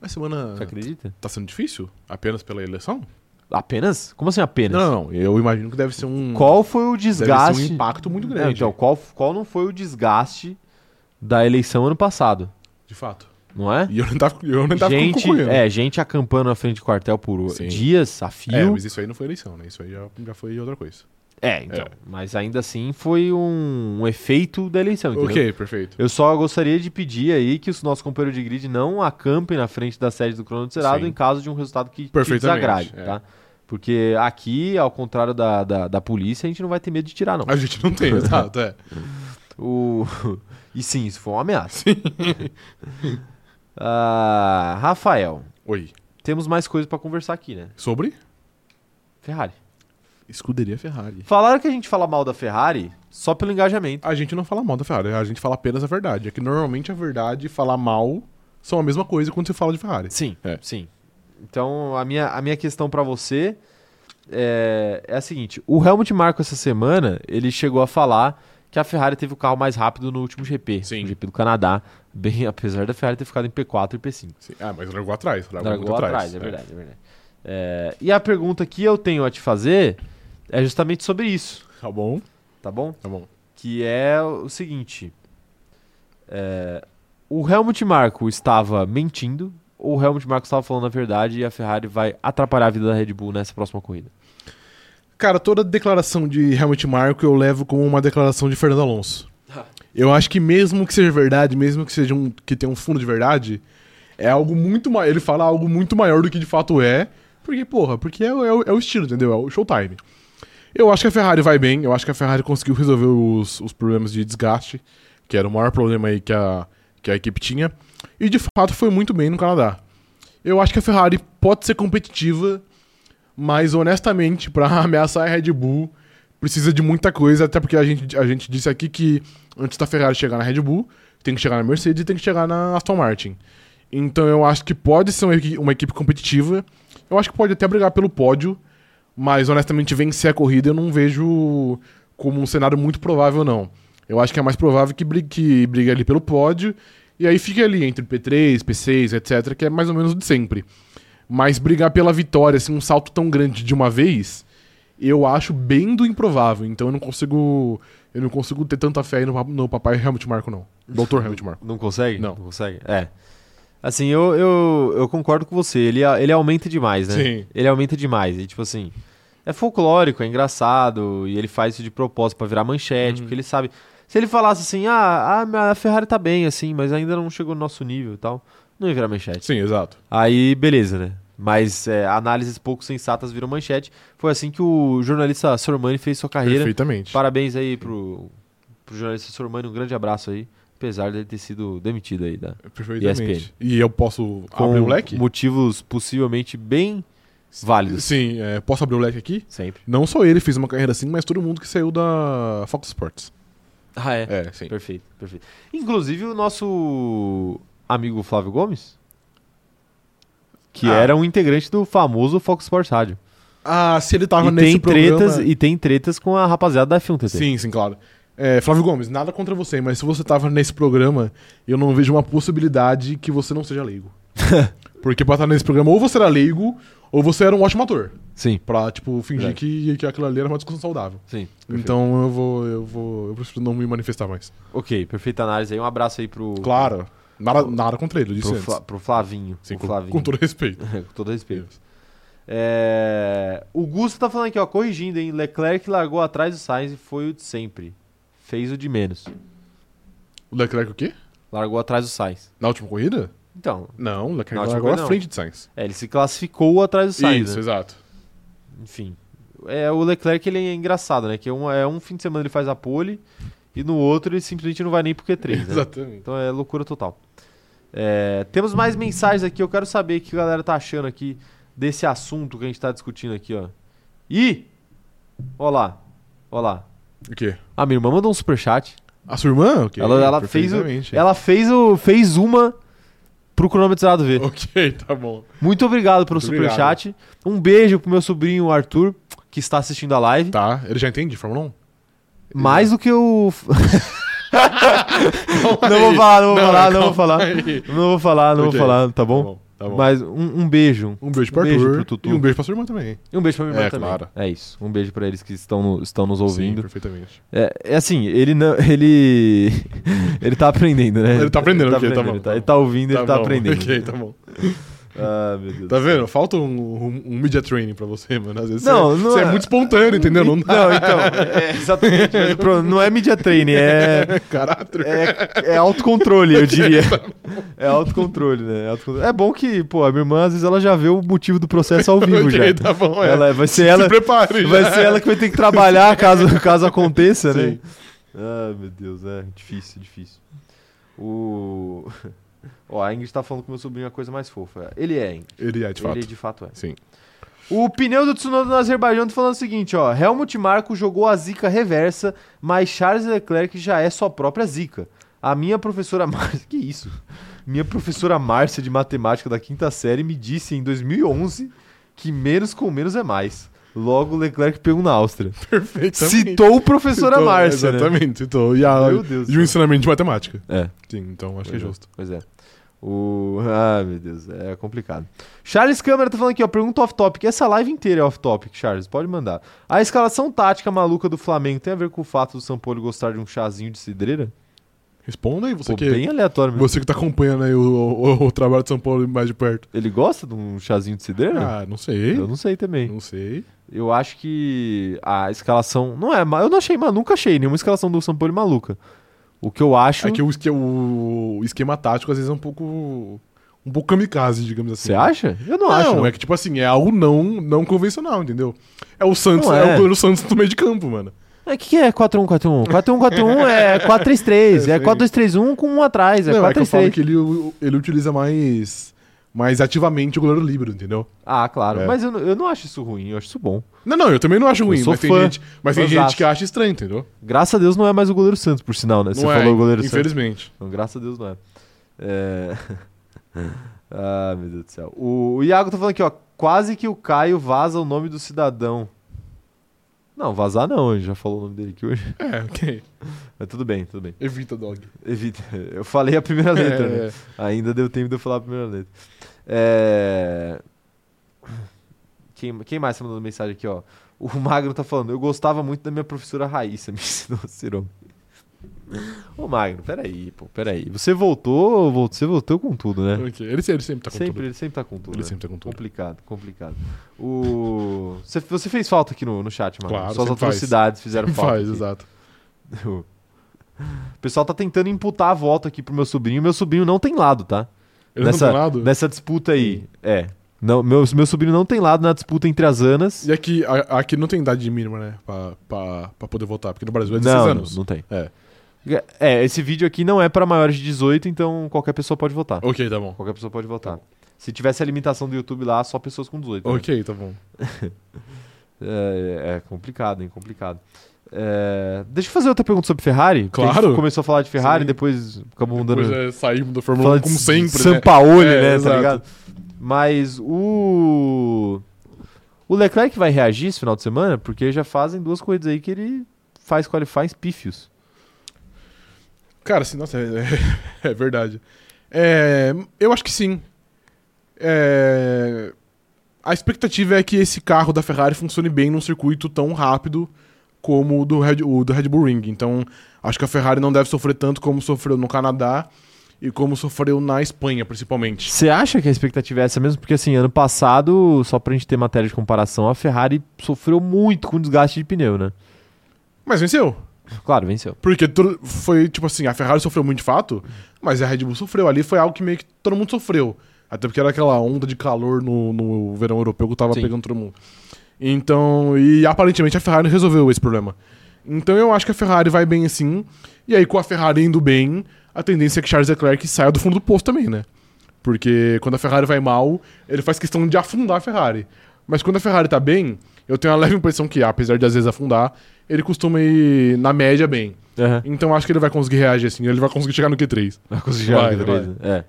S2: Mas semana
S1: Você acredita?
S2: tá sendo difícil? Apenas pela eleição?
S1: Apenas? Como assim apenas?
S2: Não, não, não. Eu imagino que deve ser um.
S1: Qual foi o
S2: deve ser
S1: desgaste?
S2: um impacto muito
S1: Não,
S2: grande.
S1: então, qual, qual não foi o desgaste da eleição ano passado?
S2: De fato.
S1: Não é?
S2: E eu não tava, eu não tava
S1: gente,
S2: concorrendo.
S1: é, gente acampando na frente do quartel por
S2: Sim.
S1: dias a fio.
S2: É, mas isso aí não foi eleição, né? Isso aí já, já foi outra coisa.
S1: É, então.
S2: É.
S1: Mas ainda assim foi um, um efeito da eleição, entendeu?
S2: Ok, perfeito.
S1: Eu só gostaria de pedir aí que os nossos companheiros de grid não acampem na frente da sede do Crono do Cerrado
S2: Sim.
S1: em caso de um resultado que te
S2: Perfeitamente,
S1: desagrade,
S2: é.
S1: tá? Porque aqui, ao contrário da, da, da polícia, a gente não vai ter medo de tirar, não.
S2: A gente não tem, exato, é.
S1: O... E sim, isso foi uma ameaça. Ah, Rafael,
S2: Oi.
S1: temos mais coisas pra conversar aqui, né?
S2: Sobre
S1: Ferrari.
S2: escuderia Ferrari.
S1: Falaram que a gente fala mal da Ferrari só pelo engajamento.
S2: A gente não fala mal da Ferrari, a gente fala apenas a verdade. É que normalmente a verdade e falar mal são a mesma coisa quando você fala de Ferrari.
S1: Sim,
S2: É.
S1: sim. Então, a minha, a minha questão pra você é, é a seguinte. O Helmut Marko, essa semana, ele chegou a falar que a Ferrari teve o carro mais rápido no último GP.
S2: Sim.
S1: No GP do Canadá. Bem, apesar da Ferrari ter ficado em P4 e P5.
S2: Sim. Ah, mas largou atrás. Largou,
S1: Dragou
S2: muito
S1: atrás,
S2: atrás. né?
S1: é verdade, é verdade. É, e a pergunta que eu tenho a te fazer é justamente sobre isso,
S2: Tá bom,
S1: tá bom?
S2: tá bom.
S1: Que é o seguinte: é, o Helmut Marko estava mentindo ou o Helmut Marko estava falando a verdade e a Ferrari vai atrapalhar a vida da Red Bull nessa próxima corrida?
S2: Cara, toda declaração de Helmut Marko eu levo como uma declaração de Fernando Alonso. Eu acho que mesmo que seja verdade, mesmo que seja um que tenha um fundo de verdade, é algo muito maior. Ele fala algo muito maior do que de fato é. Porque, porra, porque é, o- é o- é o estilo, entendeu? É o showtime. Eu acho que a Ferrari vai bem, eu acho que a Ferrari conseguiu resolver os, os problemas de desgaste, que era o maior problema aí que a, que a equipe tinha. E de fato foi muito bem no Canadá. Eu acho que a Ferrari pode ser competitiva, mas honestamente, pra ameaçar a Red Bull, precisa de muita coisa, até porque a gente, a gente disse aqui que antes da Ferrari chegar na Red Bull, tem que chegar na Mercedes e tem que chegar na Aston Martin. Então eu acho que pode ser uma, equi- uma equipe competitiva. Eu acho que pode até brigar pelo pódio, mas honestamente vencer a corrida eu não vejo como um cenário muito provável, não. Eu acho que é mais provável que brigue, que brigue ali pelo pódio e aí fique ali entre P3, P6, etc., que é mais ou menos o de sempre. Mas brigar pela vitória, assim, um salto tão grande de uma vez, eu acho bem do improvável. Então eu não consigo. Eu não consigo ter tanta fé aí no, pa- no papai Helmut Marco, não. Doutor Helmut Marco.
S1: Não consegue?
S2: Não.
S1: consegue? É. Assim, eu, eu, eu concordo com você. Ele, a- ele aumenta demais, né?
S2: Sim.
S1: Ele aumenta demais. E, tipo assim, é folclórico, é engraçado. E ele faz isso de propósito pra virar manchete,
S2: Uhum.
S1: porque ele sabe. Se ele falasse assim, ah, a minha- a Ferrari tá bem, assim, mas ainda não chegou no nosso nível e tal, não ia virar manchete.
S2: Sim, exato.
S1: Aí, beleza, né? Mas é, análises pouco sensatas viram manchete. Foi assim que o jornalista Sormani fez sua carreira.
S2: Perfeitamente.
S1: Parabéns aí pro, pro jornalista Sormani, um grande abraço aí. Apesar dele ter sido demitido aí da,
S2: Perfeitamente. E eu posso abrir o leque?
S1: motivos possivelmente bem válidos.
S2: Sim, é, posso abrir o leque aqui?
S1: Sempre.
S2: Não só ele fez uma carreira assim, mas todo mundo que saiu da Fox Sports.
S1: Ah, é.
S2: É, sim.
S1: Perfeito, perfeito. Inclusive o nosso amigo Flávio Gomes, que
S2: Ah.
S1: era um integrante do famoso Fox Sports Rádio.
S2: Ah, se ele tava
S1: e
S2: nesse
S1: tem tretas
S2: programa...
S1: E tem tretas com a rapaziada da F1 TT.
S2: Sim, sim, claro. É, Flávio Gomes, nada contra você, mas se você tava nesse programa, eu não vejo uma possibilidade que você não seja leigo. Porque pra estar nesse programa, ou você era leigo, ou você era um ótimo ator.
S1: Sim,
S2: Pra, tipo, fingir
S1: Verdade.
S2: que, que aquilo ali era uma discussão saudável.
S1: sim.
S2: Então eu vou. Eu vou. Eu preciso não me manifestar mais.
S1: Ok, perfeita análise aí. Um abraço aí pro,
S2: Claro. Nada, nada contra ele, eu disse
S1: pro,
S2: antes.
S1: Fla- pro Flavinho.
S2: Sim,
S1: pro
S2: com,
S1: Flavinho.
S2: com todo respeito.
S1: Com todo respeito. É, O Gusto tá falando aqui, ó, corrigindo, hein? Leclerc largou atrás do Sainz e foi o de sempre. Fez o de menos.
S2: O Leclerc o quê?
S1: Largou atrás do Sainz.
S2: Na última corrida?
S1: Então,
S2: Não, o Leclerc
S1: Na última
S2: largou
S1: corrida,
S2: na
S1: não.
S2: frente de Sainz.
S1: é, ele se classificou atrás do Sainz,
S2: Isso,
S1: né?
S2: exato.
S1: Enfim. É, o Leclerc ele é engraçado, né? Que um, é um fim de semana ele faz a pole e no outro ele simplesmente não vai nem pro Q3, né?
S2: Exatamente.
S1: Então é loucura total. É, temos mais mensagens aqui, eu quero saber o que a galera tá achando aqui desse assunto que a gente tá discutindo aqui, ó. E. Ó lá. Ó lá.
S2: O quê?
S1: A minha irmã mandou um superchat.
S2: A sua irmã? Ok,
S1: Ela- ela fez o-
S2: perfeitamente.
S1: Ela fez, o, fez uma pro cronômetro zerado ver.
S2: Ok, tá bom.
S1: Muito obrigado pelo
S2: Muito obrigado.
S1: superchat. Um beijo pro meu sobrinho Arthur, que está assistindo a live.
S2: Tá, ele já entende de Fórmula 1?
S1: Mais do que o. Não vou falar, não vou falar, não vou falar. Não vou falar, não
S2: Ok.
S1: vou falar, tá
S2: Tá
S1: bom?
S2: bom, tá bom.
S1: Mas um, um beijo.
S2: Um beijo pra
S1: um beijo
S2: Arthur
S1: pro Tutu.
S2: e um beijo pra sua irmã também.
S1: E um beijo pra minha irmã
S2: É,
S1: também.
S2: claro.
S1: É isso. Um beijo pra eles que estão, no- estão nos
S2: Sim,
S1: ouvindo.
S2: perfeitamente.
S1: É, é assim, ele não. Ele. Ele tá aprendendo, né?
S2: Ele tá aprendendo, ok, tá bom,
S1: Ele
S2: tá
S1: tá,
S2: bom.
S1: ele tá ouvindo, ele tá
S2: bom,
S1: aprendendo.
S2: Ok, tá bom.
S1: Ah, meu Deus.
S2: Tá vendo? Falta um, um- um media training pra você, mano. Às vezes
S1: Não,
S2: você,
S1: não
S2: você é
S1: é-
S2: muito espontâneo, entendeu? Não dá.
S1: Não, então. É, exatamente. mas o problema não é media training, é.
S2: Caralho.
S1: É, é autocontrole, eu diria. É autocontrole, né? É, autocontrole. É bom que, pô, a minha irmã, às vezes, ela já vê o motivo do processo ao vivo
S2: ok,
S1: já.
S2: tá bom. É.
S1: Ela, vai ser ela,
S2: Se prepare.
S1: vai
S2: já.
S1: ser ela que vai ter que trabalhar caso, caso aconteça, né?
S2: Sim.
S1: Ah, meu Deus, é difícil, difícil. O... Ó, a Ingrid tá falando que meu sobrinho é a coisa mais fofa. Ele é, Ingrid.
S2: Ele é, de fato.
S1: Ele de fato é.
S2: Sim.
S1: O pneu do Tsunoda no Azerbaijão tá falando o seguinte, ó. Helmut Marko jogou a zica reversa, mas Charles Leclerc já é sua própria zica. A minha professora Márcia... Que isso? Minha professora Márcia de Matemática da quinta série me disse em 2011 que menos com menos é mais. Logo, Leclerc pegou na Áustria.
S2: é Perfeitamente.
S1: Citou o professora
S2: Citou,
S1: Márcia, né?
S2: Exatamente, citou. E, a,
S1: Meu Deus.
S2: e o ensinamento de matemática.
S1: É.
S2: Sim, então acho que é
S1: Pois é.
S2: justo.
S1: Pois é. O... Ah, meu Deus, é complicado. Charles Câmara tá falando aqui, ó, pergunta off-topic. Essa live inteira é off-topic, Charles, pode mandar. A escalação tática maluca do Flamengo tem a ver com o fato do Sampaoli gostar de um chazinho de cidreira?
S2: Responda aí, você
S1: Pô,
S2: que.
S1: bem aleatório mesmo.
S2: Você que tá acompanhando aí o, o- o trabalho de São Paulo mais de perto.
S1: Ele gosta de um chazinho de cidreira?
S2: Ah, não sei.
S1: Eu não sei também.
S2: Não sei.
S1: Eu acho que a escalação... Não é, ma- eu não achei, ma- nunca achei nenhuma escalação do Sampaoli maluca. O que eu acho...
S2: É que o, esque- o esquema tático às vezes é um pouco. Um pouco kamikaze, digamos assim.
S1: Você acha? Eu não,
S2: Não,
S1: acho.
S2: é que tipo assim, é algo não, não convencional, entendeu? É o Santos,
S1: Não
S2: é.
S1: é.
S2: o goleiro Santos no meio de campo, mano.
S1: É, que, que é 4-1-4-1? 4-1-4-1 é 4-3-3.
S2: É,
S1: É
S2: sim.
S1: 4-2-3-1 com um atrás. É
S2: não, é que eu falo
S1: 4-3-3.
S2: que ele, ele utiliza mais, mais ativamente o goleiro livre, entendeu?
S1: Ah, claro.
S2: É.
S1: Mas eu, não- eu não acho isso ruim, eu acho isso bom.
S2: Não, não, eu também não acho ruim,
S1: sou
S2: mas tem,
S1: fã.
S2: gente, mas tem
S1: Fãzaço.
S2: gente que acha estranho, entendeu?
S1: Graças a Deus não é mais o goleiro Santos, por sinal, né? Você
S2: não
S1: falou
S2: é,
S1: o goleiro Santos.
S2: infelizmente.
S1: Então, graças a Deus não é. É. ah, meu Deus do céu. O, o Iago tá falando aqui, ó. Quase que o Caio vaza o nome do cidadão. Não, vazar não, a gente já falou o nome dele aqui hoje.
S2: É, ok.
S1: Mas tudo bem, tudo bem.
S2: Evita dog.
S1: Evita. Eu falei a primeira letra, né?
S2: É,
S1: Ainda deu tempo de eu falar a primeira letra. É... Quem, quem mais tá mandando mensagem aqui, ó? O Magno tá falando, eu gostava muito da minha professora Raíssa, me ensinou a ser homem. Ô Magno, peraí, pô, peraí. Você voltou, vol- você voltou com tudo, né?
S2: ok. Ele, se- ele sempre tá com
S1: sempre,
S2: tudo.
S1: Ele sempre tá com tudo.
S2: Ele
S1: né?
S2: sempre tá com tudo.
S1: Complicado, complicado. O... Você, você fez falta aqui no, no chat, Magno.
S2: Claro,
S1: Suas
S2: sempre faz.
S1: atrocidades fizeram falta.
S2: Faz,
S1: aqui.
S2: exato.
S1: O pessoal tá tentando imputar a volta aqui pro meu sobrinho. Meu sobrinho não tem lado, tá?
S2: Ele
S1: nessa,
S2: não tem lado?
S1: nessa disputa aí. É. Não, meu, meu sobrinho não tem lado na disputa entre as anas.
S2: E aqui, a- aqui não tem idade mínima, né? Pra, pra, pra poder votar, porque no Brasil é 16
S1: não,
S2: anos.
S1: não, não tem.
S2: É.
S1: É, esse vídeo aqui não é para maiores de 18, então qualquer pessoa pode votar.
S2: Ok, tá bom.
S1: Qualquer pessoa pode votar. Se tivesse a limitação do YouTube lá, só pessoas com 18. né?
S2: Ok, tá bom.
S1: É, é complicado, hein? Complicado. É, deixa eu fazer outra pergunta sobre Ferrari. porque a gente
S2: Claro.
S1: começou a falar de Ferrari,
S2: Sim.
S1: depois acabou mudando.
S2: Depois é, saímos da Fórmula
S1: Falando
S2: 1 como sempre, né?
S1: Sampaoli,
S2: É,
S1: né? Tá
S2: exato.
S1: ligado? Mas o. O Leclerc vai reagir esse final de semana, porque já fazem duas corridas aí que ele faz qualifies pífios.
S2: Cara, assim, nossa, é, é verdade. É, eu acho que sim. É, a expectativa é que esse carro da Ferrari funcione bem num circuito tão rápido como o do Red, o do Red Bull Ring. Então, acho que a Ferrari não deve sofrer tanto como sofreu no Canadá e como sofreu na Espanha, principalmente.
S1: Você acha que a expectativa é essa mesmo? Porque assim, ano passado, só pra gente ter matéria de comparação, a Ferrari sofreu muito com desgaste de pneu, né?
S2: Mas venceu.
S1: Claro, venceu.
S2: Porque tu- foi tipo assim, a Ferrari sofreu muito de fato, mas a Red Bull sofreu. Ali foi algo que meio que todo mundo sofreu. Até porque era aquela onda de calor no, no verão europeu que tava
S1: Sim.
S2: pegando todo mundo. Então, e aparentemente a Ferrari resolveu esse problema. Então eu acho que a Ferrari vai bem assim. E aí, com a Ferrari indo bem, a tendência é que Charles Leclerc saia do fundo do poço também, né? Porque quando a Ferrari vai mal, ele faz questão de afundar a Ferrari. Mas quando a Ferrari tá bem, eu tenho a leve impressão que, apesar de às vezes afundar, ele costuma ir, na média, bem.
S1: Aham.
S2: Então acho que ele vai conseguir reagir assim, ele vai conseguir chegar no Q3.
S1: Vai conseguir
S2: Vai,
S1: chegar no
S2: vai.
S1: Q3, né? É.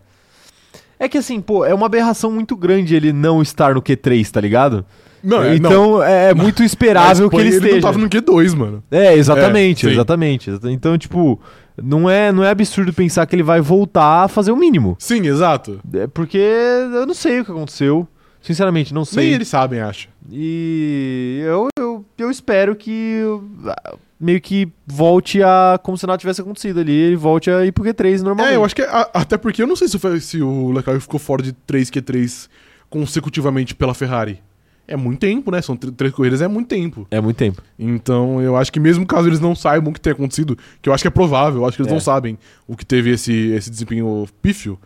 S1: É que assim, pô, é uma aberração muito grande ele não estar no Q3, tá ligado?
S2: Não, é-
S1: então é muito
S2: Na
S1: esperável que
S2: Espanha
S1: ele esteja.
S2: não tava no Q2, mano.
S1: É, exatamente,
S2: É, sim.
S1: exatamente. Exata- Então, tipo, não é, não é absurdo pensar que ele vai voltar a fazer o mínimo.
S2: Sim, exato.
S1: É porque eu não sei o que aconteceu. Sinceramente, não sei.
S2: Nem eles sabem, acho.
S1: E eu, eu, eu espero que ah, meio que volte a. Como se nada tivesse acontecido ali, ele volte a ir pro Q3 normalmente.
S2: É, eu acho que. a- até porque eu não sei se, foi- se o Leclerc ficou fora de 3 Q3 consecutivamente pela Ferrari. É muito tempo, né? São tr- três corridas, é muito tempo.
S1: É muito tempo.
S2: Então, eu acho que mesmo caso eles não saibam o que tenha acontecido, que eu acho que é provável, eu acho que eles
S1: É.
S2: não sabem o que teve esse, esse desempenho pífio,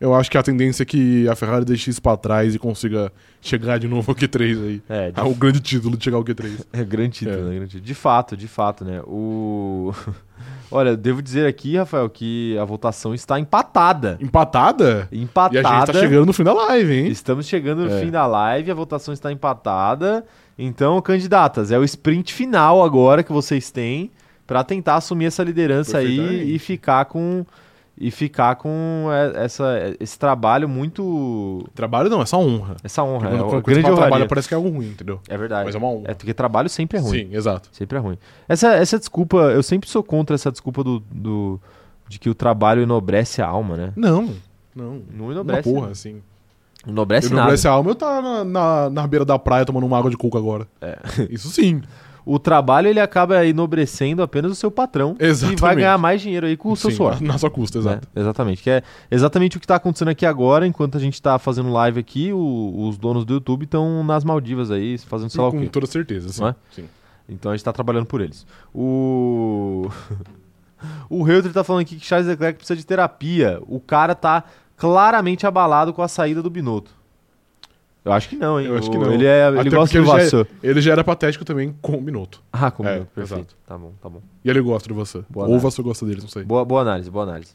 S2: eu acho que a tendência é que a Ferrari deixe isso pra trás e consiga chegar de novo ao Q3 aí.
S1: É,
S2: Ah, o grande título de chegar ao Q3.
S1: É grande título,
S2: É.
S1: né? Grande título. De fato, de fato, né? O. Olha, devo dizer aqui, Rafael, que a votação está empatada.
S2: Empatada?
S1: Empatada.
S2: E a gente tá chegando no fim da live, hein?
S1: Estamos chegando no
S2: É.
S1: fim da live, a votação está empatada. Então, candidatas, é o sprint final agora que vocês têm para tentar assumir essa liderança aí
S2: Perfeitamente.
S1: e ficar com e ficar com é, essa, esse trabalho muito
S2: Trabalho não, é só honra.
S1: essa honra, é
S2: quando
S1: uma
S2: quando
S1: grande
S2: trabalho
S1: honra.
S2: parece que é algo ruim, entendeu?
S1: É verdade.
S2: Mas é uma honra.
S1: É porque trabalho sempre é ruim.
S2: Sim, exato.
S1: Sempre é ruim. Essa, essa desculpa, eu sempre sou contra essa desculpa do, do- de que o trabalho enobrece a alma, né?
S2: Não, não.
S1: Não
S2: Uma
S1: enobrece.
S2: porra, assim.
S1: não Enobrece
S2: Eu
S1: nada.
S2: não essa alma, eu tá na, na, na beira da praia tomando uma água de coco agora. É. Isso sim.
S1: O trabalho ele acaba enobrecendo apenas o seu patrão. E
S2: Exatamente.
S1: vai ganhar mais dinheiro aí com o seu
S2: Sim,
S1: suor.
S2: Na, na sua custa,
S1: né?
S2: exato.
S1: Exatamente. Que é exatamente o que está acontecendo aqui agora, enquanto a gente está fazendo live aqui, o- os donos do YouTube estão nas Maldivas aí, fazendo sei lá É. o
S2: com
S1: quê.
S2: toda certeza, sim.
S1: Não é?
S2: Sim.
S1: Então a gente tá trabalhando por eles. O. o Reuter tá falando aqui que Charles Leclerc precisa de terapia. O cara tá claramente abalado com a saída do Binotto. Eu acho que não, hein?
S2: Eu acho
S1: O-
S2: que não.
S1: Ele, é,
S2: Até
S1: ele gosta
S2: porque
S1: do
S2: ele já,
S1: Vassan.
S2: ele já era patético também com o Minuto.
S1: Ah, como
S2: É,
S1: não, perfeito.
S2: exato.
S1: Tá bom, tá bom.
S2: E ele gosta do Vassan.
S1: Boa né?
S2: Ou o
S1: análise.
S2: Vassan gosta dele, não sei.
S1: Boa, boa análise, boa análise.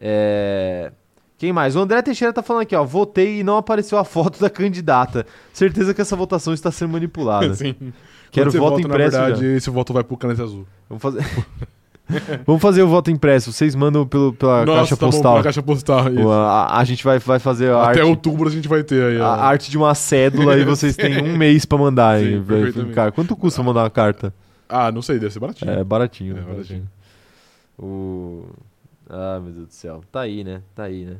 S1: É, Quem mais? O André Teixeira tá falando aqui, ó. Votei e não apareceu a foto da candidata. Certeza que essa votação está sendo manipulada.
S2: Sim.
S1: Quero
S2: Quando você
S1: voto
S2: vota,
S1: impresso
S2: Na
S1: já.
S2: verdade, esse voto vai pro caneta azul.
S1: Vamos fazer. Vamos fazer o voto impresso. Vocês mandam pelo, pela caixa
S2: tá bom,
S1: postal.
S2: pra caixa postal. isso.
S1: Uma- a, a gente vai, vai fazer a
S2: Até
S1: arte,
S2: outubro a gente vai ter aí.
S1: a
S2: ó.
S1: arte de uma cédula e vocês têm um mês pra mandar.
S2: Sim,
S1: hein, pra-
S2: perfeitamente.
S1: cara, quanto custa mandar uma carta?
S2: Ah, não sei, deve ser baratinho.
S1: É baratinho.
S2: É,
S1: baratinho.
S2: baratinho.
S1: O... Ah, meu Deus do céu. Tá aí, né? Tá aí, né?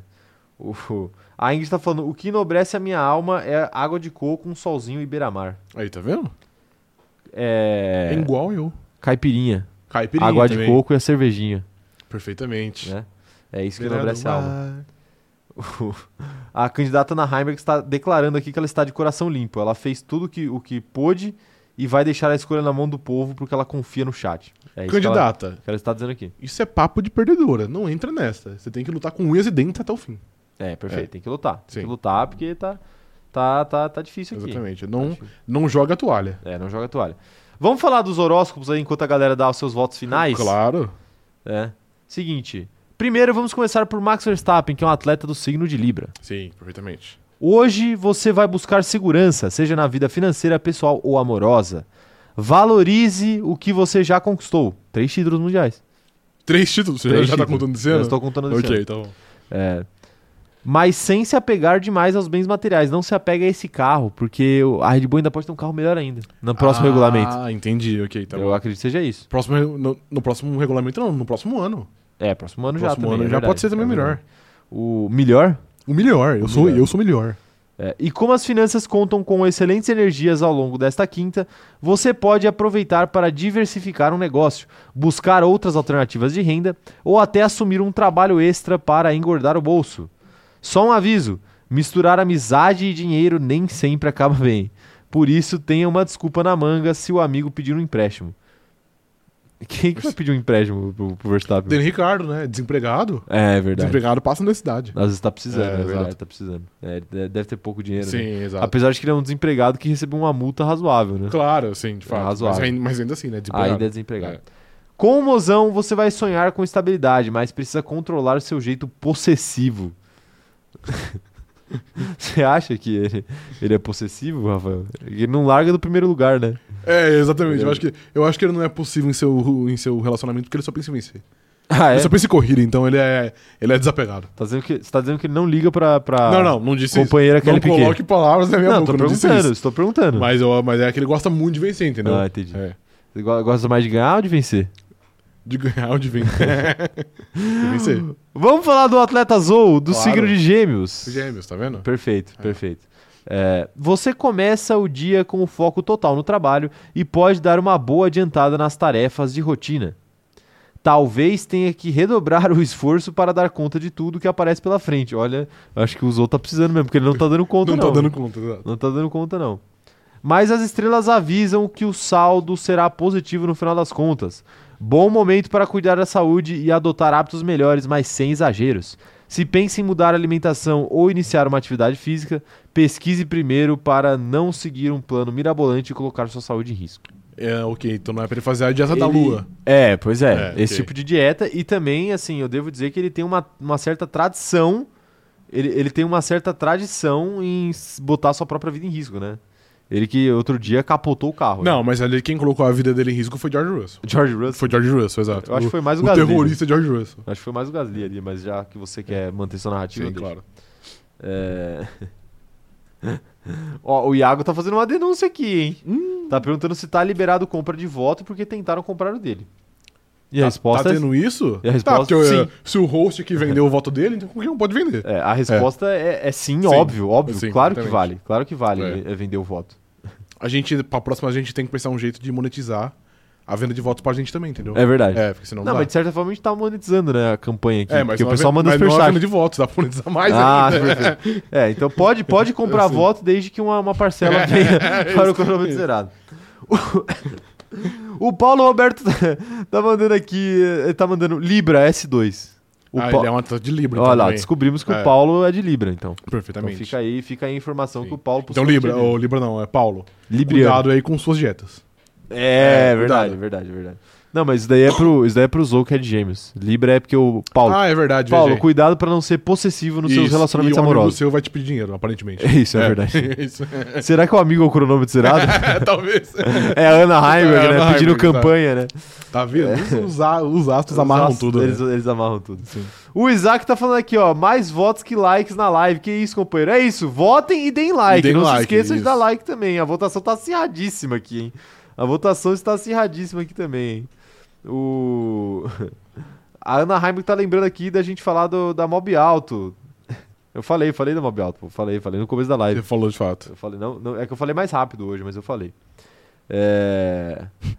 S1: O... A Ingrid tá falando, o que enobrece a minha alma é água de coco, um solzinho e beira-mar.
S2: Aí, tá vendo? É,
S1: É...
S2: igual eu.
S1: Caipirinha.
S2: Caipirinha
S1: água
S2: também.
S1: de coco e a cervejinha.
S2: Perfeitamente.
S1: Né? É isso que
S2: Beirando
S1: enobrece a
S2: o
S1: alma.
S2: mar.
S1: A candidata Ana Heimberg está declarando aqui que ela está de coração limpo. Ela fez tudo que, o que pôde e vai deixar a escolha na mão do povo porque ela confia no chat. É isso que ela-
S2: Candidata,
S1: que ela está dizendo aqui.
S2: isso é papo de perdedora. Não entra nessa. Você tem que lutar com unhas e dentes até o fim.
S1: É, perfeito.
S2: É.
S1: Tem que lutar. Tem
S2: Sim.
S1: que lutar porque tá, tá, tá, tá difícil aqui.
S2: Exatamente. Não, não joga a toalha.
S1: É, não joga a toalha. Vamos falar dos horóscopos aí enquanto a galera dá os seus votos finais?
S2: Claro.
S1: É. Seguinte. Primeiro vamos começar por Max Verstappen, que é um atleta do signo de Libra.
S2: Sim, perfeitamente.
S1: Hoje você vai buscar segurança, seja na vida financeira, pessoal ou amorosa. Valorize o que você já conquistou. Três títulos mundiais.
S2: Três títulos. Você
S1: Três
S2: já tá
S1: títulos.
S2: contando de
S1: Eu
S2: cena?
S1: estou contando desse ano.
S2: Ok, tá bom.
S1: É. Mas sem se apegar demais aos bens materiais. Não se apega a esse carro, porque o- a Red Bull ainda pode ter um carro melhor ainda. No próximo
S2: Ah,
S1: regulamento.
S2: entendi. Ok, tá
S1: Eu
S2: bom.
S1: acredito que seja isso.
S2: Próximo, re- no, no próximo regulamento, não. No próximo ano.
S1: É, próximo ano
S2: No
S1: já
S2: próximo
S1: também.
S2: ano
S1: é
S2: já
S1: verdade,
S2: pode ser também
S1: é
S2: melhor.
S1: verdade. O melhor?
S2: O melhor. Eu, sou,
S1: melhor.
S2: eu sou o melhor.
S1: É, e como as finanças contam com excelentes energias ao longo desta quinta, você pode aproveitar para diversificar um negócio, buscar outras alternativas de renda ou até assumir um trabalho extra para engordar o bolso. Só um aviso: misturar amizade e dinheiro nem sempre acaba bem. Por isso, tenha uma desculpa na manga se o amigo pedir um empréstimo. Quem que vai pedir um empréstimo pro, pro Verstappen?
S2: Daniel Ricardo, né? Desempregado.
S1: É verdade.
S2: Desempregado passa na cidade.
S1: Às vezes tá precisando,
S2: É,
S1: é, verdade,
S2: exato.
S1: tá precisando. É, de- deve ter pouco dinheiro. né?
S2: Sim, exato.
S1: Apesar de que ele é um desempregado que recebeu uma multa razoável, né?
S2: Claro, sim, de fato. mas,
S1: razoável.
S2: ainda, mas ainda assim, né? desempregado.
S1: Ainda é desempregado.
S2: É.
S1: Com o mozão, você vai sonhar com estabilidade, mas precisa controlar o seu jeito possessivo. Você acha que ele, ele é possessivo, Rafael? Ele não larga do primeiro lugar, né?
S2: É, exatamente. Eu acho, que, eu acho que ele não é possível em seu, em seu relacionamento porque ele só pensa em vencer.
S1: Ah, é?
S2: Ele só pensa em corrida, então ele é, ele é desapegado.
S1: Tá dizendo que, você tá dizendo que ele não liga pra, pra
S2: não, não, não disse
S1: companheira
S2: isso. Não
S1: Kelly Piquet.
S2: coloque palavras na minha
S1: é Não,
S2: boca,
S1: tô
S2: não disse
S1: perguntando,
S2: isso.
S1: estou perguntando.
S2: Mas, eu, mas é que ele gosta muito de vencer, entendeu?
S1: Ah, entendi.
S2: É.
S1: Você go- gosta mais de ganhar ou de vencer?
S2: De ganhar ou de vencer. de vencer.
S1: Vamos falar do atleta Zou, do
S2: Claro.
S1: signo de gêmeos.
S2: Gêmeos, tá vendo?
S1: Perfeito, perfeito. É, você começa o dia com o foco total no trabalho e pode dar uma boa adiantada nas tarefas de rotina. Talvez tenha que redobrar o esforço para dar conta de tudo que aparece pela frente. Olha, acho que o Zou tá precisando mesmo, porque ele não tá dando conta,
S2: Não,
S1: não.
S2: tá dando conta, exato.
S1: Não tá dando conta, não. Mas as estrelas avisam que o saldo será positivo no final das contas. Bom momento para cuidar da saúde e adotar hábitos melhores, mas sem exageros. Se pensa em mudar a alimentação ou iniciar uma atividade física, pesquise primeiro para não seguir um plano mirabolante e colocar sua saúde em risco.
S2: É, ok, então não é pra ele fazer a dieta da
S1: Ele-
S2: lua.
S1: É, pois é.
S2: É,
S1: esse
S2: ok.
S1: tipo de dieta. E também, assim, eu devo dizer que ele tem uma, uma certa tradição. Ele, ele tem uma certa tradição em s- botar sua própria vida em risco, né? Ele que outro dia capotou o carro. né?
S2: Não, mas ali quem colocou a vida dele em risco foi George Russell.
S1: George Russell.
S2: Foi George Russell, exato.
S1: Eu acho que foi mais o
S2: o
S1: Gasly, né?
S2: terrorista é George Russell.
S1: Acho que foi mais o Gasly ali, mas já que você quer manter sua narrativa.
S2: Sim,
S1: deixa.
S2: claro.
S1: É... Ó, o Iago tá fazendo uma denúncia aqui, hein?
S2: Hum.
S1: Tá perguntando se tá liberado compra de voto porque tentaram comprar o dele. E a
S2: tá,
S1: resposta
S2: tá
S1: é
S2: tendo isso?
S1: E a resposta,
S2: tá, porque
S1: sim.
S2: eh, se o host que vendeu o voto dele, então qualquer um pode vender.
S1: É, a resposta é, é sim,
S2: Sim.
S1: óbvio, óbvio.
S2: Sim,
S1: claro que
S2: exatamente.
S1: vale, claro que vale
S2: É.
S1: é vender o voto.
S2: A gente, pra próxima, a gente tem que pensar um jeito de monetizar a venda de votos pra gente também, entendeu?
S1: É verdade.
S2: É, porque senão
S1: não,
S2: não, dá.
S1: mas de certa forma a gente tá monetizando, né, a campanha aqui.
S2: É, mas
S1: porque o
S2: não é
S1: pessoal
S2: ven-
S1: manda
S2: mas não é
S1: superchat.
S2: venda de votos, dá pra monetizar mais
S1: Ah,
S2: ainda.
S1: perfeito. É, então pode, pode comprar
S2: sei.
S1: voto desde que uma, uma
S2: É,
S1: parcela venha para o cronômetro zerado. O, o Paulo Roberto tá mandando aqui, eh, tá mandando Libra S2. O
S2: ah,
S1: Pa-
S2: ele é uma de Libra, então,
S1: Olha lá,
S2: também.
S1: descobrimos que o
S2: É.
S1: Paulo é de Libra, então. Então
S2: Perfeitamente.
S1: fica aí, fica aí a informação
S2: Sim.
S1: que o Paulo
S2: Então,
S1: possivelmente
S2: Libra,
S1: é
S2: ou Libra não, é Paulo.
S1: Libriano.
S2: Cuidado aí com suas dietas.
S1: É,
S2: É,
S1: verdade,
S2: cuidado.
S1: verdade, verdade. Não, mas isso daí é pro, isso daí é pro Zou que é de gêmeos. Libra é porque o Paulo.
S2: Ah, é verdade,
S1: Paulo,
S2: viajei.
S1: cuidado pra não ser possessivo nos seus
S2: Isso,
S1: relacionamentos
S2: e o amigo
S1: amorosos.
S2: seu vai te pedir dinheiro, aparentemente.
S1: É isso, é verdade.
S2: isso.
S1: Será que o amigo é o cronômetro zerado?
S2: É, talvez.
S1: é a Ana Heimberg,
S2: É a
S1: né?
S2: Ana
S1: Pedindo
S2: Heimberg, tá.
S1: campanha, né?
S2: Tá vendo? Os, a- os astros amarram
S1: Os astros,
S2: tudo. né?
S1: Eles, eles amarram tudo. O Isaac tá falando aqui, ó. Mais votos que likes na live. Que isso, companheiro? É isso. Votem e deem like.
S2: Deem
S1: não se
S2: like,
S1: esqueçam de
S2: isso.
S1: dar like também. A votação tá acirradíssima aqui, hein? A votação está acirradíssima aqui também, hein? O. A Ana Heimberg tá lembrando aqui da gente falar do, da Mob Alto. Eu falei, falei da Mob Alto. pô. Falei, falei no começo da live.
S2: Você falou de fato.
S1: Eu falei, não, não, é que eu falei mais rápido hoje, mas eu falei. É.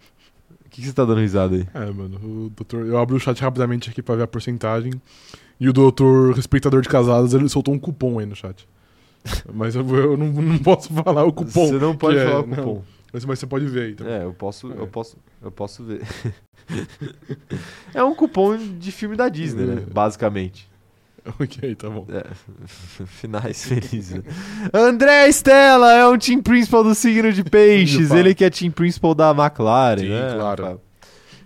S1: O que, que você tá dando risada aí?
S2: É, mano. O doutor, eu abri o chat rapidamente aqui pra ver a porcentagem. E o doutor respeitador de casados, ele soltou um cupom aí no chat. Mas eu, vou- eu não, não posso falar o cupom.
S1: você não pode
S2: que é-
S1: falar o
S2: não.
S1: cupom.
S2: Mas, mas você pode ver aí também.
S1: É, eu posso, eu
S2: É.
S1: posso, eu posso ver. é um cupom de filme da Disney, né?
S2: É.
S1: Basicamente.
S2: Ok, tá bom.
S1: É, Finais felizes. né? André Stella é um team principal do signo de
S2: De
S1: peixes.
S2: fato.
S1: Ele que é team principal da McLaren,
S2: Sim,
S1: né?
S2: claro.
S1: Rafael?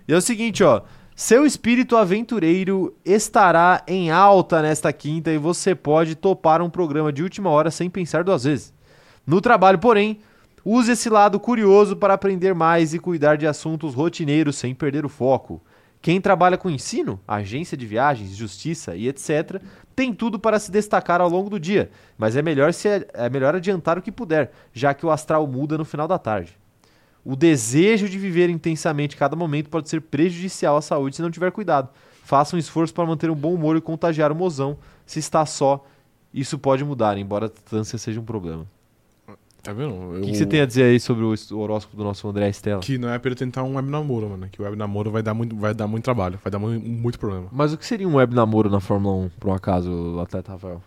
S1: E é o seguinte, ó. Seu espírito aventureiro estará em alta nesta quinta e você pode topar um programa de última hora sem pensar duas vezes. No trabalho, porém, use esse lado curioso para aprender mais e cuidar de assuntos rotineiros sem perder o foco. Quem trabalha com ensino, agência de viagens, justiça e etc., tem tudo para se destacar ao longo do dia, mas é melhor, se, é melhor adiantar o que puder, já que o astral muda no final da tarde. O desejo de viver intensamente cada momento pode ser prejudicial à saúde se não tiver cuidado. Faça um esforço para manter um bom humor e contagiar o mozão. Se está só, isso pode mudar, embora a distância seja um problema.
S2: Tá vendo?
S1: O que, que você tem a dizer aí sobre o est- o horóscopo do nosso André Estela?
S2: Que não é pra ele tentar um web namoro, mano. Que o web namoro vai dar muito, vai dar muito trabalho, vai dar mu- muito, problema.
S1: Mas o que seria um web namoro na Fórmula 1, por um acaso, atleta Rafael?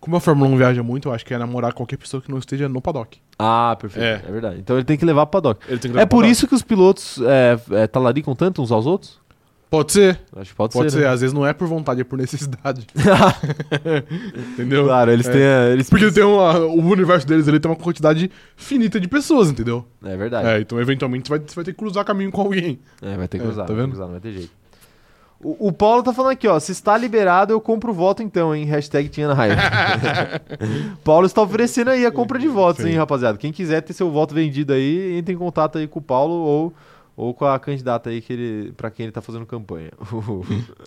S2: Como a Fórmula 1 viaja muito, eu acho que é namorar qualquer pessoa que não esteja no paddock.
S1: Ah, perfeito. É,
S2: É.
S1: verdade. Então ele tem que levar pra paddock.
S2: Ele tem que
S1: É
S2: levar pro
S1: por
S2: paddock.
S1: isso que os pilotos é, é, talaricam tanto uns aos outros?
S2: Pode ser,
S1: Acho que pode,
S2: pode
S1: ser.
S2: ser.
S1: né?
S2: Às vezes não é por vontade, é por necessidade. entendeu?
S1: Claro, eles
S2: É.
S1: têm. a- Eles...
S2: Porque tem uma, o universo deles ele tem uma quantidade finita de pessoas, entendeu?
S1: É verdade.
S2: É, então eventualmente você vai, você vai ter que cruzar caminho com alguém.
S1: É, vai ter que
S2: É,
S1: cruzar.
S2: tá
S1: vai ter que
S2: vendo?
S1: cruzar, não vai ter jeito. O, o Paulo tá falando aqui, ó. Se está liberado, eu compro o voto então, hein? Hashtag tinha na raiva. Paulo está oferecendo aí a compra de votos,
S2: Sim.
S1: hein, rapaziada? Quem quiser ter seu voto vendido aí, entre em contato aí com o Paulo ou, ou com a candidata aí que ele, pra quem ele tá fazendo campanha.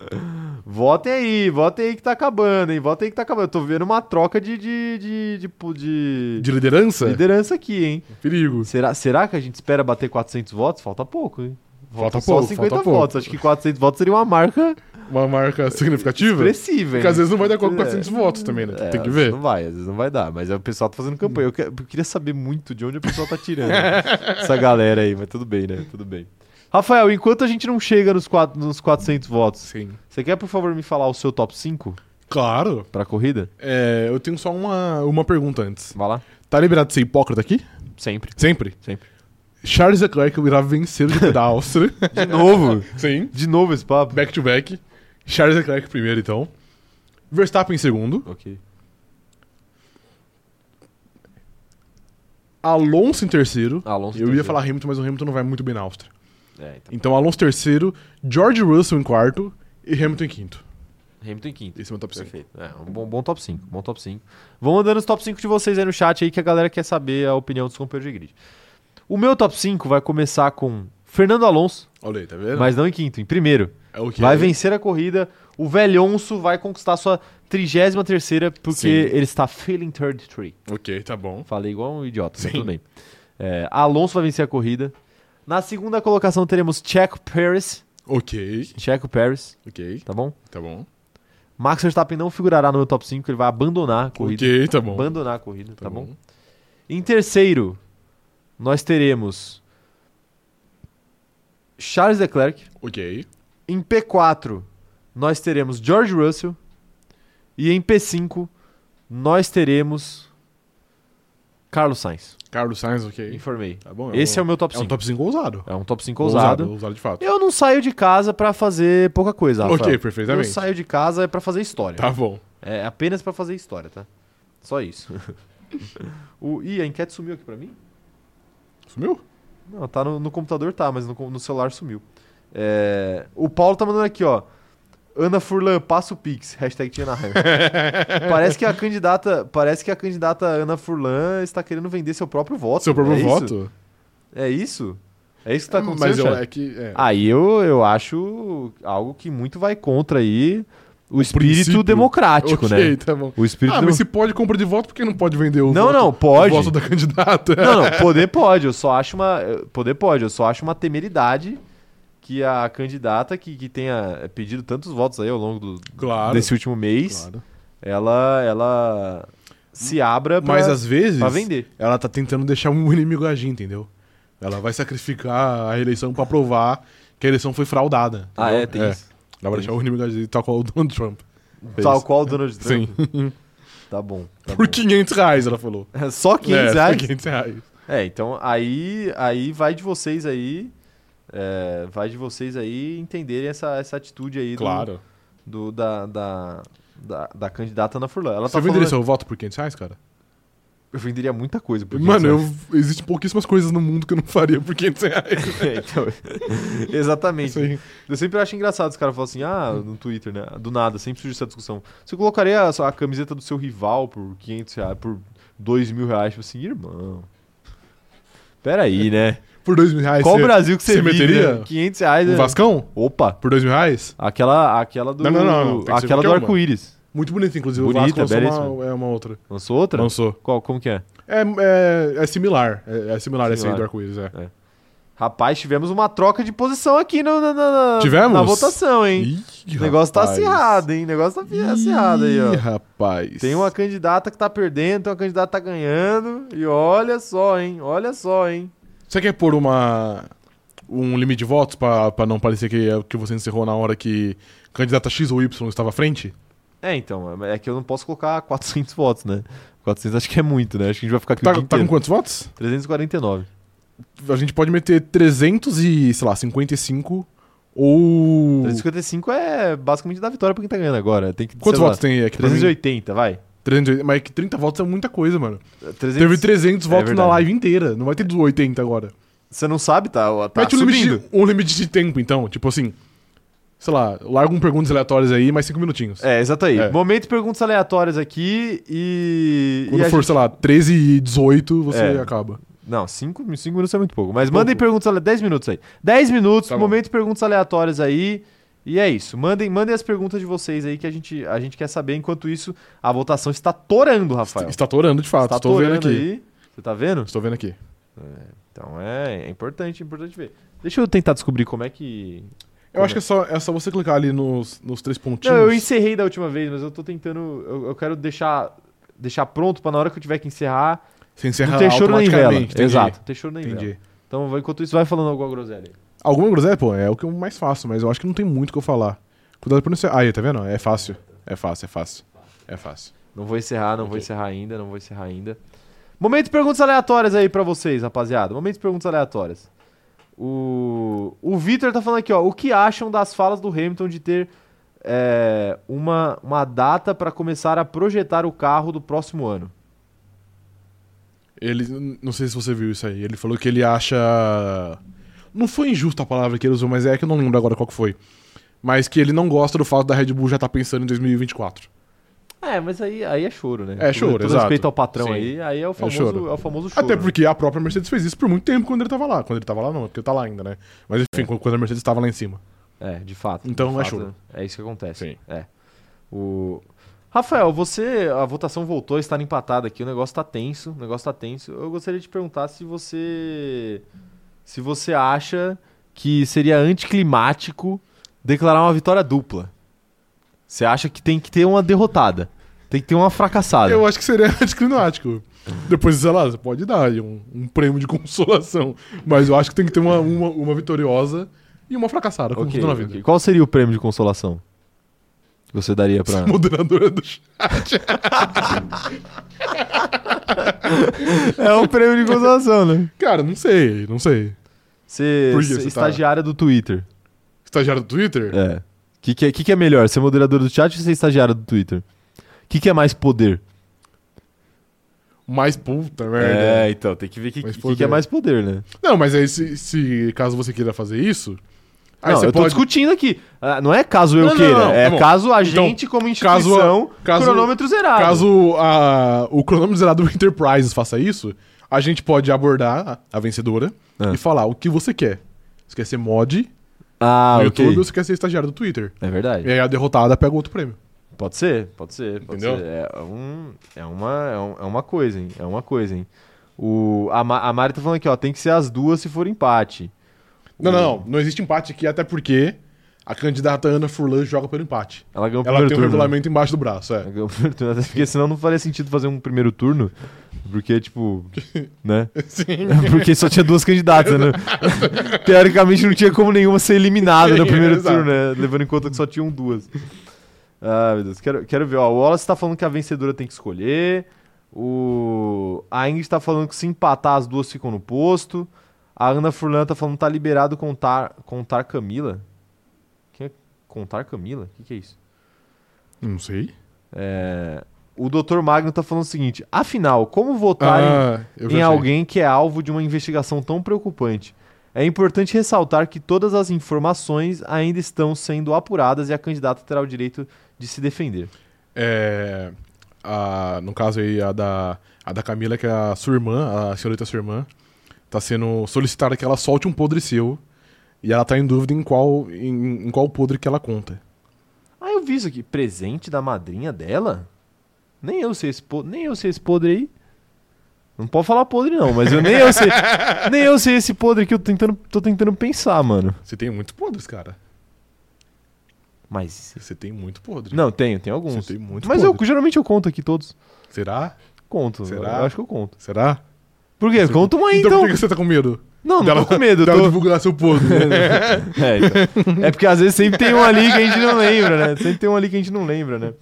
S1: votem aí, votem aí que tá acabando, hein? Votem aí que tá acabando. Eu tô vendo uma troca de, de, de, de, de-
S2: De liderança?
S1: liderança aqui, hein?
S2: Perigo.
S1: Será, será que a gente espera bater 400 votos? Falta pouco, hein?
S2: Falta
S1: Faltam só
S2: pouco,
S1: 50
S2: falta pouco.
S1: votos. Acho que 400 votos seria uma marca
S2: Uma marca significativa?
S1: expressiva, hein?
S2: Porque às vezes não vai dar com
S1: É.
S2: 400 votos também, né?
S1: É,
S2: Tem que
S1: às
S2: ver.
S1: vezes Não vai, às vezes não vai dar. Mas é o pessoal tá fazendo campanha. Eu, que- eu queria saber muito de onde o pessoal tá tirando essa galera aí, mas tudo bem, né? Tudo bem. Rafael, enquanto a gente não chega nos, quatro, nos 400 votos,
S2: Sim.
S1: você quer, por favor, me falar o seu top 5
S2: Claro.
S1: pra corrida?
S2: É, eu tenho só uma, uma pergunta antes.
S1: Vai lá.
S2: Tá liberado ser hipócrita aqui?
S1: Sempre.
S2: Sempre?
S1: Sempre.
S2: Charles Leclerc irá vencer o GP da Áustria.
S1: De novo.
S2: Sim.
S1: De novo esse papo.
S2: Back to back. Charles Leclerc primeiro, então. Verstappen em segundo.
S1: Ok.
S2: Alonso em terceiro.
S1: Ah, Alonso.
S2: eu ia
S1: terceiro.
S2: falar Hamilton, mas o Hamilton não vai muito bem na Áustria.
S1: É, então.
S2: Então Alonso terceiro, George Russell em quarto e Hamilton em quinto.
S1: Hamilton em quinto.
S2: Esse é o meu top 5.
S1: Perfeito. É, um bom, bom top 5. Bom top 5. Vão mandando os top 5 de vocês aí no chat aí que a galera quer saber a opinião dos companheiros de grid. O meu top 5 vai começar com Fernando Alonso,
S2: Olha aí, tá vendo?
S1: mas não em quinto, em primeiro.
S2: é o que
S1: Vai
S2: é.
S1: vencer a corrida. O velhonço vai conquistar sua 33ª, porque
S2: Sim.
S1: ele está feeling third tree.
S2: Ok, tá bom.
S1: Falei igual um idiota, mas
S2: Sim.
S1: tudo bem. É, Alonso vai vencer a corrida. Na segunda colocação teremos Checo Pérez.
S2: Ok,
S1: Checo Pérez,
S2: ok,
S1: tá bom?
S2: tá bom.
S1: Max Verstappen não figurará no meu top 5, ele vai abandonar a corrida.
S2: Ok, tá bom.
S1: abandonar a corrida, tá, bom? Em terceiro, nós teremos Charles Leclerc.
S2: Ok.
S1: Em P4, nós teremos George Russell. E em P5, nós teremos Carlos Sainz.
S2: Carlos Sainz, ok.
S1: Informei.
S2: Tá bom.
S1: Esse é
S2: um,
S1: o meu top
S2: É um
S1: 5.
S2: top 5 ousado.
S1: É um top 5 ousado.
S2: Ousado de fato.
S1: Eu não saio de casa pra fazer pouca coisa, Rafael.
S2: ok,
S1: Eu
S2: perfeitamente.
S1: saio de casa é pra fazer história.
S2: Tá bom.
S1: É apenas pra fazer história, tá? Só isso. o... Ih, a enquete sumiu aqui pra mim?
S2: Sumiu?
S1: Não, tá no, no computador tá, mas no, com- no celular sumiu. É, o Paulo tá mandando aqui, ó. Ana Furlan, passa o Pix. Hashtag tinha na raiva. parece que a candidata. Parece que a candidata Ana Furlan está querendo vender seu próprio voto.
S2: Seu próprio
S1: É isso?
S2: voto?
S1: É isso? É isso que tá
S2: É,
S1: acontecendo.
S2: Mas eu,
S1: Charles?
S2: é que. é.
S1: Aí eu, eu acho algo que muito vai contra aí o, espírito
S2: princípio.
S1: democrático,
S2: ok,
S1: né?
S2: tá bom.
S1: O espírito
S2: Ah,
S1: demo-
S2: mas se pode compra de voto, por que não pode vender o
S1: Não,
S2: voto,
S1: não, pode.
S2: o voto da candidata?
S1: Não, não, poder pode, eu só acho uma. eh, Poder pode, eu só acho uma temeridade que a candidata que, que tenha eh, pedido tantos votos aí ao longo do-
S2: Claro.
S1: desse último mês,
S2: claro.
S1: ela ela se abra É pra,
S2: Mas às vezes,
S1: pra vender.
S2: ela tá tentando deixar um inimigo agir, entendeu? Ela vai sacrificar a eleição pra provar que a eleição foi fraudada.
S1: Ah,
S2: entendeu?
S1: é, tem isso.
S2: Ela vai deixar o inimigo agir, tal qual o
S1: Tá
S2: Donald Trump. fez.
S1: Tal qual o Donald Trump.
S2: Sim.
S1: Tá bom. tá
S2: Por
S1: bom.
S2: 500 reais, ela falou.
S1: Só 500
S2: É,
S1: reais?
S2: Por 500 reais.
S1: É, então aí, aí vai de vocês aí. é, vai de vocês aí entenderem essa, essa atitude aí do-
S2: Claro.
S1: do, da, da, da, da candidata Ana Furlan. Ela
S2: Você
S1: tá
S2: venderia
S1: falando...
S2: seu voto por 500 reais, cara?
S1: Eu venderia muita coisa. por
S2: Mano,
S1: 500
S2: eu, existem pouquíssimas coisas no mundo que eu não faria por 500 reais.
S1: É, então, exatamente.
S2: Sim.
S1: Eu sempre acho engraçado os caras falam assim, ah, no Twitter, né? Do nada, sempre surge essa discussão. Você colocaria a, sua- a camiseta do seu rival por 500 reais, por 2 mil reais? Tipo assim, irmão. Peraí, né?
S2: Por 2 mil reais.
S1: Qual
S2: você-
S1: Brasil que você,
S2: você
S1: vive,
S2: meteria?
S1: né? 500 reais.
S2: Um
S1: né?
S2: Vascão?
S1: Opa!
S2: Por 2 mil reais?
S1: Aquela, aquela do.
S2: Não, não, não, não. Tem que ser
S1: Aquela do
S2: qualquer uma.
S1: arco-íris.
S2: Muito bonito, inclusive.
S1: Bonita,
S2: o Vasco lançou
S1: belíssima.
S2: uma, é uma outra.
S1: Lançou outra?
S2: Lançou.
S1: Qual, como que é?
S2: É, é, é similar. É, é similar esse aí
S1: Similar.
S2: do arco-íris, é.
S1: Rapaz, tivemos uma troca de posição aqui no, na, na, na-
S2: Tivemos?
S1: na votação, hein?
S2: Ih,
S1: o negócio
S2: rapaz.
S1: tá acirrado, hein? O negócio tá
S2: Ih,
S1: acirrado aí, ó.
S2: rapaz.
S1: Tem uma candidata que tá perdendo, tem uma candidata que tá ganhando. E olha só, hein? Olha só, hein?
S2: Você quer pôr uma... Um limite de votos pra, pra não parecer que, é o que você encerrou na hora que candidata X ou Y estava à frente?
S1: É, então, é que eu não posso colocar 400 votos, né? 400 acho que é muito, né? Acho que a gente vai ficar aqui
S2: Tá,
S1: o dia
S2: tá com
S1: inteiro.
S2: quantos votos?
S1: 349.
S2: A gente pode meter 300 e, sei lá, 55 ou...
S1: 355 é basicamente da vitória pra quem tá ganhando agora. Tem que,
S2: Quantos
S1: sei lá,
S2: votos tem aqui pra mim?
S1: 380, vai.
S2: 380. Mas é que 30 votos é muita coisa, mano.
S1: 300...
S2: Teve 300
S1: É
S2: votos na
S1: verdade.
S2: live inteira. Não vai ter 80 agora.
S1: Você não sabe, tá? Tá
S2: Mete um
S1: subindo.
S2: limite, de, um limite de tempo, então. Tipo assim, sei lá, larga um perguntas aleatórias aí, mais cinco minutinhos.
S1: É, exato aí.
S2: É.
S1: Momento perguntas aleatórias aqui e. e
S2: Quando
S1: a
S2: for,
S1: gente-
S2: sei lá, 13 e 18, você
S1: É.
S2: acaba.
S1: Não, 5 minutos é muito pouco. Mas mandem
S2: pouco.
S1: perguntas aleatórias. 10 minutos aí. 10 minutos,
S2: Tá bom.
S1: momento perguntas aleatórias aí. E é isso. Mandem, mandem as perguntas de vocês aí que a gente, a gente quer saber. Enquanto isso, a votação está torando, Rafael.
S2: Está torando, de fato.
S1: está
S2: Estou vendo
S1: torando
S2: aqui.
S1: aí. Você tá vendo?
S2: Estou vendo aqui.
S1: Então é, é importante, é importante ver. Deixa eu tentar descobrir como é que.
S2: Eu acho que é só, é só você clicar ali nos, nos três
S1: Não,
S2: pontinhos.
S1: eu encerrei da última vez, mas eu tô tentando. Eu, eu quero deixar, deixar pronto pra na hora que eu tiver que encerrar. um
S2: Você
S1: Não
S2: encerra
S1: ter choro nem vela.
S2: automaticamente. Entendi.
S1: Exato, um ter choro nem vela.
S2: Entendi.
S1: Então, vai- enquanto isso, vai falando alguma groselha. aí.
S2: Alguma groselha, pô, é o que eu mais faço, mas eu acho que não tem muito o que eu falar. Cuidado pra não ser. Aí, tá vendo? É fácil. É fácil, é fácil. É fácil.
S1: Não vou encerrar, não vou
S2: Ok.
S1: encerrar ainda, não vou encerrar ainda. Momento de perguntas aleatórias aí pra vocês, rapaziada. Momento de perguntas aleatórias. O, o Vitor tá falando aqui, ó. O que acham das falas do Hamilton de ter é, uma, uma data pra começar a projetar o carro do próximo ano?
S2: Ele. Não sei se você viu isso aí. Ele falou que ele acha. Não foi injusta a palavra que ele usou, mas é que eu não lembro agora qual que foi. Mas que ele não gosta do fato da Red Bull já estar pensando em 2024.
S1: É, mas aí, aí é choro, né?
S2: É choro,
S1: Todo
S2: exato.
S1: respeito ao patrão
S2: Sim.
S1: aí, aí é o famoso é
S2: choro.
S1: o famoso choro.
S2: Até porque a própria Mercedes fez isso por muito tempo quando ele tava lá. Quando ele tava lá, não, é porque tá lá ainda, né? Mas enfim, quando- quando a Mercedes tava lá em cima.
S1: É, de fato.
S2: Então,
S1: de
S2: é
S1: fato,
S2: choro.
S1: É isso que acontece.
S2: Sim.
S1: É. O... Rafael, você. A votação voltou, está empatada aqui, o negócio tá tenso. O negócio tá tenso. Eu gostaria de perguntar se você. Se você acha que seria anticlimático declarar uma vitória dupla. Você acha que tem que ter uma derrotada. Tem que ter uma fracassada.
S2: Eu acho que seria discriminático. Depois, sei lá, você pode dar aí um, um prêmio de consolação. Mas eu acho que tem que ter uma, uma, uma vitoriosa e uma fracassada, como
S1: Ok,
S2: tudo na
S1: ok.
S2: vida.
S1: Qual seria o prêmio de consolação? Que você daria pra.
S2: Moderadora do chat.
S1: é um prêmio de consolação, né?
S2: Cara, não sei, não sei.
S1: Você,
S2: Por que
S1: você
S2: você tá-
S1: estagiária do Twitter.
S2: Estagiário do Twitter?
S1: É. O que, que, é- que, que é melhor, ser moderador do chat ou ser estagiário do Twitter? O que, que é mais poder?
S2: Mais puta merda.
S1: então, tem que ver o que,
S2: É, Mais
S1: que,
S2: poder.
S1: que é mais poder, né?
S2: Não, mas aí, se, se caso você queira fazer isso, aí
S1: não,
S2: você
S1: Ah, eu tô
S2: pode.
S1: discutindo aqui. Ah, Não é caso eu
S2: Não, não,
S1: queira,
S2: não,
S1: é
S2: tá bom.
S1: caso a
S2: Então,
S1: gente como instituição,
S2: caso-
S1: cronômetro zerado.
S2: Caso a- o cronômetro zerado do Enterprise faça isso, a gente pode abordar a, a vencedora
S1: Ah.
S2: e falar o que você quer. Você quer ser mod
S1: ah,
S2: no
S1: ok.
S2: YouTube ou você quer ser estagiário do Twitter?
S1: É verdade.
S2: E aí a derrotada pega outro prêmio.
S1: Pode ser, pode ser, pode
S2: Entendeu?
S1: ser. É, um, é, uma, é, um- é uma coisa, hein? É uma coisa, hein? O, a, Ma- a Mari tá falando aqui, ó, tem que ser as duas se for empate.
S2: Não,
S1: O-
S2: não, não. Não existe empate aqui, até porque a candidata Ana Furlan joga pelo empate.
S1: Ela ganhou É o
S2: Ela tem um
S1: primeiro turno.
S2: regulamento embaixo do braço, é.
S1: Ganhou o primeiro turno, até né? Porque senão não faria sentido fazer um primeiro turno. Porque, tipo. Né?
S2: Sim.
S1: Porque só tinha duas candidatas, né? Teoricamente não tinha como nenhuma ser eliminada no
S2: Sim,
S1: primeiro
S2: exato.
S1: turno, né? Levando em conta que só tinham duas. Ah, meu Deus. Quero, quero ver. Ó, o Wallace tá falando que a vencedora tem que escolher. O... A Ingrid tá falando que se empatar as duas ficam no posto. A Ana Furlan tá falando que tá liberado contar, contar Camila. Quem é contar Camila? O que, que é isso?
S2: Não sei.
S1: É, o Dr. Magno tá falando o seguinte: afinal, como votar em-
S2: Ah, eu já
S1: em
S2: sei.
S1: alguém que é alvo de uma investigação tão preocupante? É importante ressaltar que todas as informações ainda estão sendo apuradas e a candidata terá o direito de se defender.
S2: É, a- no caso aí, a da, a da Camila, que é a sua irmã, a senhorita sua irmã, tá sendo solicitada que ela solte um podre seu. E ela tá em dúvida em qual, em, em qual podre que ela conta.
S1: Ah, eu vi isso aqui. Presente da madrinha dela? Nem eu sei esse podre, nem eu sei esse podre aí. Não pode falar podre não, mas eu nem eu sei, nem eu sei esse podre que eu tô tentando, tô tentando pensar, mano.
S2: Você tem muitos podres, cara.
S1: Mas
S2: Você tem muito podre.
S1: não, tenho, tem alguns.
S2: Você tem muito
S1: mas eu
S2: podre.
S1: geralmente eu conto aqui todos.
S2: Será?
S1: Conto.
S2: Será?
S1: Eu acho que eu conto.
S2: Será?
S1: Por quê? Conta uma aí,
S2: então
S1: então.
S2: por que que você tá com medo?
S1: Não, não
S2: dela,
S1: tô com medo. eu
S2: Dela
S1: tô-
S2: divulgar seu podre. né?
S1: É, então. É porque às vezes sempre tem um ali que a gente não lembra, né? Sempre tem um ali que a gente não lembra, né?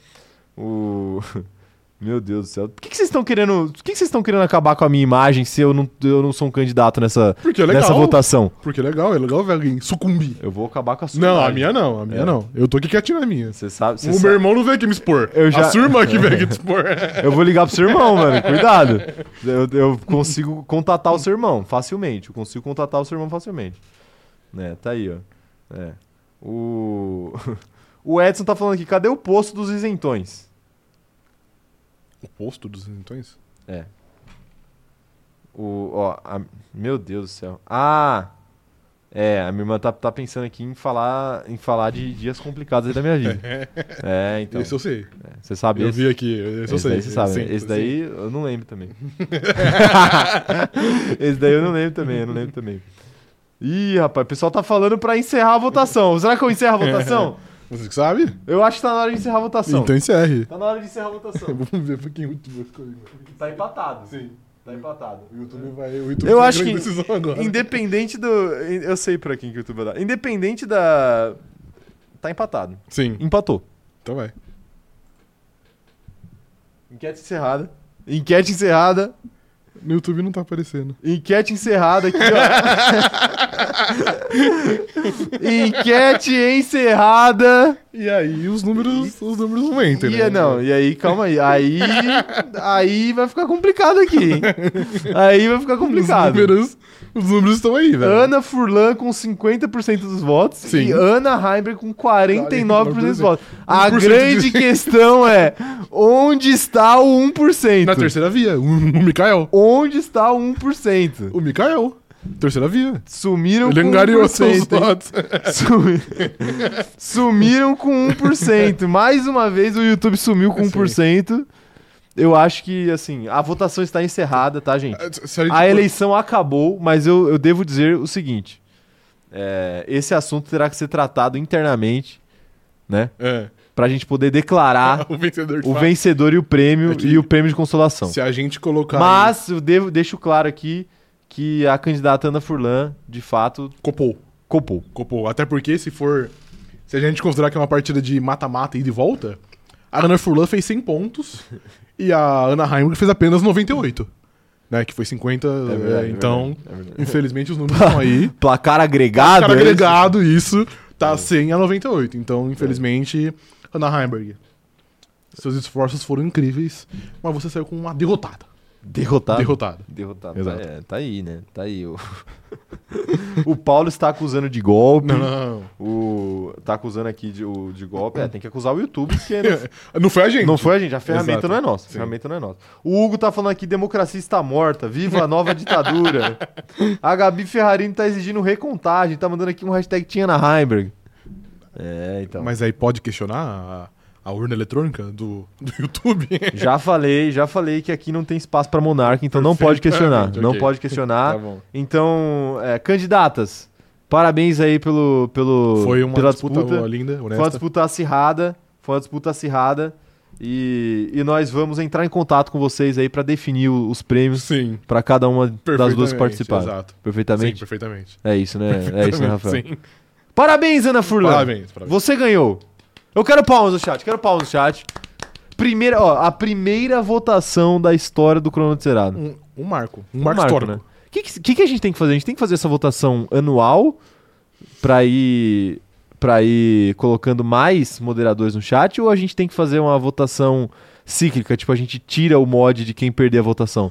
S1: O... Meu Deus do céu. Por que, que vocês estão querendo. Por que, que vocês estão querendo acabar com a minha imagem se eu não, eu não sou um candidato nessa,
S2: Porque é legal.
S1: nessa votação?
S2: Porque é legal, é legal ver alguém sucumbir.
S1: Eu vou acabar com a sua.
S2: Não, a
S1: imagem.
S2: minha não, a minha
S1: É.
S2: não. Eu tô aqui quietinho na minha.
S1: Você sabe. Você
S2: o meu
S1: sabe.
S2: irmão não veio aqui me expor.
S1: Eu já- É.
S2: A sua irmã que veio aqui te expor.
S1: Eu vou ligar pro seu irmão, mano. Cuidado. Eu, eu consigo contatar o seu irmão facilmente. Eu consigo contatar o seu irmão facilmente. Né, tá aí, ó. É. O... o Edson tá falando aqui, cadê o posto dos isentões?
S2: O posto dos então é isentões?
S1: O, ó, a- meu Deus do céu. Ah! É, a minha irmã tá, tá pensando aqui em falar, em falar de dias complicados aí da minha vida. é, então.
S2: Esse eu sei.
S1: Você sabe
S2: eu
S1: esse?
S2: vi aqui. Esse, eu
S1: Esse
S2: sei.
S1: daí você sabe.
S2: Sim,
S1: né? esse
S2: sim.
S1: daí eu não lembro também. esse daí eu não lembro também, eu não lembro também. Ih, rapaz, o pessoal tá falando pra encerrar a votação. Será que eu encerro a votação?
S2: Você que sabe?
S1: Eu acho que tá na hora de encerrar a votação.
S2: Então encerre.
S1: Tá na hora de encerrar a votação.
S2: Vamos ver pra quem o YouTube vai ficar aí.
S1: Tá empatado.
S2: Sim.
S1: Tá empatado.
S2: O YouTube vai. O YouTube
S1: Eu
S2: tem
S1: acho que-
S2: grande Decisão agora.
S1: Independente do. Eu sei pra quem que o YouTube vai dar. Independente da. Tá empatado.
S2: Sim,
S1: Empatou.
S2: então vai.
S1: Enquete encerrada. Enquete encerrada.
S2: No YouTube não tá aparecendo.
S1: Enquete encerrada aqui, ó. Enquete encerrada.
S2: E aí os números, os números não entram, né?
S1: E, é, não, e aí, calma aí. Aí. Aí vai ficar complicado aqui, hein? Aí vai ficar
S2: os
S1: complicado.
S2: números, os números estão aí, velho.
S1: Ana Furlan com 50% dos votos
S2: Sim.
S1: e Ana Heimberg com 49% dos
S2: 49%.
S1: votos. A
S2: 1%
S1: grande
S2: de-
S1: questão é: onde está o 1%?
S2: Na terceira via, o, o Mikael.
S1: Onde está o 1%?
S2: O Mikael. Terceira via.
S1: Sumiram
S2: Ele
S1: com
S2: angariou seus
S1: 1%. hein?
S2: votos.
S1: Sumi- Sumiram com 1%. Mais uma vez o YouTube sumiu com
S2: Sim.
S1: 1%. Eu acho que, assim, a votação está encerrada, tá, gente?
S2: Se gente
S1: A
S2: for-
S1: eleição acabou, mas eu, eu devo dizer o seguinte: é, esse assunto terá que ser tratado internamente, né?
S2: É.
S1: Pra gente poder declarar
S2: O vencedor de
S1: Ah. o
S2: fato.
S1: vencedor e o prêmio
S2: É que-
S1: e o prêmio de consolação.
S2: Se a gente colocar.
S1: Mas eu devo, deixo claro aqui que a candidata Ana Furlan, de fato,
S2: Copou.
S1: copou.
S2: Copou. Até porque se for. Se a gente considerar que é uma partida de mata-mata e de volta, a Ana Furlan fez 100 pontos e a Ana Heimberg fez apenas 98. Né? Que foi 50. é, Ah, então, infelizmente, os números estão aí.
S1: Placar agregado.
S2: Cara
S1: é isso?
S2: agregado isso, tá 100 a 98. Então, infelizmente, Ana Heimberg. Seus esforços foram incríveis, mas você saiu com uma derrotada.
S1: Derrotado.
S2: Derrotada.
S1: Derrotado.
S2: Exato.
S1: Tá, é, tá aí, né? Tá aí. O, o Paulo está acusando de golpe.
S2: Não, não, não.
S1: O. Tá acusando aqui de, o- de golpe. É, tem que acusar o YouTube, porque não,
S2: Não foi a gente.
S1: não foi a gente. A ferramenta
S2: Exato.
S1: não é nossa. A
S2: Sim.
S1: ferramenta não é nossa. O Hugo tá falando aqui: democracia está morta. Viva a nova ditadura. A Gabi Ferrarini tá exigindo recontagem. Tá mandando aqui um hashtag Tinha na Heimberg. É, então.
S2: Mas aí pode questionar a, a urna eletrônica do, do YouTube?
S1: Já falei, já falei que aqui não tem espaço pra monarca, então não pode questionar.
S2: Perfeitamente,
S1: Não
S2: ok.
S1: pode questionar.
S2: Tá bom.
S1: Então, é, candidatas, parabéns aí pelo, pelo
S2: Foi uma
S1: pela
S2: disputa, linda,
S1: Foi uma
S2: honesta.
S1: disputa acirrada, foi uma disputa acirrada e, e nós vamos entrar em contato com vocês aí pra definir o- os prêmios
S2: Sim,
S1: pra cada uma das duas
S2: perfeitamente,
S1: que participaram.
S2: Exato. Sim,
S1: Perfeitamente.
S2: perfeitamente.
S1: é isso, né? É isso, né, Rafael?
S2: Sim.
S1: Parabéns, Ana Furlan.
S2: Parabéns, parabéns.
S1: Você ganhou. Eu quero palmas no chat, quero palmas no chat. Primeira, ó, a primeira votação da história do Crono de Cerado.
S2: Um, um marco. Um,
S1: Um
S2: marco, histórico.
S1: né? O que, que, que a gente tem que fazer? A gente tem que fazer essa votação anual pra ir, pra ir colocando mais moderadores no chat ou a gente tem que fazer uma votação cíclica? Tipo, a gente tira o mod de quem perder a votação.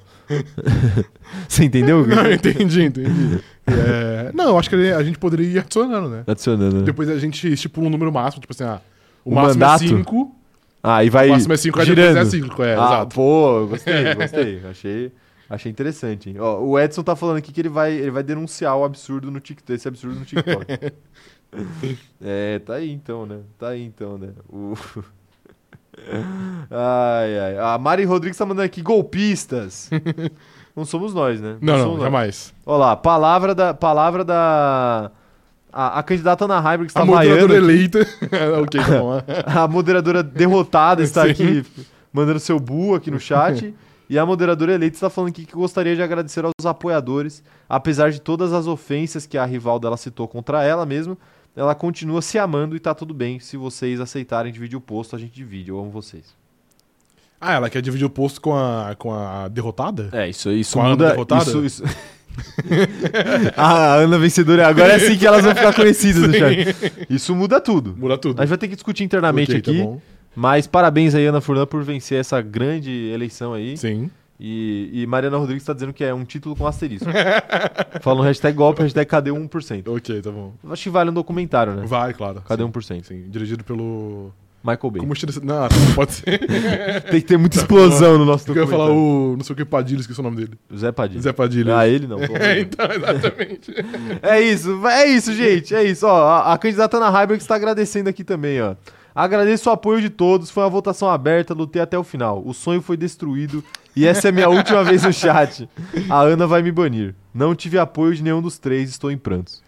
S1: Você entendeu? Gui?
S2: Não, entendi, entendi. É, não, acho que a gente poderia ir adicionando, né?
S1: Adicionando, né?
S2: Depois a gente estipula um número máximo, tipo assim, ah, o,
S1: O
S2: máximo
S1: Um mandato?
S2: é 5,
S1: Ah, e vai
S2: o máximo é 5, aí depois
S1: girando.
S2: é 5, é,
S1: ah,
S2: exato.
S1: Pô, gostei, gostei. achei, achei interessante. hein? Ó, o Edson tá falando aqui que ele vai, ele vai denunciar o absurdo no TikTok, esse absurdo no TikTok. é, tá aí então, né? Tá aí então, né? O... ai, ai. A Mari Rodrigues tá mandando aqui golpistas. Não somos nós, né?
S2: Não,
S1: somos
S2: não,
S1: nós.
S2: jamais.
S1: Olha lá, palavra da. Palavra da... A, a candidata Ana Heimberg que está
S2: a
S1: Tá vaiando
S2: moderadora
S1: aqui.
S2: eleita. ok, tá bom.
S1: A moderadora derrotada está
S2: Sim.
S1: aqui mandando seu bu aqui no chat. E a moderadora eleita está falando aqui que gostaria de agradecer aos apoiadores. Apesar de todas as ofensas que a rival dela citou contra ela mesmo, ela continua se amando e tá tudo bem. Se vocês aceitarem dividir o posto, a gente divide. Eu amo vocês.
S2: Ah, ela quer dividir o posto com a, com a derrotada?
S1: É, isso, isso
S2: Com a Ana
S1: muda.
S2: derrotada?
S1: Isso, isso... Ah, a Ana vencedora. Agora é assim que elas vão ficar conhecidas no chat. Isso muda tudo.
S2: Muda tudo.
S1: A gente vai ter que discutir internamente
S2: Ok,
S1: aqui.
S2: Tá bom.
S1: Mas parabéns aí, Ana Furlan, por vencer essa grande eleição aí.
S2: Sim.
S1: E, e Mariana Rodrigues tá dizendo que é um título com asterisco. Falando hashtag golpe, hashtag cadê 1%.
S2: Ok, tá bom.
S1: Acho que vale um documentário, né?
S2: Vai, claro.
S1: Cadê
S2: sim,
S1: 1%?
S2: Sim, dirigido pelo.
S1: Michael Bay.
S2: Como é estilo. Não, não pode ser.
S1: Tem que ter muita explosão no nosso
S2: Eu ia
S1: documentário.
S2: falar o. Não sei o que, Padilha, esqueci o nome dele.
S1: Zé Padilha.
S2: Zé Padilha.
S1: Ah, ele não. pelo amor de
S2: É,
S1: Deus.
S2: então, exatamente.
S1: É isso, vai- é isso, gente. É isso. Ó, a, a candidata Ana Heiberg está agradecendo aqui também, ó. Agradeço o apoio de todos, foi uma votação aberta, lutei até o final. O sonho foi destruído e essa é minha última vez no chat. A Ana vai me banir. Não tive apoio de nenhum dos três, estou em prantos.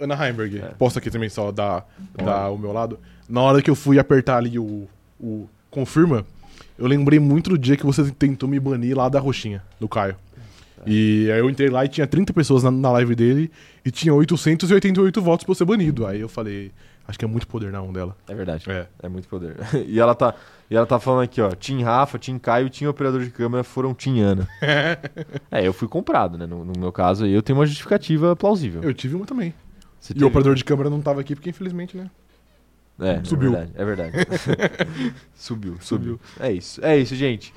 S2: Ana Heimberg. Posso aqui também só dar, dar o meu lado. Na hora que eu fui apertar ali o, o confirma, eu lembrei muito do dia que você tentou me banir lá da roxinha, do Caio. E aí eu entrei lá e tinha 30 pessoas na, na live dele e tinha 888 votos pra eu ser banido. Aí eu falei, acho que é muito poder na mão dela.
S1: É verdade.
S2: É.
S1: É muito poder. E ela tá, e ela tá falando aqui, ó. Tim Rafa, Tim Caio, Tim Operador de Câmera foram Tim Ana. é, eu fui comprado, né? No, no meu caso, aí eu tenho uma justificativa plausível.
S2: Eu tive uma também.
S1: Você
S2: E o
S1: teve-
S2: operador de câmera não tava aqui porque, infelizmente, né?
S1: É,
S2: Subiu.
S1: É verdade. É verdade. subiu, subiu. É isso, é isso, gente.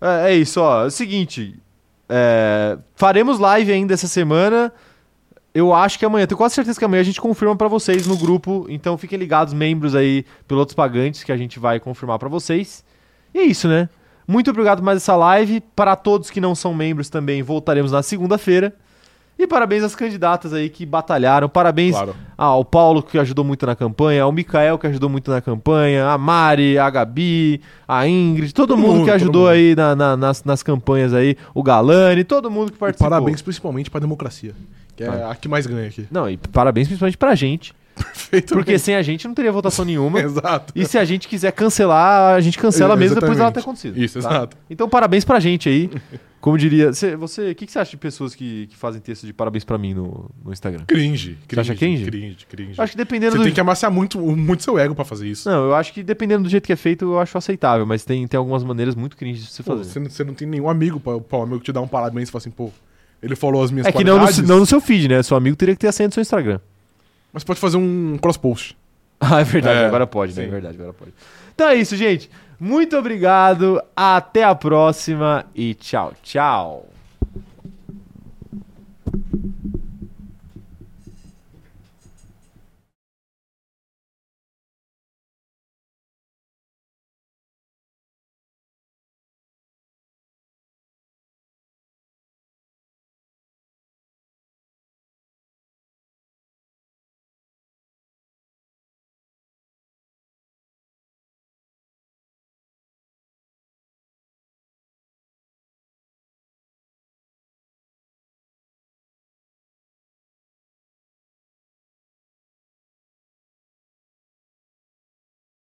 S1: É, é isso, ó. É o seguinte. é, faremos live ainda essa semana. Eu acho que amanhã, tenho quase certeza que amanhã a gente confirma pra vocês no grupo. Então fiquem ligados, membros aí, pilotos pagantes, que a gente vai confirmar pra vocês. E é isso, né? Muito obrigado por mais essa live. Para todos que não são membros também, voltaremos na segunda-feira. E parabéns às candidatas aí que batalharam. Parabéns
S2: Claro.
S1: ah, ao Paulo, que ajudou muito na campanha, ao Mikael, que ajudou muito na campanha, a Mari, a Gabi, a Ingrid, todo,
S2: Todo
S1: mundo,
S2: mundo,
S1: que
S2: todo
S1: ajudou
S2: mundo.
S1: aí na- na- nas, nas campanhas aí, o Galani, todo mundo que
S2: E
S1: participou. Ah.
S2: parabéns principalmente pra democracia, que é a que mais ganha aqui.
S1: Não, e parabéns principalmente pra gente,
S2: Perfeito.
S1: porque sem a gente não teria votação nenhuma.
S2: Exato.
S1: E se a gente quiser cancelar, a gente cancela
S2: É,
S1: mesmo depois dela ter
S2: exatamente.
S1: acontecido.
S2: Isso, exato.
S1: Então, parabéns pra gente aí. Como diria. Cê- você, o que, que você acha de pessoas que, que fazem texto de parabéns pra mim no, no Instagram?
S2: Cringe. cringe
S1: acha cringe?
S2: Cringe, cringe.
S1: Eu acho que dependendo
S2: Você
S1: do.
S2: tem que amassar muito, muito seu ego pra fazer isso.
S1: Não, eu acho que dependendo do jeito que é feito, eu acho aceitável, mas tem, tem algumas maneiras muito cringe de se
S2: Pô,
S1: fazer.
S2: você, não, você não tem nenhum amigo pra, pra um amigo te dar um parabéns e falar assim, pô, ele falou as minhas
S1: É que não no,
S2: qualidades,
S1: não no seu feed, né? Seu amigo teria que ter a senha do seu Instagram.
S2: mas pode fazer um cross-post.
S1: Ah, é verdade,
S2: É,
S1: agora pode, né?
S2: sim.
S1: É verdade, agora pode. Então é isso, gente. Muito obrigado, até a próxima e tchau, tchau.